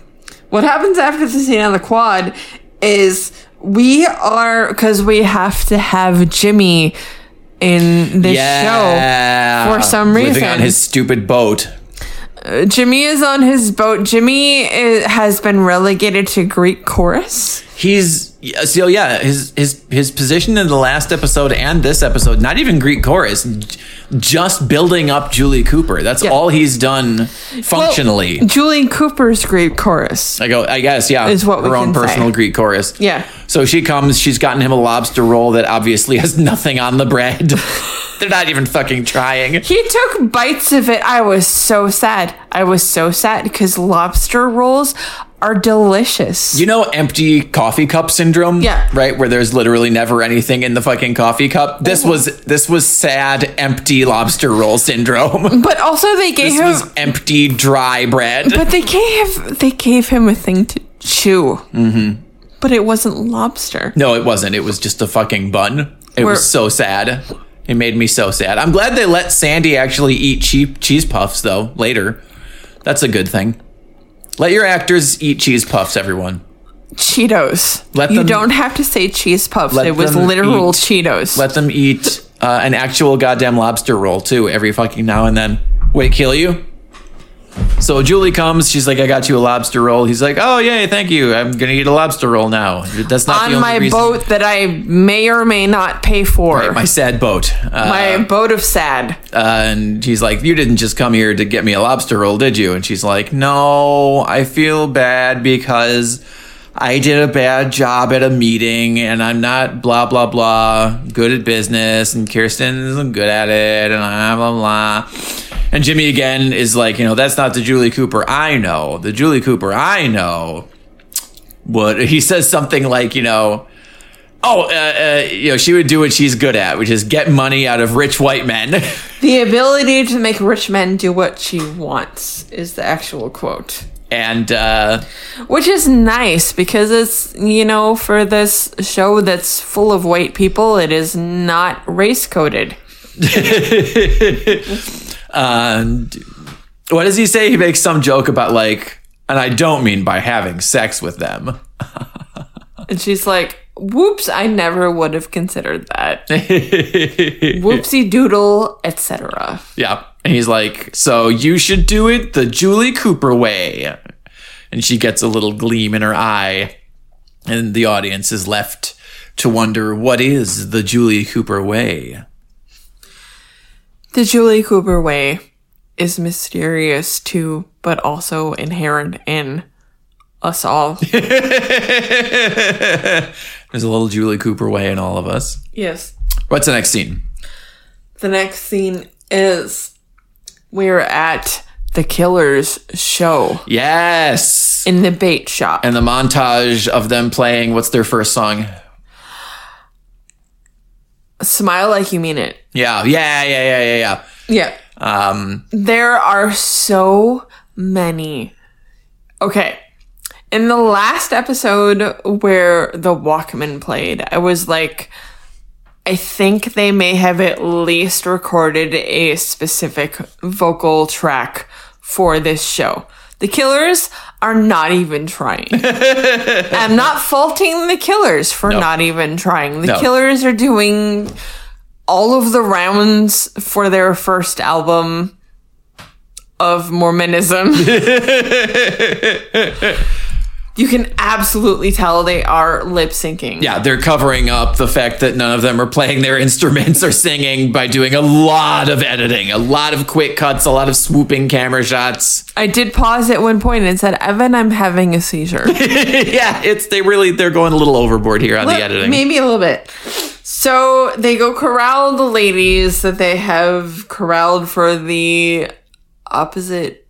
what happens after the scene on the quad is we are because we have to have Jimmy in this show for some living on reason. his stupid boat. Uh, Jimmy is on his boat. Jimmy i has been relegated to Greek chorus. He's so yeah. His his his position in the last episode and this episode, not even Greek chorus, j- just building up Julie Cooper. That's all he's done functionally. Well, Julie Cooper's Greek chorus. I go. I guess yeah. Is what her we own can say. personal Greek chorus. Yeah. So she comes. She's gotten him a lobster roll that obviously has nothing on the bread. They're not even fucking trying. He took bites of it. I was so sad. I was so sad because lobster rolls are delicious. You know, empty coffee cup syndrome. Yeah. Right, where there's literally never anything in the fucking coffee cup. This was this was sad empty lobster roll syndrome. but also they gave this him was empty dry bread. but they gave they gave him a thing to chew. Mm-hmm. But it wasn't lobster. No, it wasn't. It was just a fucking bun. It We're- was so sad. It made me so sad. I'm glad they let Sandy actually eat cheap cheese puffs though later. That's a good thing. Let your actors eat cheese puffs, everyone. Cheetos. Let you them- don't have to say cheese puffs. Let It was them literal eat. Cheetos. Let them eat uh, an actual goddamn lobster roll too every fucking now and then. Would it kill you? So Julie comes. She's like, "I got you a lobster roll." He's like, "Oh yay, thank you. I'm gonna eat a lobster roll now." That's not the on only my reason. boat that I may or may not pay for. My sad boat. Uh, my boat of sad. and he's like, "You didn't just come here to get me a lobster roll, did you?" And she's like, "No, I feel bad because I did a bad job at a meeting, and I'm not blah blah blah good at business, and Kirsten isn't good at it, and blah blah blah." And Jimmy again is like, "You know, that's not the Julie Cooper I know. The Julie Cooper I know." What he says something like, you know. Oh, uh, uh, you know, she would do what she's good at, which is get money out of rich white men. The ability to make rich men do what she wants is the actual quote. and uh, Which is nice because it's, you know, for this show that's full of white people, it is not race coded. and what does he say? He makes some joke about like, and I don't mean by having sex with them. And she's like, whoops, I never would have considered that. Whoopsie doodle, etc. Yeah, and he's like, so you should do it the Julie Cooper way, and she gets a little gleam in her eye, and the audience is left to wonder what is the Julie Cooper way. The Julie Cooper way is mysterious too, but also inherent in us all. There's a little Julie Cooper way in all of us. yes. What's the next scene? The next scene is we're at the killer's show Yes. in the bait shop. And the montage of them playing what's their first song? Smile like you mean it. Yeah, yeah, yeah, yeah, yeah, Yeah. yeah. Um, There are so many. Okay. In the last episode where the Walkman played, I was like, I think they may have at least recorded a specific vocal track for this show. The killers are not even trying. I'm not faulting the killers for not even trying. The No. killers are doing all of the rounds for their first album of Mormonism. you can absolutely tell they are lip syncing. yeah, they're covering up the fact that none of them are playing their instruments or singing by doing a lot of editing, a lot of quick cuts, a lot of swooping camera shots. I did pause at one point and said, Evan, I'm having a seizure. yeah, it's they really they're going a little overboard here on the editing. Maybe a little bit. So they go corral the ladies that they have corralled for the opposite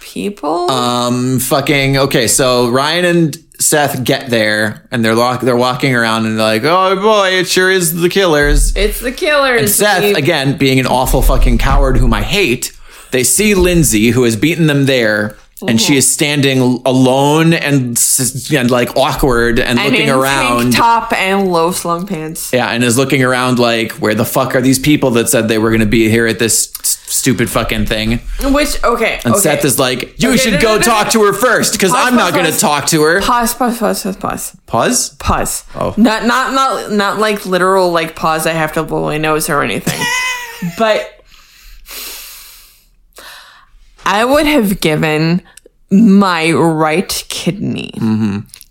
people. Um, fucking okay. So Ryan and Seth get there and they're lock they're walking around and they're like, oh boy, it sure is the killers. it's the killers. Seth, Steve. again, being an awful fucking coward whom I hate, they see Lindsay, who has beaten them there, Mm-hmm. and she is standing alone and, s- and like awkward and, And looking in around. tank top and low slung pants. yeah, and is looking around like, where the fuck are these people that said they were going to be here at this s- stupid fucking thing? Which okay, And okay. Seth is like, you Okay, should no, no, go no, no, talk no. to her first because Pause, I'm not pause, going to pause. talk to her. pause, pause, pause, pause, pause, Pause. pause. Oh. not not not not like literal like pause. I have to blow my nose or anything, but I would have given my right kidney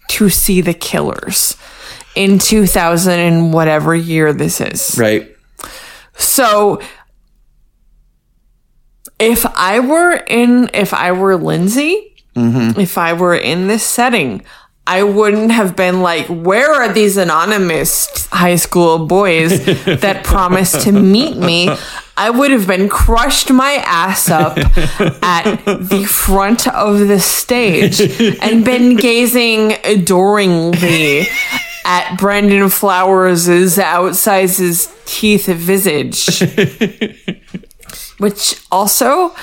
to see the killers in 2000 and whatever year this is. Right. So if I were in if I were Lindsay, if I were in this setting, I wouldn't have been like, where are these anonymous high school boys that promised to meet me? I would have been crushed my ass up at the front of the stage and been gazing adoringly at Brendan Flowers' outsized his teeth visage. Which also,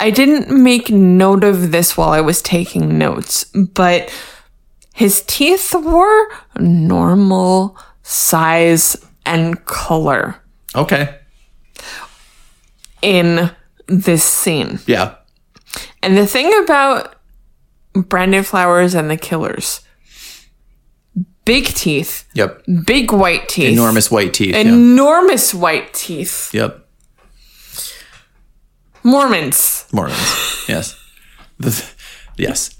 I didn't make note of this while I was taking notes, but his teeth were normal size and color Okay. in this scene. Yeah. And the thing about Brandon Flowers and the Killers big teeth, Yep. big white teeth, Enormous white teeth. yeah. enormous white teeth, Yep. Mormons. Mormons. yes. The- yes.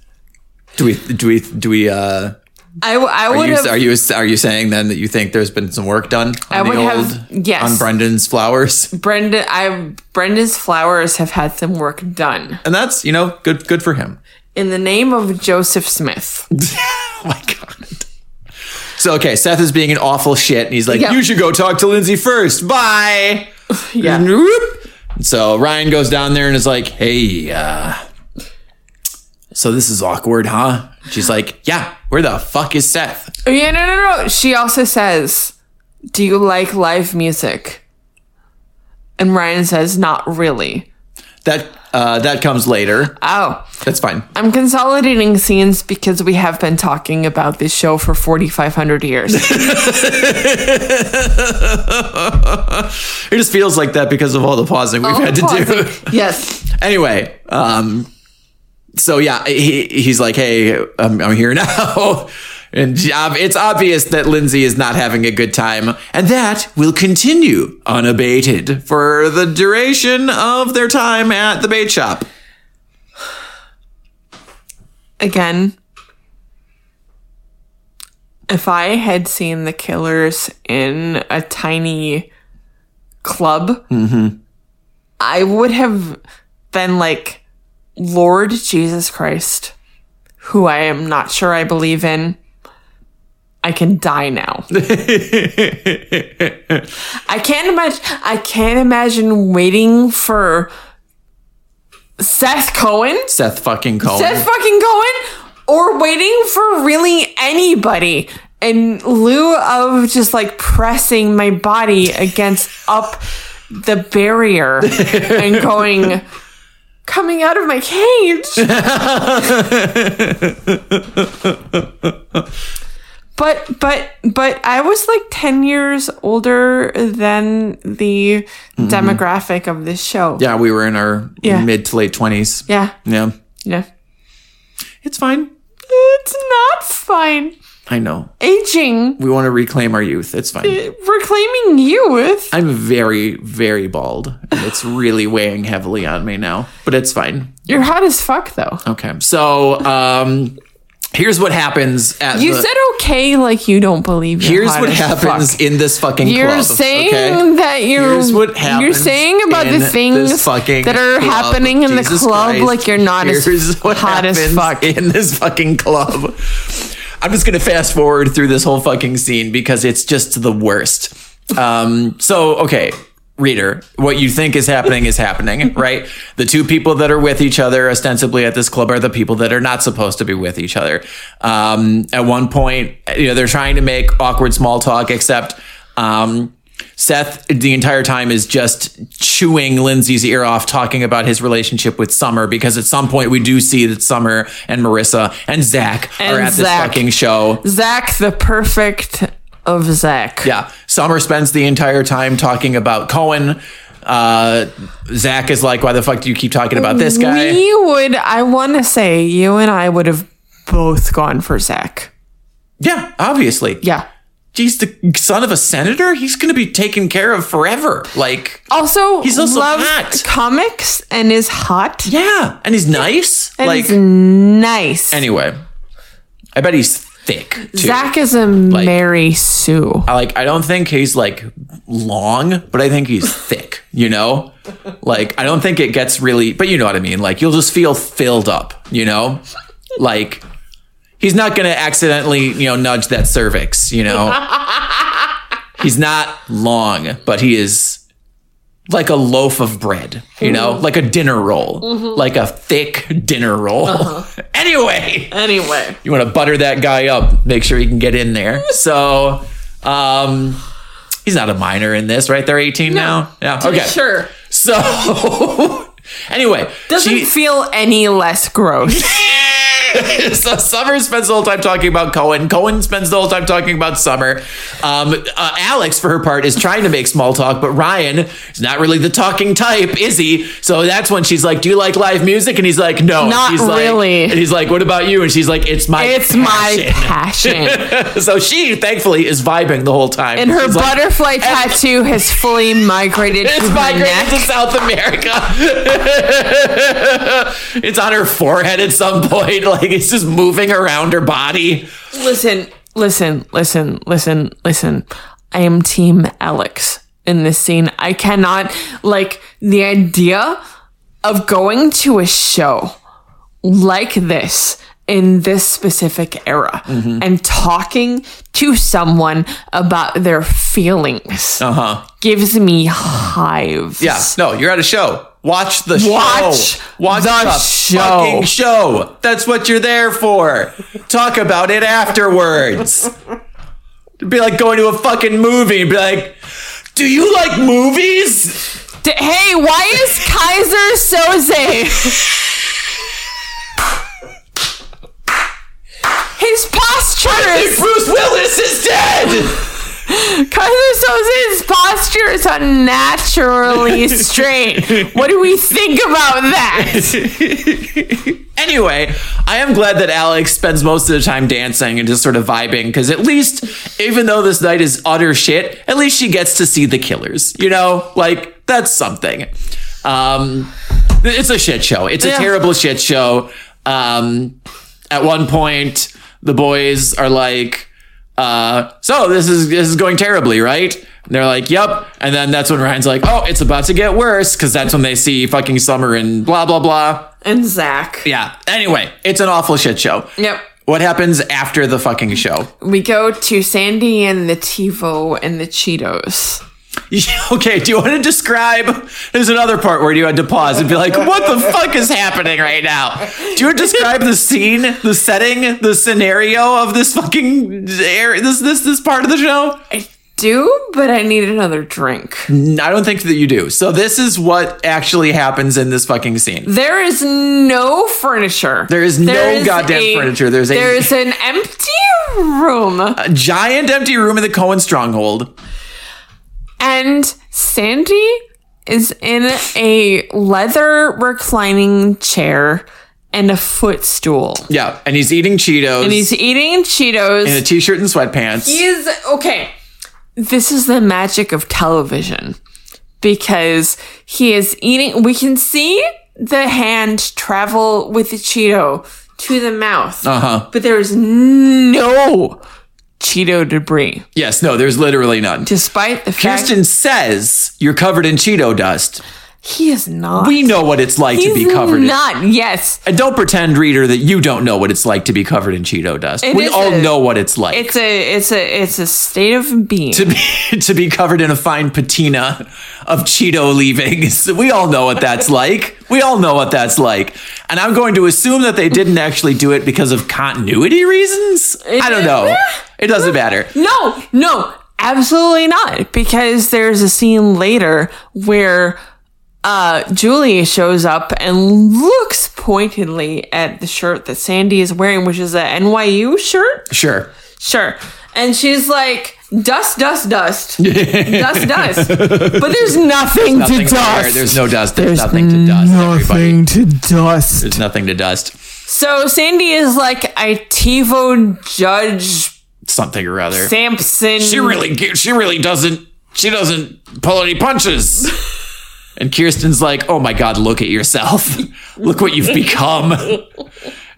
Do we? Do we? Do we? Uh, I, w- I are would you, have. are you? Are you saying then that you think there's been some work done on the would have- old yes. on Brendan's flowers? Brenda, I Brenda's flowers have had some work done and that's you know good good for him in the name of Joseph Smith. oh my god so okay seth is being an awful shit and he's like Yep. you should go talk to lindsay first bye And Yeah, whoop. so ryan goes down there and is like hey uh so this is awkward huh she's like yeah where the fuck is seth yeah, no, no, no. She also says, "Do you like live music?" And Ryan says, "Not really." that uh that comes later Oh, that's fine I'm consolidating scenes because we have been talking about this show for 4,500 years. it just feels like that because of all the pausing Oh, we've had to do yes. anyway, um, so yeah, he, he's like, "Hey, I'm, I'm here now," and ob- it's obvious that Lindsay is not having a good time, and that will continue unabated for the duration of their time at the bait shop. Again, if I had seen the killers in a tiny club, I would have been like, Lord Jesus Christ, who I am not sure I believe in, I can die now. I can't imagine. I can't imagine waiting for Seth Cohen, Seth fucking Cohen. Seth fucking Cohen, or waiting for really anybody in lieu of just like pressing my body against up the barrier and going coming out of my cage. But but but I was like 10 years older than the demographic of this show. yeah, we were in our Yeah. mid to late twenties. Yeah. yeah, Yeah. it's fine. It's not fine. I know. Aging, We want to reclaim our youth. It's fine. reclaiming youth. I'm very, very bald, and it's really weighing heavily on me now. But it's fine. You're hot as fuck, though. Okay. So um here's what happens at You the, said okay, like you don't believe. You're here's hot what as happens fuck. in this fucking You're club, saying okay? that you're. Here's what You're happens saying about in the this things fucking that are club. happening in Jesus the club, Christ. like you're not as Here's what hot as happens fuck. in this fucking club. I'm just gonna fast forward through this whole fucking scene because it's just the worst. Um, so okay, reader, what you think is happening is happening, right? The two people that are with each other ostensibly at this club are the people that are not supposed to be with each other. Um, at one point, you know, they're trying to make awkward small talk, except um, Seth the entire time is just chewing Lindsay's ear off talking about his relationship with Summer because at some point we do see that Summer and Marissa and Zach And are at this Zach. fucking show. Zach, the perfect of Zach. Yeah. Summer spends the entire time talking about Cohen. Uh, Zach is like, why the fuck do you keep talking about this guy? We would. I want to say you and I would have both gone for Zach. yeah, obviously. Yeah. He's the son of a senator. He's going to be taken care of forever. Like, Also, He's also loves hot. comics and is hot. yeah. And he's nice. And like, is nice. anyway, I bet he's thick too. Zach is a Mary Sue. I like I don't think he's like long, but I think he's thick, you know? Like I don't think it gets really but you know what I mean. Like you'll just feel filled up, you know? Like he's not going to accidentally, you know, nudge that cervix, you know. he's not long, but he is like a loaf of bread, you know, like a dinner roll, like a thick dinner roll. anyway, Anyway, you want to butter that guy up, make sure he can get in there. So, um, he's not a minor in this, right? They're 18 now. Yeah. Okay. sure. So, anyway, Doesn't she- feel any less gross. so Summer spends the whole time talking about Cohen. Cohen spends the whole time talking about Summer. Um, uh, Alex, for her part, is trying to make small talk, but Ryan is not really the talking type, is he? So that's when she's like, "Do you like live music?" And he's like, "No, Not She's like- really. And he's like, "What about you?" And she's like, "It's my, it's my passion. passion." so she thankfully is vibing the whole time, And her She's like, butterfly tattoo has fully migrated to It's her migrated to neck. South America. it's on her forehead at some point. Like it's just moving around her body. Listen, listen, listen, listen, listen. I am team Alex in this scene. I cannot like the idea of going to a show like this in this specific era and talking to someone about their feelings Uh huh. gives me hives. Yeah. No, you're at a show. Watch the show. Watch Watch the show. fucking show. That's what you're there for. Talk about it afterwards. It'd be like going to a fucking movie and be like, do you like movies? D- Hey, why is Kaiser Soze? His posture Hey, is Bruce Willis is dead. Kaiser Soze's posture is unnaturally straight. What do we think about that? Anyway, I am glad that Alex spends most of the time dancing and just sort of vibing because at least, even though this night is utter shit, at least she gets to see the killers. You know, like that's something. Um, it's a shit show. It's a Yeah. terrible shit show. Um, at one point, the boys are like, uh, "So this is this is going terribly, right?" And they're like, "Yep." And then that's when Ryan's like, "Oh, it's about to get worse," because that's when they see fucking Summer and blah blah blah. And Zach. Yeah. Anyway, it's an awful shit show. Yep. What happens after the fucking show? We go to Sandy and the TiVo and the Cheetos. okay, do you want to describe? There's another part where you had to pause and be like, what the fuck is happening right now? Do you want to describe the scene, the setting, the scenario of this fucking air, this this this part of the show? I do, but I need another drink. I don't think that you do. So this is what actually happens in this fucking scene. There is no furniture. There is no goddamn furniture. There's a- there's an empty room, A giant empty room in the Cohen stronghold. and Sandy is in a leather reclining chair and a footstool, Yeah, and he's eating Cheetos and he's eating Cheetos. in a t-shirt and sweatpants. is okay. This is the magic of television because he is eating. We can see the hand travel with the Cheeto to the mouth, Uh-huh. but there is no Cheeto debris, Yes, no, there's literally none. despite the fact Kirsten says you're covered in Cheeto dust. he is not. We know what it's like to He's be covered in. not. Yes, And don't pretend, reader, that you don't know what it's like to be covered in Cheeto dust. It we is all a- know what it's like it's a it's a it's a state of being. to be to be covered in a fine patina of Cheeto leavings. We all know what that's like. We all know what that's like. And I'm going to assume that they didn't actually do it because of continuity reasons. I don't know. It doesn't matter. No, no, absolutely not. Because there's a scene later where uh, Julie shows up and looks pointedly at the shirt that Sandy is wearing, which is a NYU shirt. Sure. Sure. And she's like, dust, dust, dust. dust, dust. But there's nothing, Nothing to to wear. dust. There's no dust. There's, nothing to dust. Everybody. to dust. There's nothing to dust. So Sandy is like, I TiVo Judge Something or other. Sampson. she Mm-hmm. really she really doesn't she doesn't pull any punches and kirsten's like oh my god look at yourself look what you've become and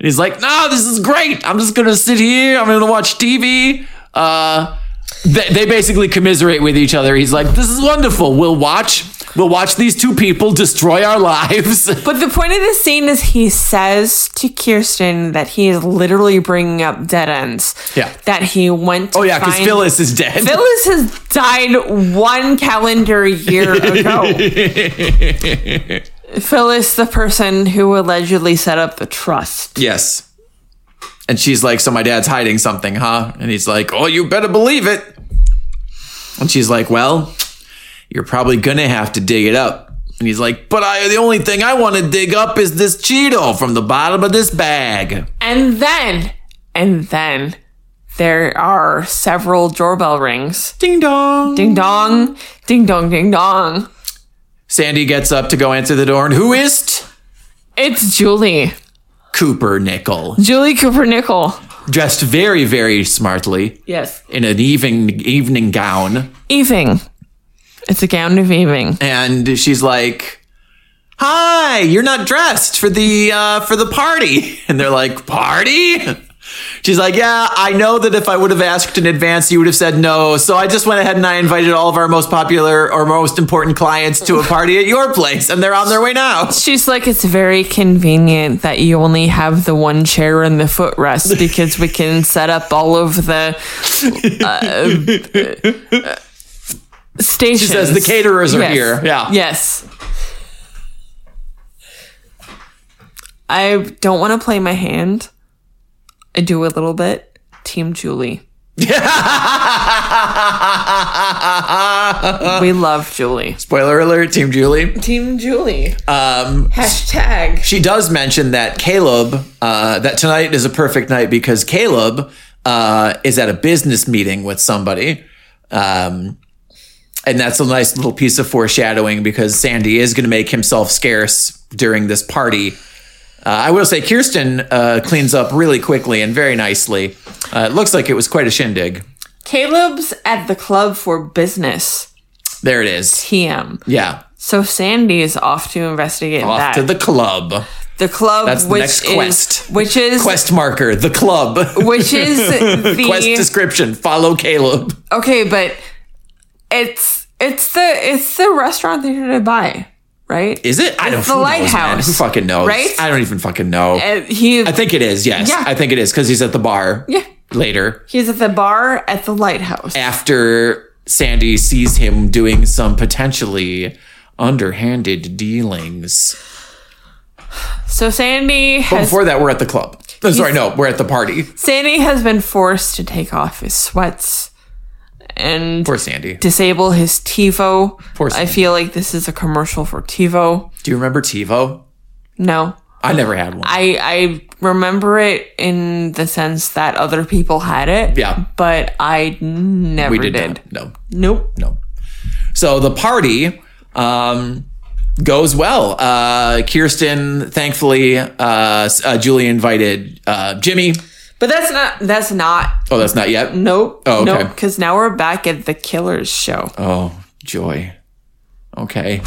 he's like no this is great i'm just gonna sit here i'm gonna watch tv uh they, they basically commiserate with each other he's like this is wonderful we'll watch We'll watch these two people destroy our lives. But the point of this scene is he says to Kirsten that he is literally bringing up dead ends. Yeah. That he went to Oh yeah, because find- Phyllis is dead. Phyllis has died one calendar year ago. Phyllis, the person who allegedly set up the trust. yes. And she's like, "So my dad's hiding something, huh?" And he's like, "Oh, you better believe it." And she's like, "Well, you're probably gonna have to dig it up." And he's like, "But I, the only thing I want to dig up is this Cheeto from the bottom of this bag." And then, and then, there are several doorbell rings. Ding dong. Ding dong, ding dong, ding dong. Sandy gets up to go answer the door, and who is? it? It's Julie. Cooper Nickel, Julie Cooper Nickel. dressed very, very smartly Yes. in an evening evening gown. Evening. It's a gown of evening. and she's like hi you're not dressed for the uh for the party and they're like party she's like yeah i know that if i would have asked in advance you would have said no so i just went ahead and i invited all of our most popular or most important clients to a party at your place and they're on their way now She's like, it's very convenient that you only have the one chair and the footrest because we can set up all of the uh, stations. She says the caterers are here yeah Yes. I don't want to play my hand. I do a little bit. Team Julie. we love Julie. spoiler alert team julie Uh, Team Julie. um Hashtag. she does mention that Caleb, uh, that tonight is a perfect night because Caleb uh, is at a business meeting with somebody. Um, and that's a nice little piece of foreshadowing because Sandy is going to make himself scarce during this party. Uh, I will say Kirsten uh, cleans up really quickly and very nicely. Uh, it looks like it was quite a shindig. Caleb's at the club for business. There it is. TM. Yeah. So Sandy is off to investigate Off that. to the club. the club, That's the which next is quest. which is Quest marker, the club. which is the Quest description, follow Caleb. Okay, but it's it's the it's the restaurant that you're gonna buy, right? Is it? I don't. the who knows, man? lighthouse, Who fucking knows? right? I don't even fucking know. Uh, he I think it is. Yes. Yeah. I think it is because he's at the bar. Yeah. Later, he's at the bar at the lighthouse. after Sandy sees him doing some potentially underhanded dealings. So Sandy has Before that, we're at the club. Oh, sorry, no, we're at the party. Sandy has been forced to take off his sweats and Poor Sandy. disable his TiVo. Poor I Sandy. feel like this is a commercial for TiVo. Do you remember TiVo? No. I never had one. I I remember it in the sense that other people had it. Yeah. But I never we did. did, not. No, Nope. no. So the party um, goes well. Uh, Kirsten, thankfully, uh, s- uh, Julie invited uh, Jimmy. But that's not that's not Oh, that's not yet. Nope. Oh, okay. Nope. Because now we're back at the Killers show. Oh, joy. Okay.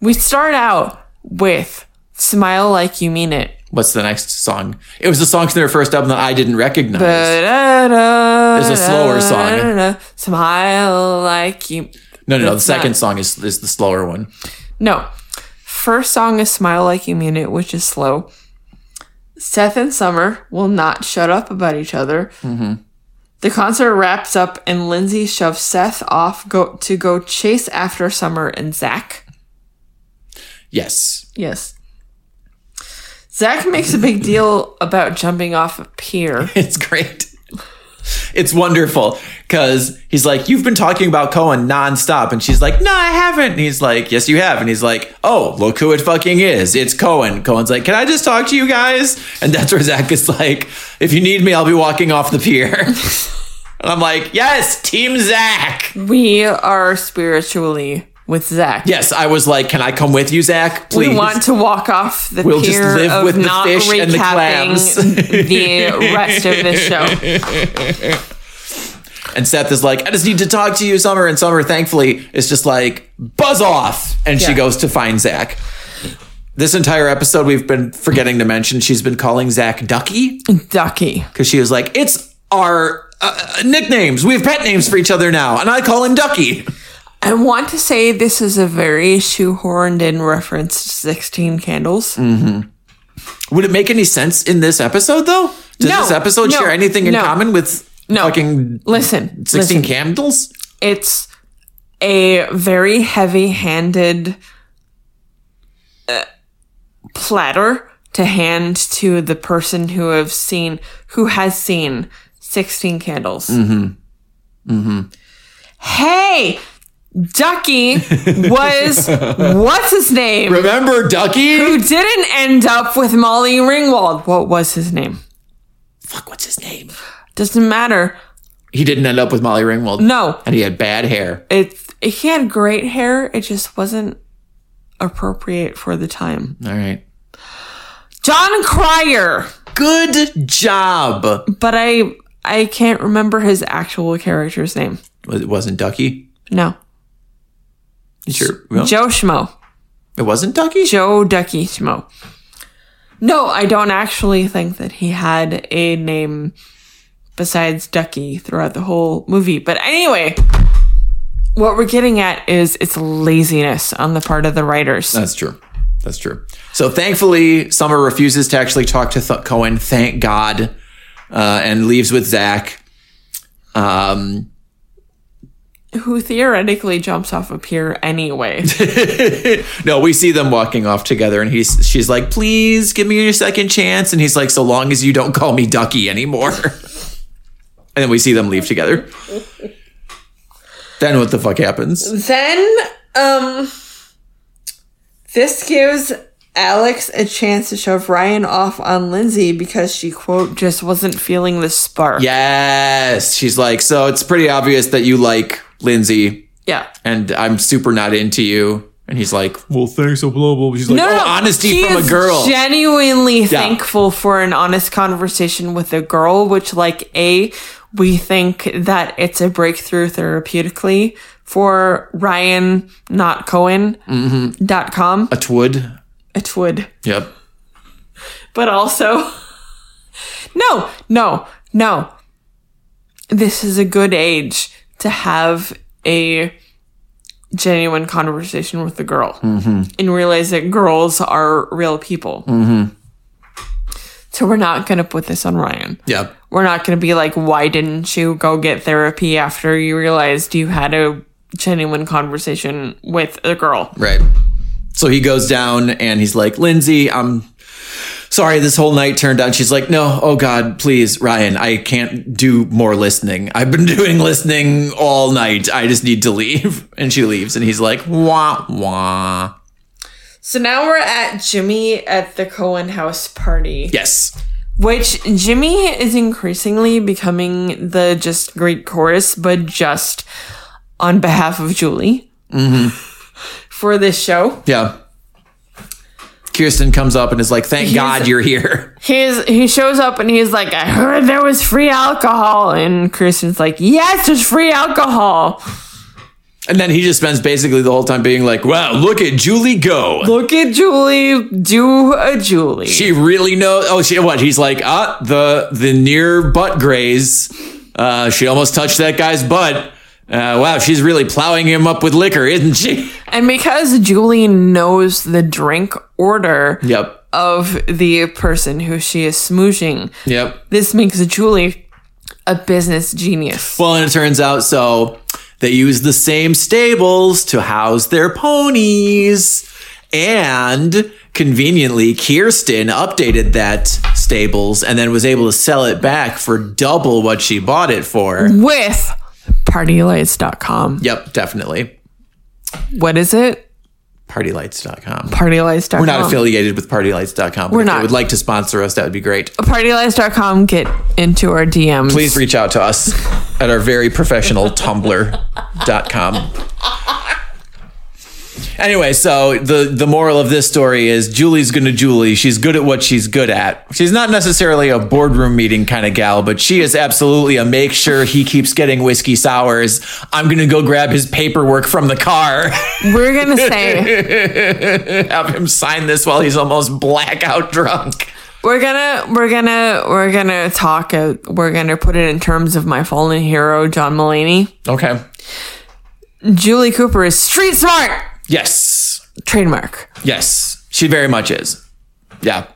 We start out with "Smile Like You Mean It." What's the next song? It was the song from their first album that I didn't recognize. There's a slower song. Smile like you. no, no, no. The That's second not- song is, is the slower one. No. First song is "Smile Like You Mean It," which is slow. Seth and Summer will not shut up about each other. Mm-hmm. The concert wraps up, and Lindsay shoves Seth off go- to go chase after Summer and Zach. Yes. Yes. Zach makes a big deal about jumping off a pier. It's great. It's wonderful because he's like, You've been talking about Cohen nonstop. And she's like, No, I haven't. And he's like, Yes, you have. And he's like, Oh, look who it fucking is. It's Cohen. Cohen's like, Can I just talk to you guys? And that's where Zach is like, If you need me, I'll be walking off the pier. and I'm like, Yes, Team Zach. We are spiritually with Zach. Yes, I was like, "Can I come with you, Zach? Please." We want to walk off the We'll just pier live of with the not fish recapping and the clams. the rest of this show. and Seth is like, "I just need to talk to you, Summer." And Summer, thankfully, is just like, "Buzz off!" And she Yeah. goes to find Zach. This entire episode, we've been forgetting to mention she's been calling Zach Ducky Ducky. because she was like, uh, "It's our uh, nicknames. We have pet names for each other now, and I call him Ducky." I want to say this is a very shoehorned in reference to 16 candles. Would it make any sense in this episode though? Does No, this episode no, share anything in no. common with No. fucking Listen, 16 listen, candles? it's a very heavy handed uh, platter to hand to the person who have seen, who has seen 16 candles. Mm hmm. Mm hmm. Hey! Ducky was what's his name? Remember Ducky? who didn't end up with Molly Ringwald. What was his name? Fuck, what's his name? Doesn't matter. He didn't end up with Molly Ringwald. No, And he had bad hair. it he had great hair. It just wasn't appropriate for the time. All right. John Cryer, Good job. but I I can't remember his actual character's name. It wasn't Ducky. No, You Sure. no? Joe Schmo, It wasn't Ducky. Joe Ducky Schmo. No, I don't actually think that he had a name besides Ducky throughout the whole movie. But anyway, what we're getting at is it's laziness on the part of the writers. That's true. That's true. So thankfully, Summer refuses to actually talk to Th- Cohen. Thank God, uh, and leaves with Zach. Um, who theoretically jumps off a pier anyway. no, we see them walking off together, and he's she's like, "Please give me your second chance," and he's like, "So long as you don't call me Ducky anymore." and then we see them leave together. then what the fuck happens? then um this gives Alex a chance to shove Ryan off on Lindsay because she quote just wasn't feeling the spark. Yes, she's like, "So it's pretty obvious that you like Lindsay." Yeah. and I'm super not into you. And he's like, well, thanks, so blah, blah. blah." She's like, oh, honesty she from a is girl. Genuinely thankful for an honest conversation with a girl, which like a we think that it's a breakthrough therapeutically for Ryan not Cohen dot com. Mm-hmm. a twid. It would, Yep. but also no, no, no. This is a good age to have a genuine conversation with a girl and realize that girls are real people. So we're not gonna put this on Ryan. Yep. We're not gonna be like, why didn't you go get therapy after you realized you had a genuine conversation with a girl? Right. So he goes down and he's like, Lindsay, I'm sorry this whole night turned out. She's like, no, oh God, please, Ryan, I can't do more listening. I've been doing listening all night. I just need to leave. And she leaves. And he's like, wah, wah. So now we're at Jimmy at the Cohen house party. Yes. Which Jimmy is increasingly becoming the just great chorus, but just on behalf of Julie for this show. Yeah. Kirsten comes up and is like, thank God you're here. He's, he shows up and he's like, I heard there was free alcohol. And Kristen's like, Yes, there's free alcohol. And then he just spends basically the whole time being like, wow, look at Julie go. Look at Julie, do a Julie. She really knows. Oh, she what? He's like, ah, the the near butt graze. Uh, she almost touched that guy's butt. Uh, wow, she's really plowing him up with liquor, isn't she? and because Julie knows the drink order Yep. of the person who she is smooching, Yep. This makes Julie a business genius. Well, and it turns out so they use the same stables to house their ponies. And conveniently, Kirsten updated that stables and then was able to sell it back for double what she bought it for. With partylights.com. Yep, definitely. What is it? Partylights.com. Partylights.com. We're not affiliated with partylights.com. We're if not. They would like to sponsor us. That would be great. Oh, Partylights.com. Get into our DMs. Please reach out to us at our very professional Tumblr.com. Anyway, so the the moral of this story is Julie's gonna Julie. She's good at what she's good at. She's not necessarily a boardroom meeting kind of gal, but she is absolutely a make sure he keeps getting whiskey sours. I'm gonna go grab his paperwork from the car. We're going to say, have him sign this while he's almost blackout drunk. we're going to, we're going to, we're going to talk, uh, we're going to put it in terms of my fallen hero, John Mulaney. Okay. Julie Cooper is street smart. Yes. Trademark. Yes, she very much is. Yeah.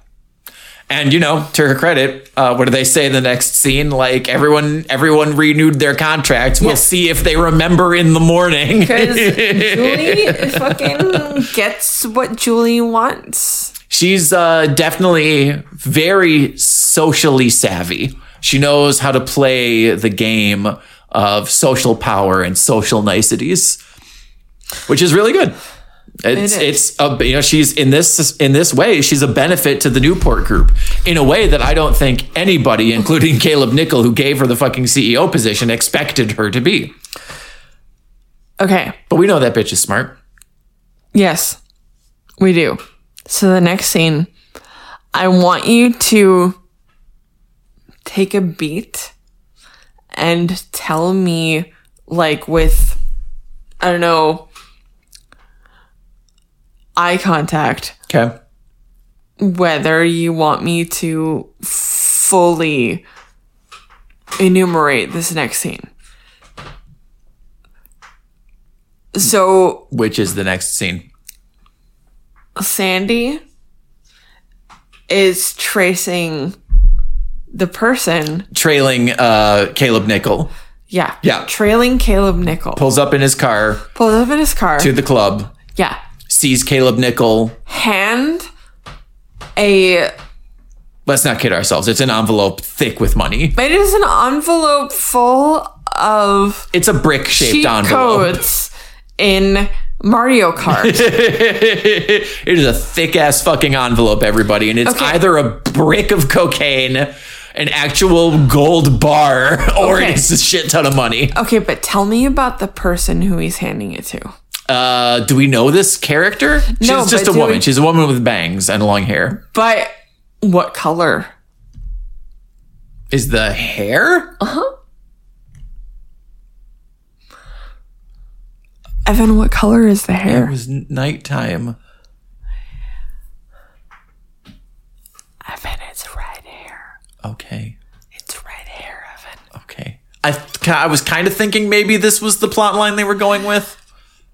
And you know, to her credit, uh, what do they say in the next scene? Like everyone, everyone renewed their contracts. We'll Yes. see if they remember in the morning. Because Julie fucking gets what Julie wants. She's uh, definitely very socially savvy. She knows how to play the game of social power and social niceties, which is really good. It's It is. it's a, you know she's in this in this way she's a benefit to the Newport Group in a way that I don't think anybody, including Caleb Nickel, who gave her the fucking CEO position, expected her to be. Okay. But we know that bitch is smart. Yes, we do. So the next scene, I want you to take a beat and tell me, like, with, I don't know, eye contact, Okay. whether you want me to fully enumerate this next scene. So Which is the next scene? Sandy is tracing the person. Trailing uh, Caleb Nickel Yeah. Yeah. Trailing Caleb Nickel. pulls up in his car. Pulls up in his car. to the club, yeah. sees Caleb Nickel. Hand a. Let's not kid ourselves. It's an envelope thick with money. It is an envelope full of It's a brick shaped cheat envelope. codes in Mario Kart. it is a thick ass fucking envelope, everybody. And it's Okay. either a brick of cocaine, an actual gold bar, or Okay. it's a shit ton of money. okay, but tell me about the person who he's handing it to. Uh, do we know this character? She's No, just a but do woman. we- She's a woman with bangs and long hair. But what color? Is the hair? Oh. Evan, what color is the hair? It was nighttime. Evan, it's red hair. Okay. It's red hair, Evan. Okay. I I was kind of thinking maybe this was the plot line they were going with,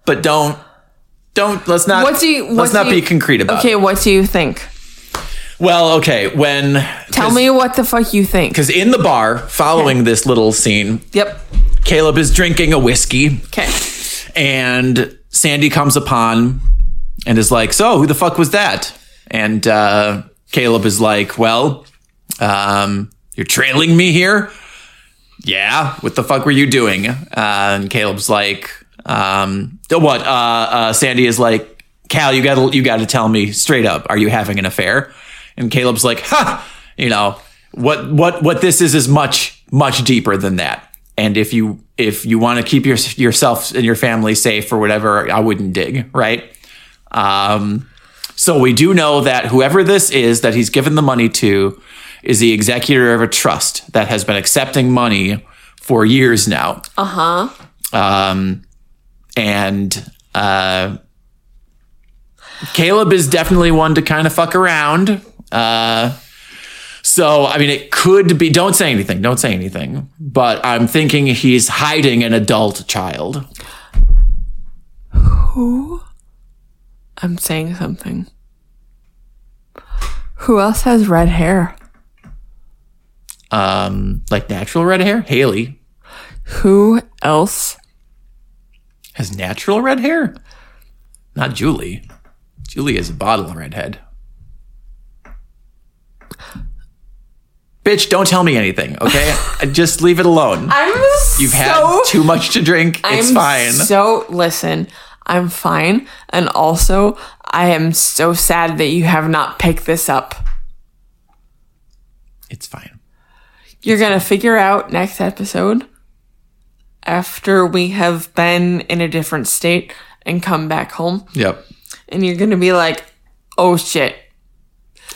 but don't don't let's not What do you- what let's not do you- be concrete about Okay, it. what do you think? Well, okay, when Tell me what the fuck you think. because in the bar following this little scene, Yep. Caleb is drinking a whiskey Okay. and Sandy comes upon and is like, "So, who the fuck was that?" And uh, Caleb is like, "Well, um, you're trailing me here. Yeah, what the fuck were you doing?" Uh, and Caleb's like, um, "What?" Uh, uh, Sandy is like, "Cal, you gotta you gotta tell me straight up. Are you having an affair?" And Caleb's like, "Ha, you know what what what this is is much much deeper than that." And if you if you want to keep your, yourself and your family safe or whatever, I wouldn't dig, right? Um, so we do know that whoever this is that he's given the money to is the executor of a trust that has been accepting money for years now. Uh huh. Um, and uh, Caleb is definitely one to kind of fuck around. Uh, so I mean, it could be. Don't say anything. Don't say anything. But I'm thinking he's hiding an adult child. I'm saying something. Who else has red hair? um, like natural red hair. Haley Who else? has natural red hair. Not Julie. Julie is a bottle redhead. Bitch, don't tell me anything, okay? I- Just leave it alone. I'm You've had too much to drink. It's I'm fine. So listen, I'm fine, and also I am so sad that you have not picked this up. it's fine. You're gonna figure out next episode after we have been in a different state and come back home. Yep. and you're gonna be like, "Oh shit!"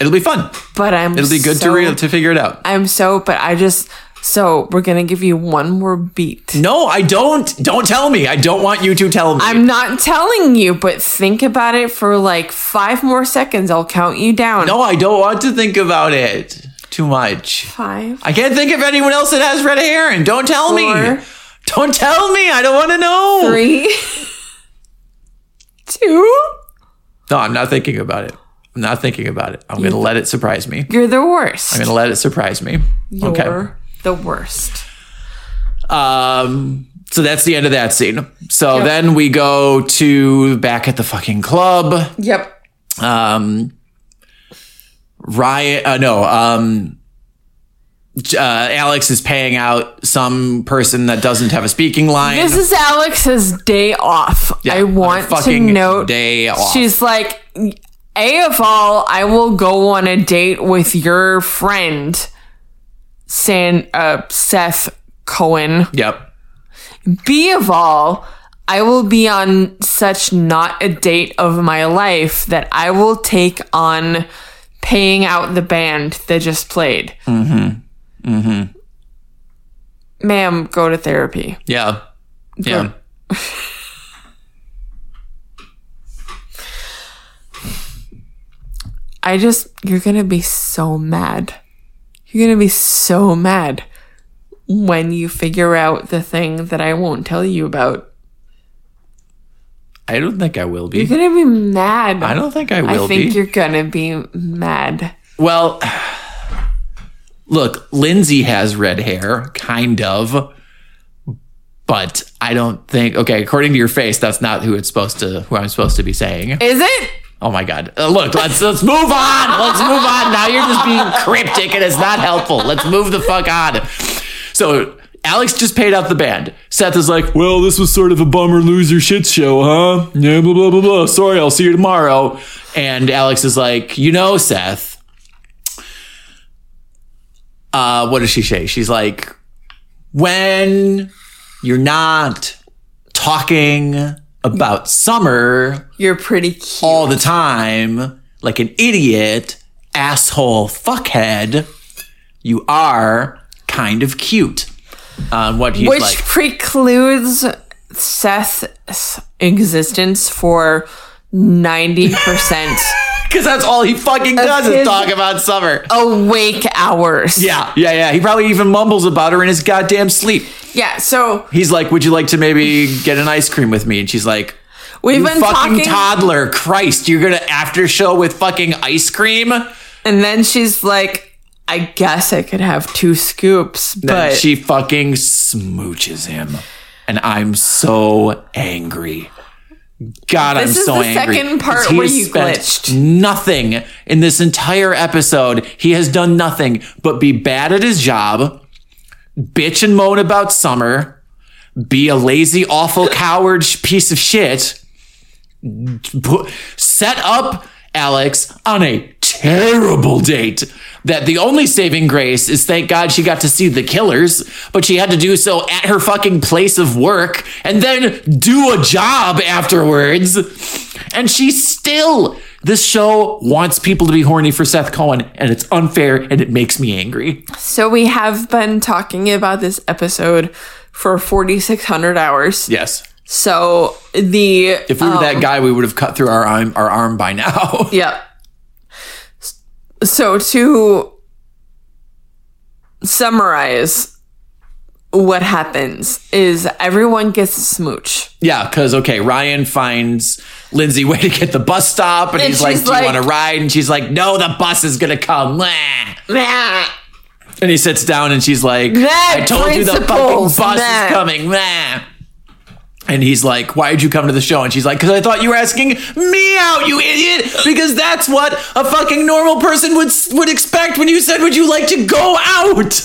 It'll be fun. But I'm. It'll be good so, to read to figure it out. I'm so. But I just. So we're gonna give you one more beat. No, I don't. Don't tell me. I don't want you to tell me. I'm not telling you, but think about it for like five more seconds. I'll count you down. no, I don't want to think about it too much. Five. I can't think of anyone else that has red hair, and don't tell Four, me. Don't tell me. I don't want to know. Three, two. No, I'm not thinking about it. I'm not thinking about it. I'm going to let it surprise me. You're the worst. I'm going to let it surprise me. You're Okay. the worst. Um, so that's the end of that scene. So Yep. then we go to back at the fucking club. Yep. Um, Ryan, uh, no, um, J- uh, Alex is paying out some person that doesn't have a speaking line. This is Alex's day off. Yeah, I want on to a fucking note day off. she's like, A of all, I will go on a date with your friend, San uh, Seth Cohen. yep. B of all, I will be on such not a date of my life that I will take on paying out the band that just played. Mm-hmm. Mm-hmm. Ma'am, go to therapy. Yeah. Yeah. I just, you're gonna be so mad. You're gonna be so mad when you figure out the thing that I won't tell you about. I don't think I will be. You're gonna be mad. I don't think I I will be. think you're gonna be mad. Well, look, Lindsay has red hair, kind of, but I don't think. Okay, according to your face, that's not who it's supposed to. Who I'm supposed to be saying? Is it? Oh my god! Uh, look, let's let's move on. Let's move on. Now you're just being cryptic, and it's not helpful. Let's move the fuck on. So. Alex just paid out the band. Seth is like, Well, this was sort of a bummer loser shit show, huh? Yeah, blah, blah, blah, blah. Sorry, I'll see you tomorrow. And Alex is like, You know, Seth, uh, what does she say? She's like, when you're not talking about summer You're pretty cute. all the time, like an idiot, asshole, fuckhead, you are kind of cute. Um, what he's Which like, precludes Seth's existence for 90% because that's all he fucking does is his- Oh. talk about summer. awake hours. Yeah, yeah, yeah. He probably even mumbles about her in his goddamn sleep. Yeah, so He's like, "Would you like to maybe get an ice cream with me?" And she's like, we've You been fucking talking. toddler, Christ! You're gonna after show with fucking ice cream. and then she's like, I guess I could have two scoops, Then but she fucking smooches him, and I'm so angry. God, I'm This is so the angry. second part 'Cause he where has you spent glitched. Nothing in this entire episode. He has done nothing but be bad at his job, bitch and moan about summer, be a lazy, awful coward sh- piece of shit. pu- set up Alex on a terrible date. That the only saving grace is thank God she got to see the killers, but she had to do so at her fucking place of work and then do a job afterwards. And she still, this show wants people to be horny for Seth Cohen, and it's unfair and it makes me angry. so we have been talking about this episode for 4,600 hours. Yes. So the If we were that guy, we would have cut through our arm, our arm by now. Yeah. S- So to summarize what happens is everyone gets a smooch. Yeah, because okay, Ryan finds Lindsay way to get the bus stop, and, And he's like, she's "Do like- you want to ride?" And she's like, "No, the bus is gonna come." Blah. And he sits down, and she's like, "I told you the fucking principles, bus nah." is coming." Blah. And he's like, "Why did you come to the show?" And she's like, "Because I thought you were asking me out, you idiot! Because that's what a fucking normal person would would expect when you said, "Would you like to go out?"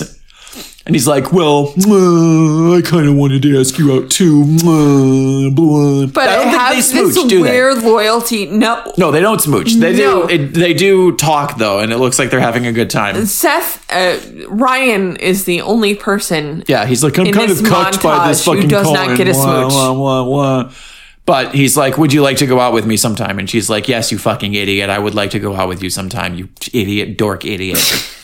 And he's like, "Well, uh, I kind of wanted to ask you out too." Uh, blah." But I I, don't think have they smooch, this do they? weird loyalty. No, No, they don't smooch. They No. do. It, they do talk though, and it looks like they're having a good time. Seth uh, Ryan is the only person. Yeah, he's like, I'm In kind of this cucked by montage, this who fucking does not Cohen, get a wah, smooch. wah, wah, wah. But he's like, Would you like to go out with me sometime? And she's like, Yes, you fucking idiot. I would like to go out with you sometime, you idiot, dork idiot.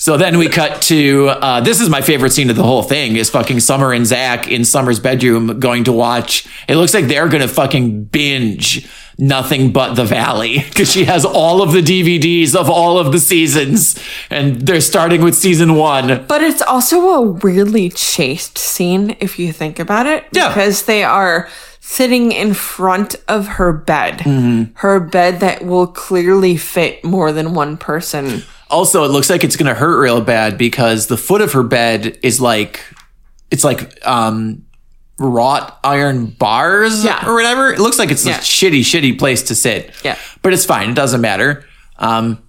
so then we cut to uh, this is my favorite scene of the whole thing is fucking Summer and Zach in Summer's bedroom going to watch. It looks like they're going to fucking binge nothing but the valley because she has all of the DVDs of all of the seasons, and they're starting with season one. But it's also a weirdly chaste scene if you think about it. Yeah. Because they are sitting in front of her bed. Mm-hmm. Her bed that will clearly fit more than one person. Also, it looks like it's gonna hurt real bad because the foot of her bed is like it's like um wrought iron bars Yeah. or whatever. It looks like it's Yeah. a shitty, shitty place to sit. Yeah. But it's fine, it doesn't matter. Um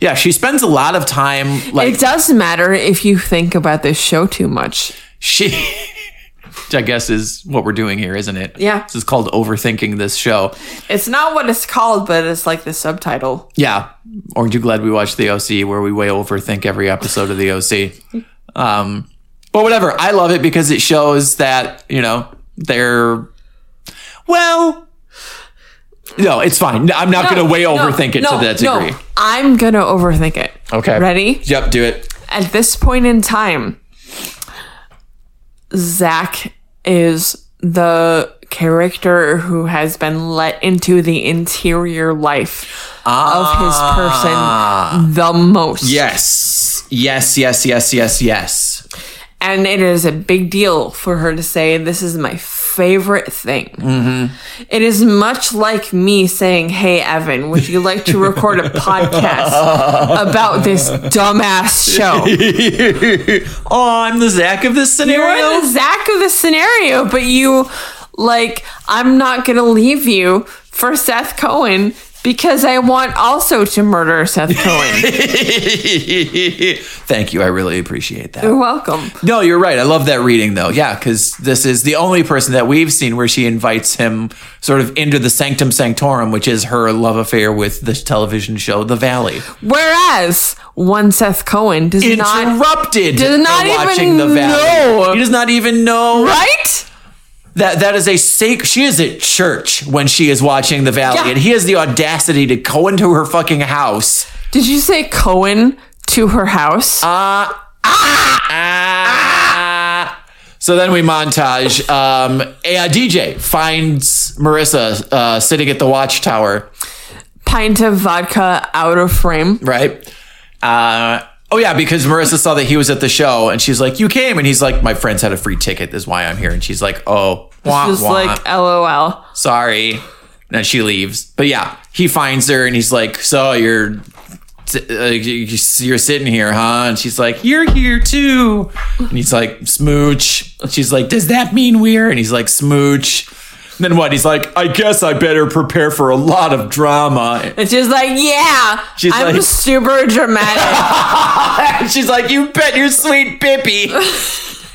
yeah, she spends a lot of time like It does matter if you think about this show too much. she which I guess is what we're doing here, isn't it? Yeah. This is called overthinking this show. It's not what it's called, but it's like the subtitle. Yeah. Aren't you glad we watched the OC where we way overthink every episode of the OC? Um, but whatever. I love it because it shows that, you know, they're, well, no, it's fine. I'm not going to way overthink it to that degree. I'm going to overthink it. Okay. Ready? Yep. Do it. At this point in time, Zach is the character who has been let into the interior life of his person the most. Yes. Yes. Yes. Yes. Yes. Yes. And it is a big deal for her to say, This is my favorite thing. It is much like me saying, Hey, Evan, would you like to record a podcast about this dumbass show? oh, I'm the Zach of this You're scenario. the Zach of the scenario, but you, like, I'm not going to leave you for Seth Cohen because I want also to murder Seth Cohen. Thank you. I really appreciate that. You're welcome. No, you're right. I love that reading though. Yeah, because this is the only person that we've seen where she invites him sort of into the sanctum sanctorum, which is her love affair with the television show The Valley. Whereas one Seth Cohen does not. Interrupted. does not for even watching The Valley. know. He does not even know Right? that that is a sacred. She is at church when she is watching The Valley, Yeah. and he has the audacity to go into her fucking house. Did you say Cohen to her house? Uh, Ah. So then we montage. Um, a, uh, DJ finds Marissa uh, sitting at the watchtower. Pint of vodka out of frame. right? Uh, oh yeah, because Marissa saw that he was at the show, and she's like, "You came," and he's like, "My friends had a free ticket. This is why I'm here." And she's like, "Oh, wah, Just wah, like LOL. sorry." And she leaves. But yeah, he finds her, and he's like, "So you're." t- Uh, you- you're sitting here, huh? And she's like, "You're here too." And he's like, "Smooch." And she's like, "Does that mean we're?" And he's like, "Smooch." And then what? He's like, "I guess I better prepare for a lot of drama." And she's like, yeah, She's I'm like- super dramatic. She's like, "You bet your sweet pippy,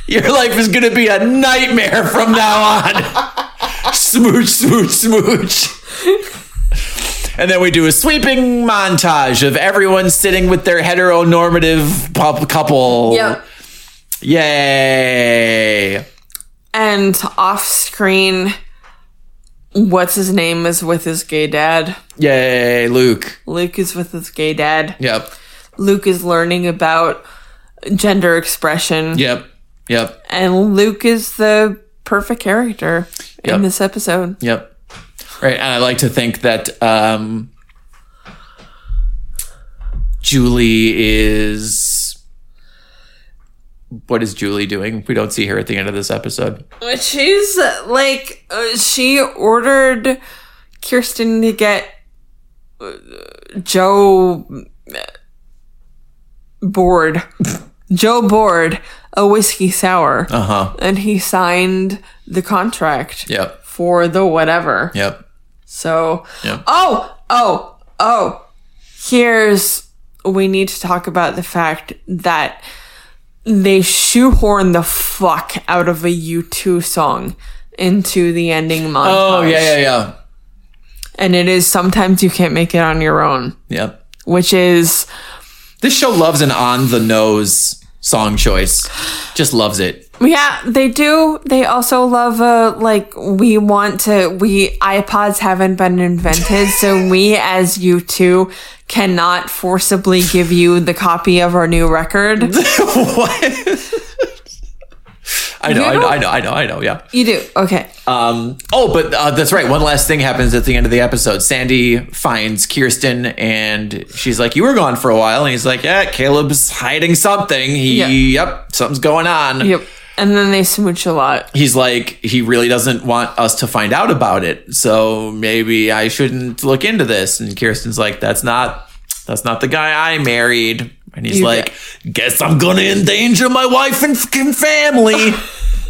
your life is gonna be a nightmare from now on." smooch, smooch, smooch. And then we do a sweeping montage of everyone sitting with their heteronormative pop- couple. yep. Yay! And off screen, what's his name is with his gay dad. Yay, Luke. Luke is with his gay dad. Yep. Luke is learning about gender expression. Yep. Yep. And Luke is the perfect character Yep. in this episode. Yep. Right, and I like to think that um, Julie is. What is Julie doing? We don't see her at the end of this episode. She's like, uh, she ordered Kirsten to get uh, Joe uh, bored, Joe bored, a whiskey sour, Uh huh. and he signed the contract Yep. for the whatever. Yep. So, Yep. oh, oh, oh, here's we need to talk about the fact that they shoehorn the fuck out of a U2 song into the ending montage. Oh yeah yeah yeah. And it is sometimes you can't make it on your own, Yep. which is This show loves an on the nose song choice. Just loves it. yeah, they do. They also love uh like we want to we iPods haven't been invented, so we as you two cannot forcibly give you the copy of our new record. what? I know, You I know, don't- I know, I know, I know. Yeah. You do. Okay. Um, oh, but uh, that's right. One last thing happens at the end of the episode. Sandy finds Kirsten, and she's like, "You were gone for a while," and he's like, "Yeah, Caleb's hiding something. He, Yeah. yep, something's going on." Yep. And then they smooch a lot. He's like, he really doesn't want us to find out about it, so maybe I shouldn't look into this. And Kirsten's like, "That's not, that's not the guy I married." And he's You like, "Guess I'm gonna endanger my wife and fucking family."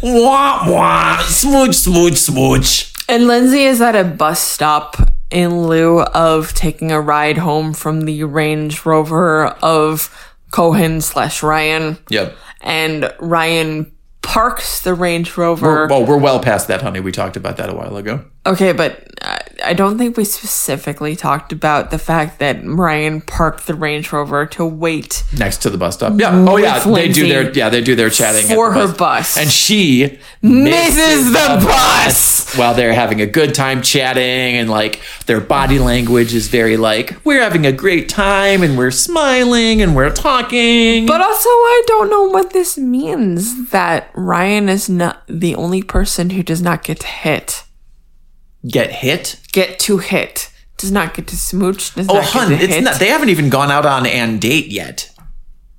wah wah, smooch, smooch, smooch. And Lindsay is at a bus stop in lieu of taking a ride home from the Range Rover of Cohen slash Ryan. Yep. And Ryan parks the Range Rover. Well, we're well past that, honey. We talked about that a while ago. Okay, but I- I don't think we specifically talked about the fact that Ryan parked the Range Rover to wait. Next to the bus stop. Yeah. Oh yeah. With They do their Lindsay. yeah, they do their chatting at For the her bus. And she Misses the bus! while they're having a good time chatting and like their body language is very like, we're having a great time and we're smiling and we're talking. But also, I don't know what this means that Ryan is not the only person who does not get hit. get hit. get to hit. Does not get to smooch. Does Oh not hun, get to it's hit. not they haven't even gone out on and date yet.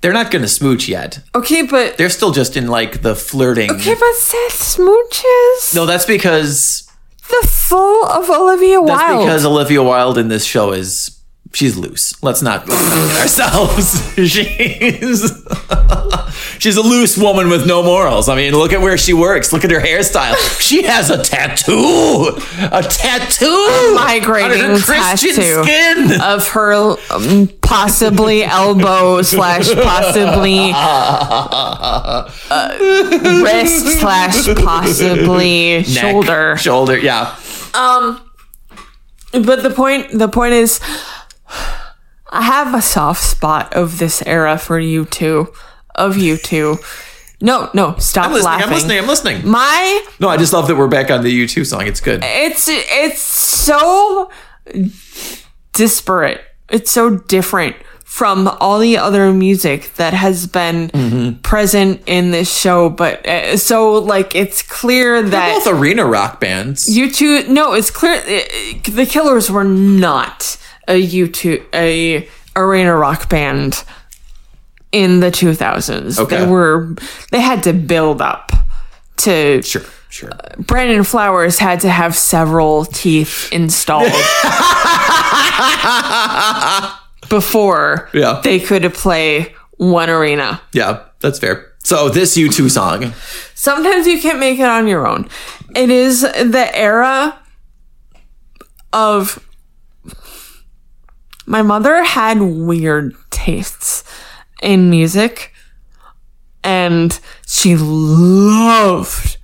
They're not gonna smooch yet. okay, but They're still just in like the flirting. okay, but Seth smooches No, that's because the full of Olivia That's Wilde. because Olivia Wilde in this show is she's loose. Let's not get ourselves. she's she's a loose woman with no morals. I mean, look at where she works. Look at her hairstyle. She has a tattoo, a tattoo, migrating on her Christian tattoo. skin. of her um, possibly elbow slash possibly uh, wrist slash possibly Neck, shoulder. shoulder. Yeah, But the point the point is I have a soft spot of this era for you two. Of you two. No, no, stop I'm listening. laughing. I'm listening. I'm listening. My No, I just love that we're back on the U2 song. It's good. it's it's so disparate. It's so different from all the other music that has been Mm-hmm. present in this show, but uh, so like it's clear that Both arena rock bands. you two no, it's clear uh, the Killers were not a U two a arena rock band in the 2000s. Okay. They were they had to build up to Sure, sure. Brandon Flowers had to have several teeth installed before Yeah. they could play one arena. yeah, that's fair. So this U2 song. Sometimes you can't make it on your own. It is the era of. My mother had weird tastes in music, and she loved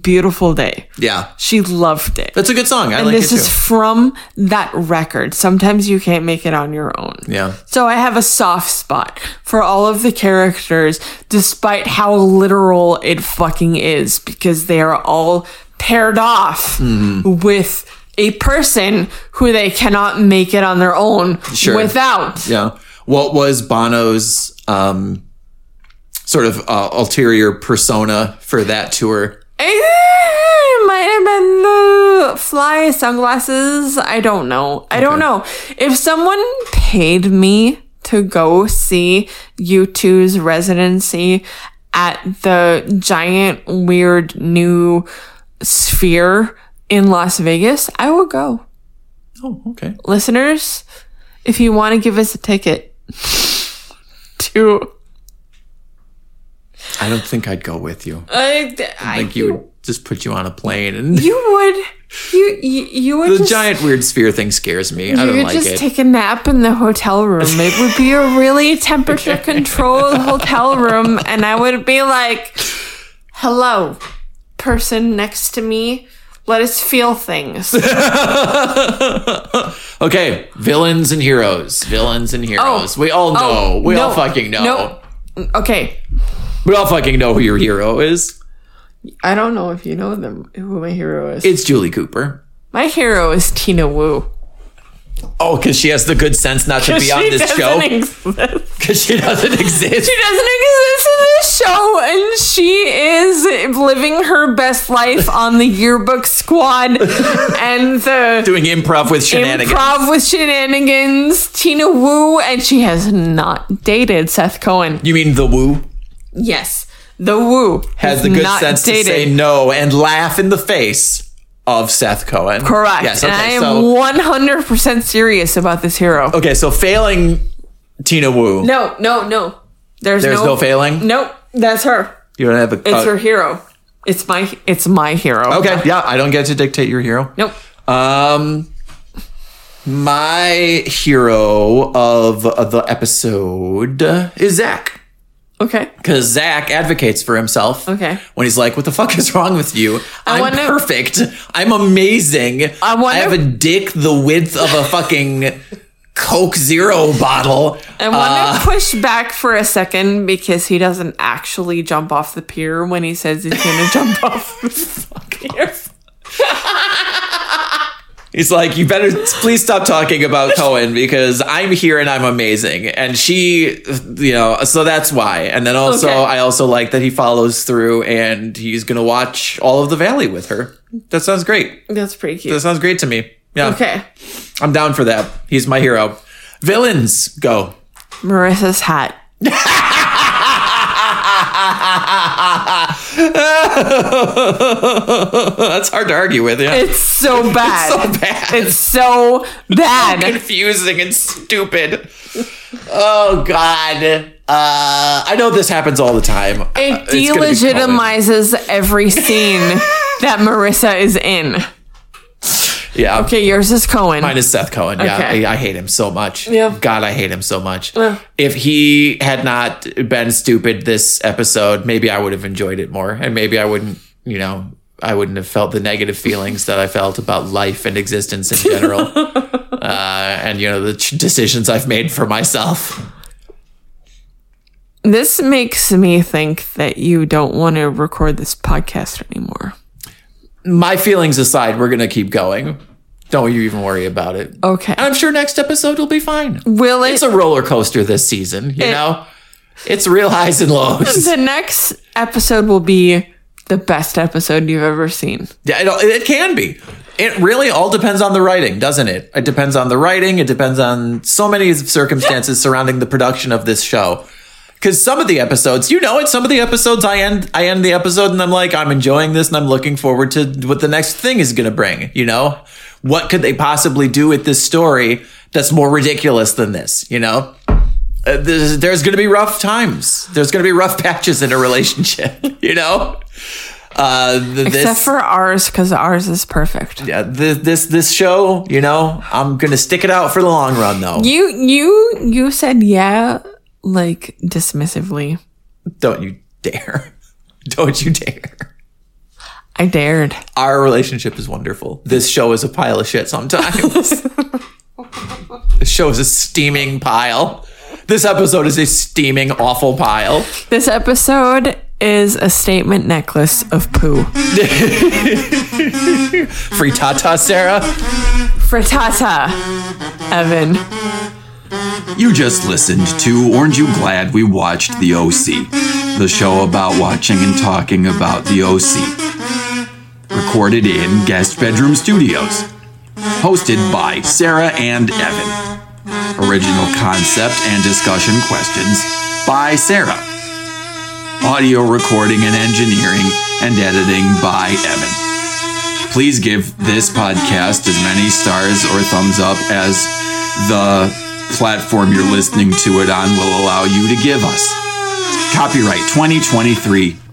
Beautiful Day. Yeah, She loved it. That's a good song. I like this it is too. from that record. Sometimes you can't make it on your own. yeah. So I have a soft spot for all of the characters, despite how literal it fucking is, because they are all paired off Mm-hmm. with a person who they cannot make it on their own Sure. without. Yeah. What was Bono's um sort of uh, ulterior persona for that tour? It Eh, might have been the fly sunglasses. I don't know. I don't know. If someone paid me to go see U2's residency at the giant, weird new sphere in Las Vegas, I would go. Oh, okay. Listeners, if you want to give us a ticket to. I don't think I'd go with you. I I, think you would just put you on a plane and You would. You, you, you would the just giant weird sphere thing scares me. I You don't could like just it. take a nap in the hotel room. It would be a really temperature controlled hotel room, and I would be like, "Hello, person next to me. Let us feel things." okay, villains and heroes. Villains and heroes. we all know. oh, we all no, fucking know. no. Okay, We all fucking know who your hero is. I don't know if you know them. Who my hero is? It's Julie Cooper. my hero is Tina Wu. Oh, because she has the good sense not to be on She this doesn't show exist. because she doesn't exist. She doesn't exist in this show, and she is living her best life on the yearbook squad and the Doing improv with shenanigans. improv with shenanigans, Tina Wu, and she has not dated Seth Cohen. You mean the woo Yes, the Wu has the good sense to say no and laugh in the face of Seth Cohen. Correct. Yes. and I Okay. am So 100% serious about this hero. okay. So failing Tina Woo. No, no, no. There's, There's no failing? Nope, that's her. You don't have a. It's uh, her hero. It's my it's my hero. Okay. Yeah. I don't get to dictate your hero. Nope. Um, my hero of the episode is Zach. Okay. Because Zach advocates for himself. Okay. When he's like, what the fuck is wrong with you? I'm wonder- perfect. I'm amazing. I wonder- have a dick the width of a fucking Coke Zero bottle. I Uh, want to push back for a second because he doesn't actually jump off the pier when he says he's going to jump off the pier. He's like, you better please stop talking about Cohen because I'm here and I'm amazing. And she, you know, so that's why. And then also, Okay. I also like that he follows through and he's going to watch all of the Valley with her. That sounds great. That's pretty That cute. sounds great to me. Yeah. Okay. I'm down for that. He's my hero. Villains, go. Marissa's hat. that's hard to argue with. Yeah. It's so bad. so bad. It's so bad. confusing and stupid. Oh God. Uh, I know this happens all the time. Uh, It it's gonna be common. delegitimizes every scene that Marissa is in. Yeah. Okay, yours is Cohen. Mine is Seth Cohen. Yeah, Okay. I, I hate him so much. Yeah. God, I hate him so much. Yeah. If he had not been stupid this episode, maybe I would have enjoyed it more, and maybe I wouldn't. You know, I wouldn't have felt the negative feelings that I felt about life and existence in general, uh, and you know the ch- decisions I've made for myself. This makes me think that you don't want to record this podcast anymore. My feelings aside, we're gonna keep going. Don't you even worry about it. Okay. And I'm sure next episode will be fine. Will it? It's a roller coaster this season, you It- know? It's real highs and lows. the next episode will be the best episode you've ever seen. Yeah, it, it can be. It really all depends on the writing, doesn't it? It depends on the writing. It depends on so many circumstances surrounding the production of this show. Because some of the episodes, you know it. Some of the episodes, I end, I end the episode, and I'm like, I'm enjoying this, and I'm looking forward to what the next thing is going to bring. You know, what could they possibly do with this story that's more ridiculous than this? You know, uh, there's, there's going to be rough times. There's going to be rough patches in a relationship. You know, uh, th- this, Except for ours, because ours is perfect. yeah, this this this show, you know, I'm gonna stick it out for the long run though. You you you said yeah like dismissively. Don't you dare. Don't you dare. I dared. Our relationship is wonderful. This show is a pile of shit sometimes. this show is a steaming pile. This episode is a steaming awful pile. This episode is a statement necklace of poo. Free Tata, Sarah. Frittata, Evan. You just listened to Orange You Glad We Watched The OC, the show about watching and talking about The OC. Recorded in Guest Bedroom Studios. Hosted by Sarah and Evan. Original concept and discussion questions by Sarah. Audio recording and engineering and editing by Evan. Please give this podcast as many stars or thumbs up as the platform you're listening to it on will allow you to give us. Copyright 2023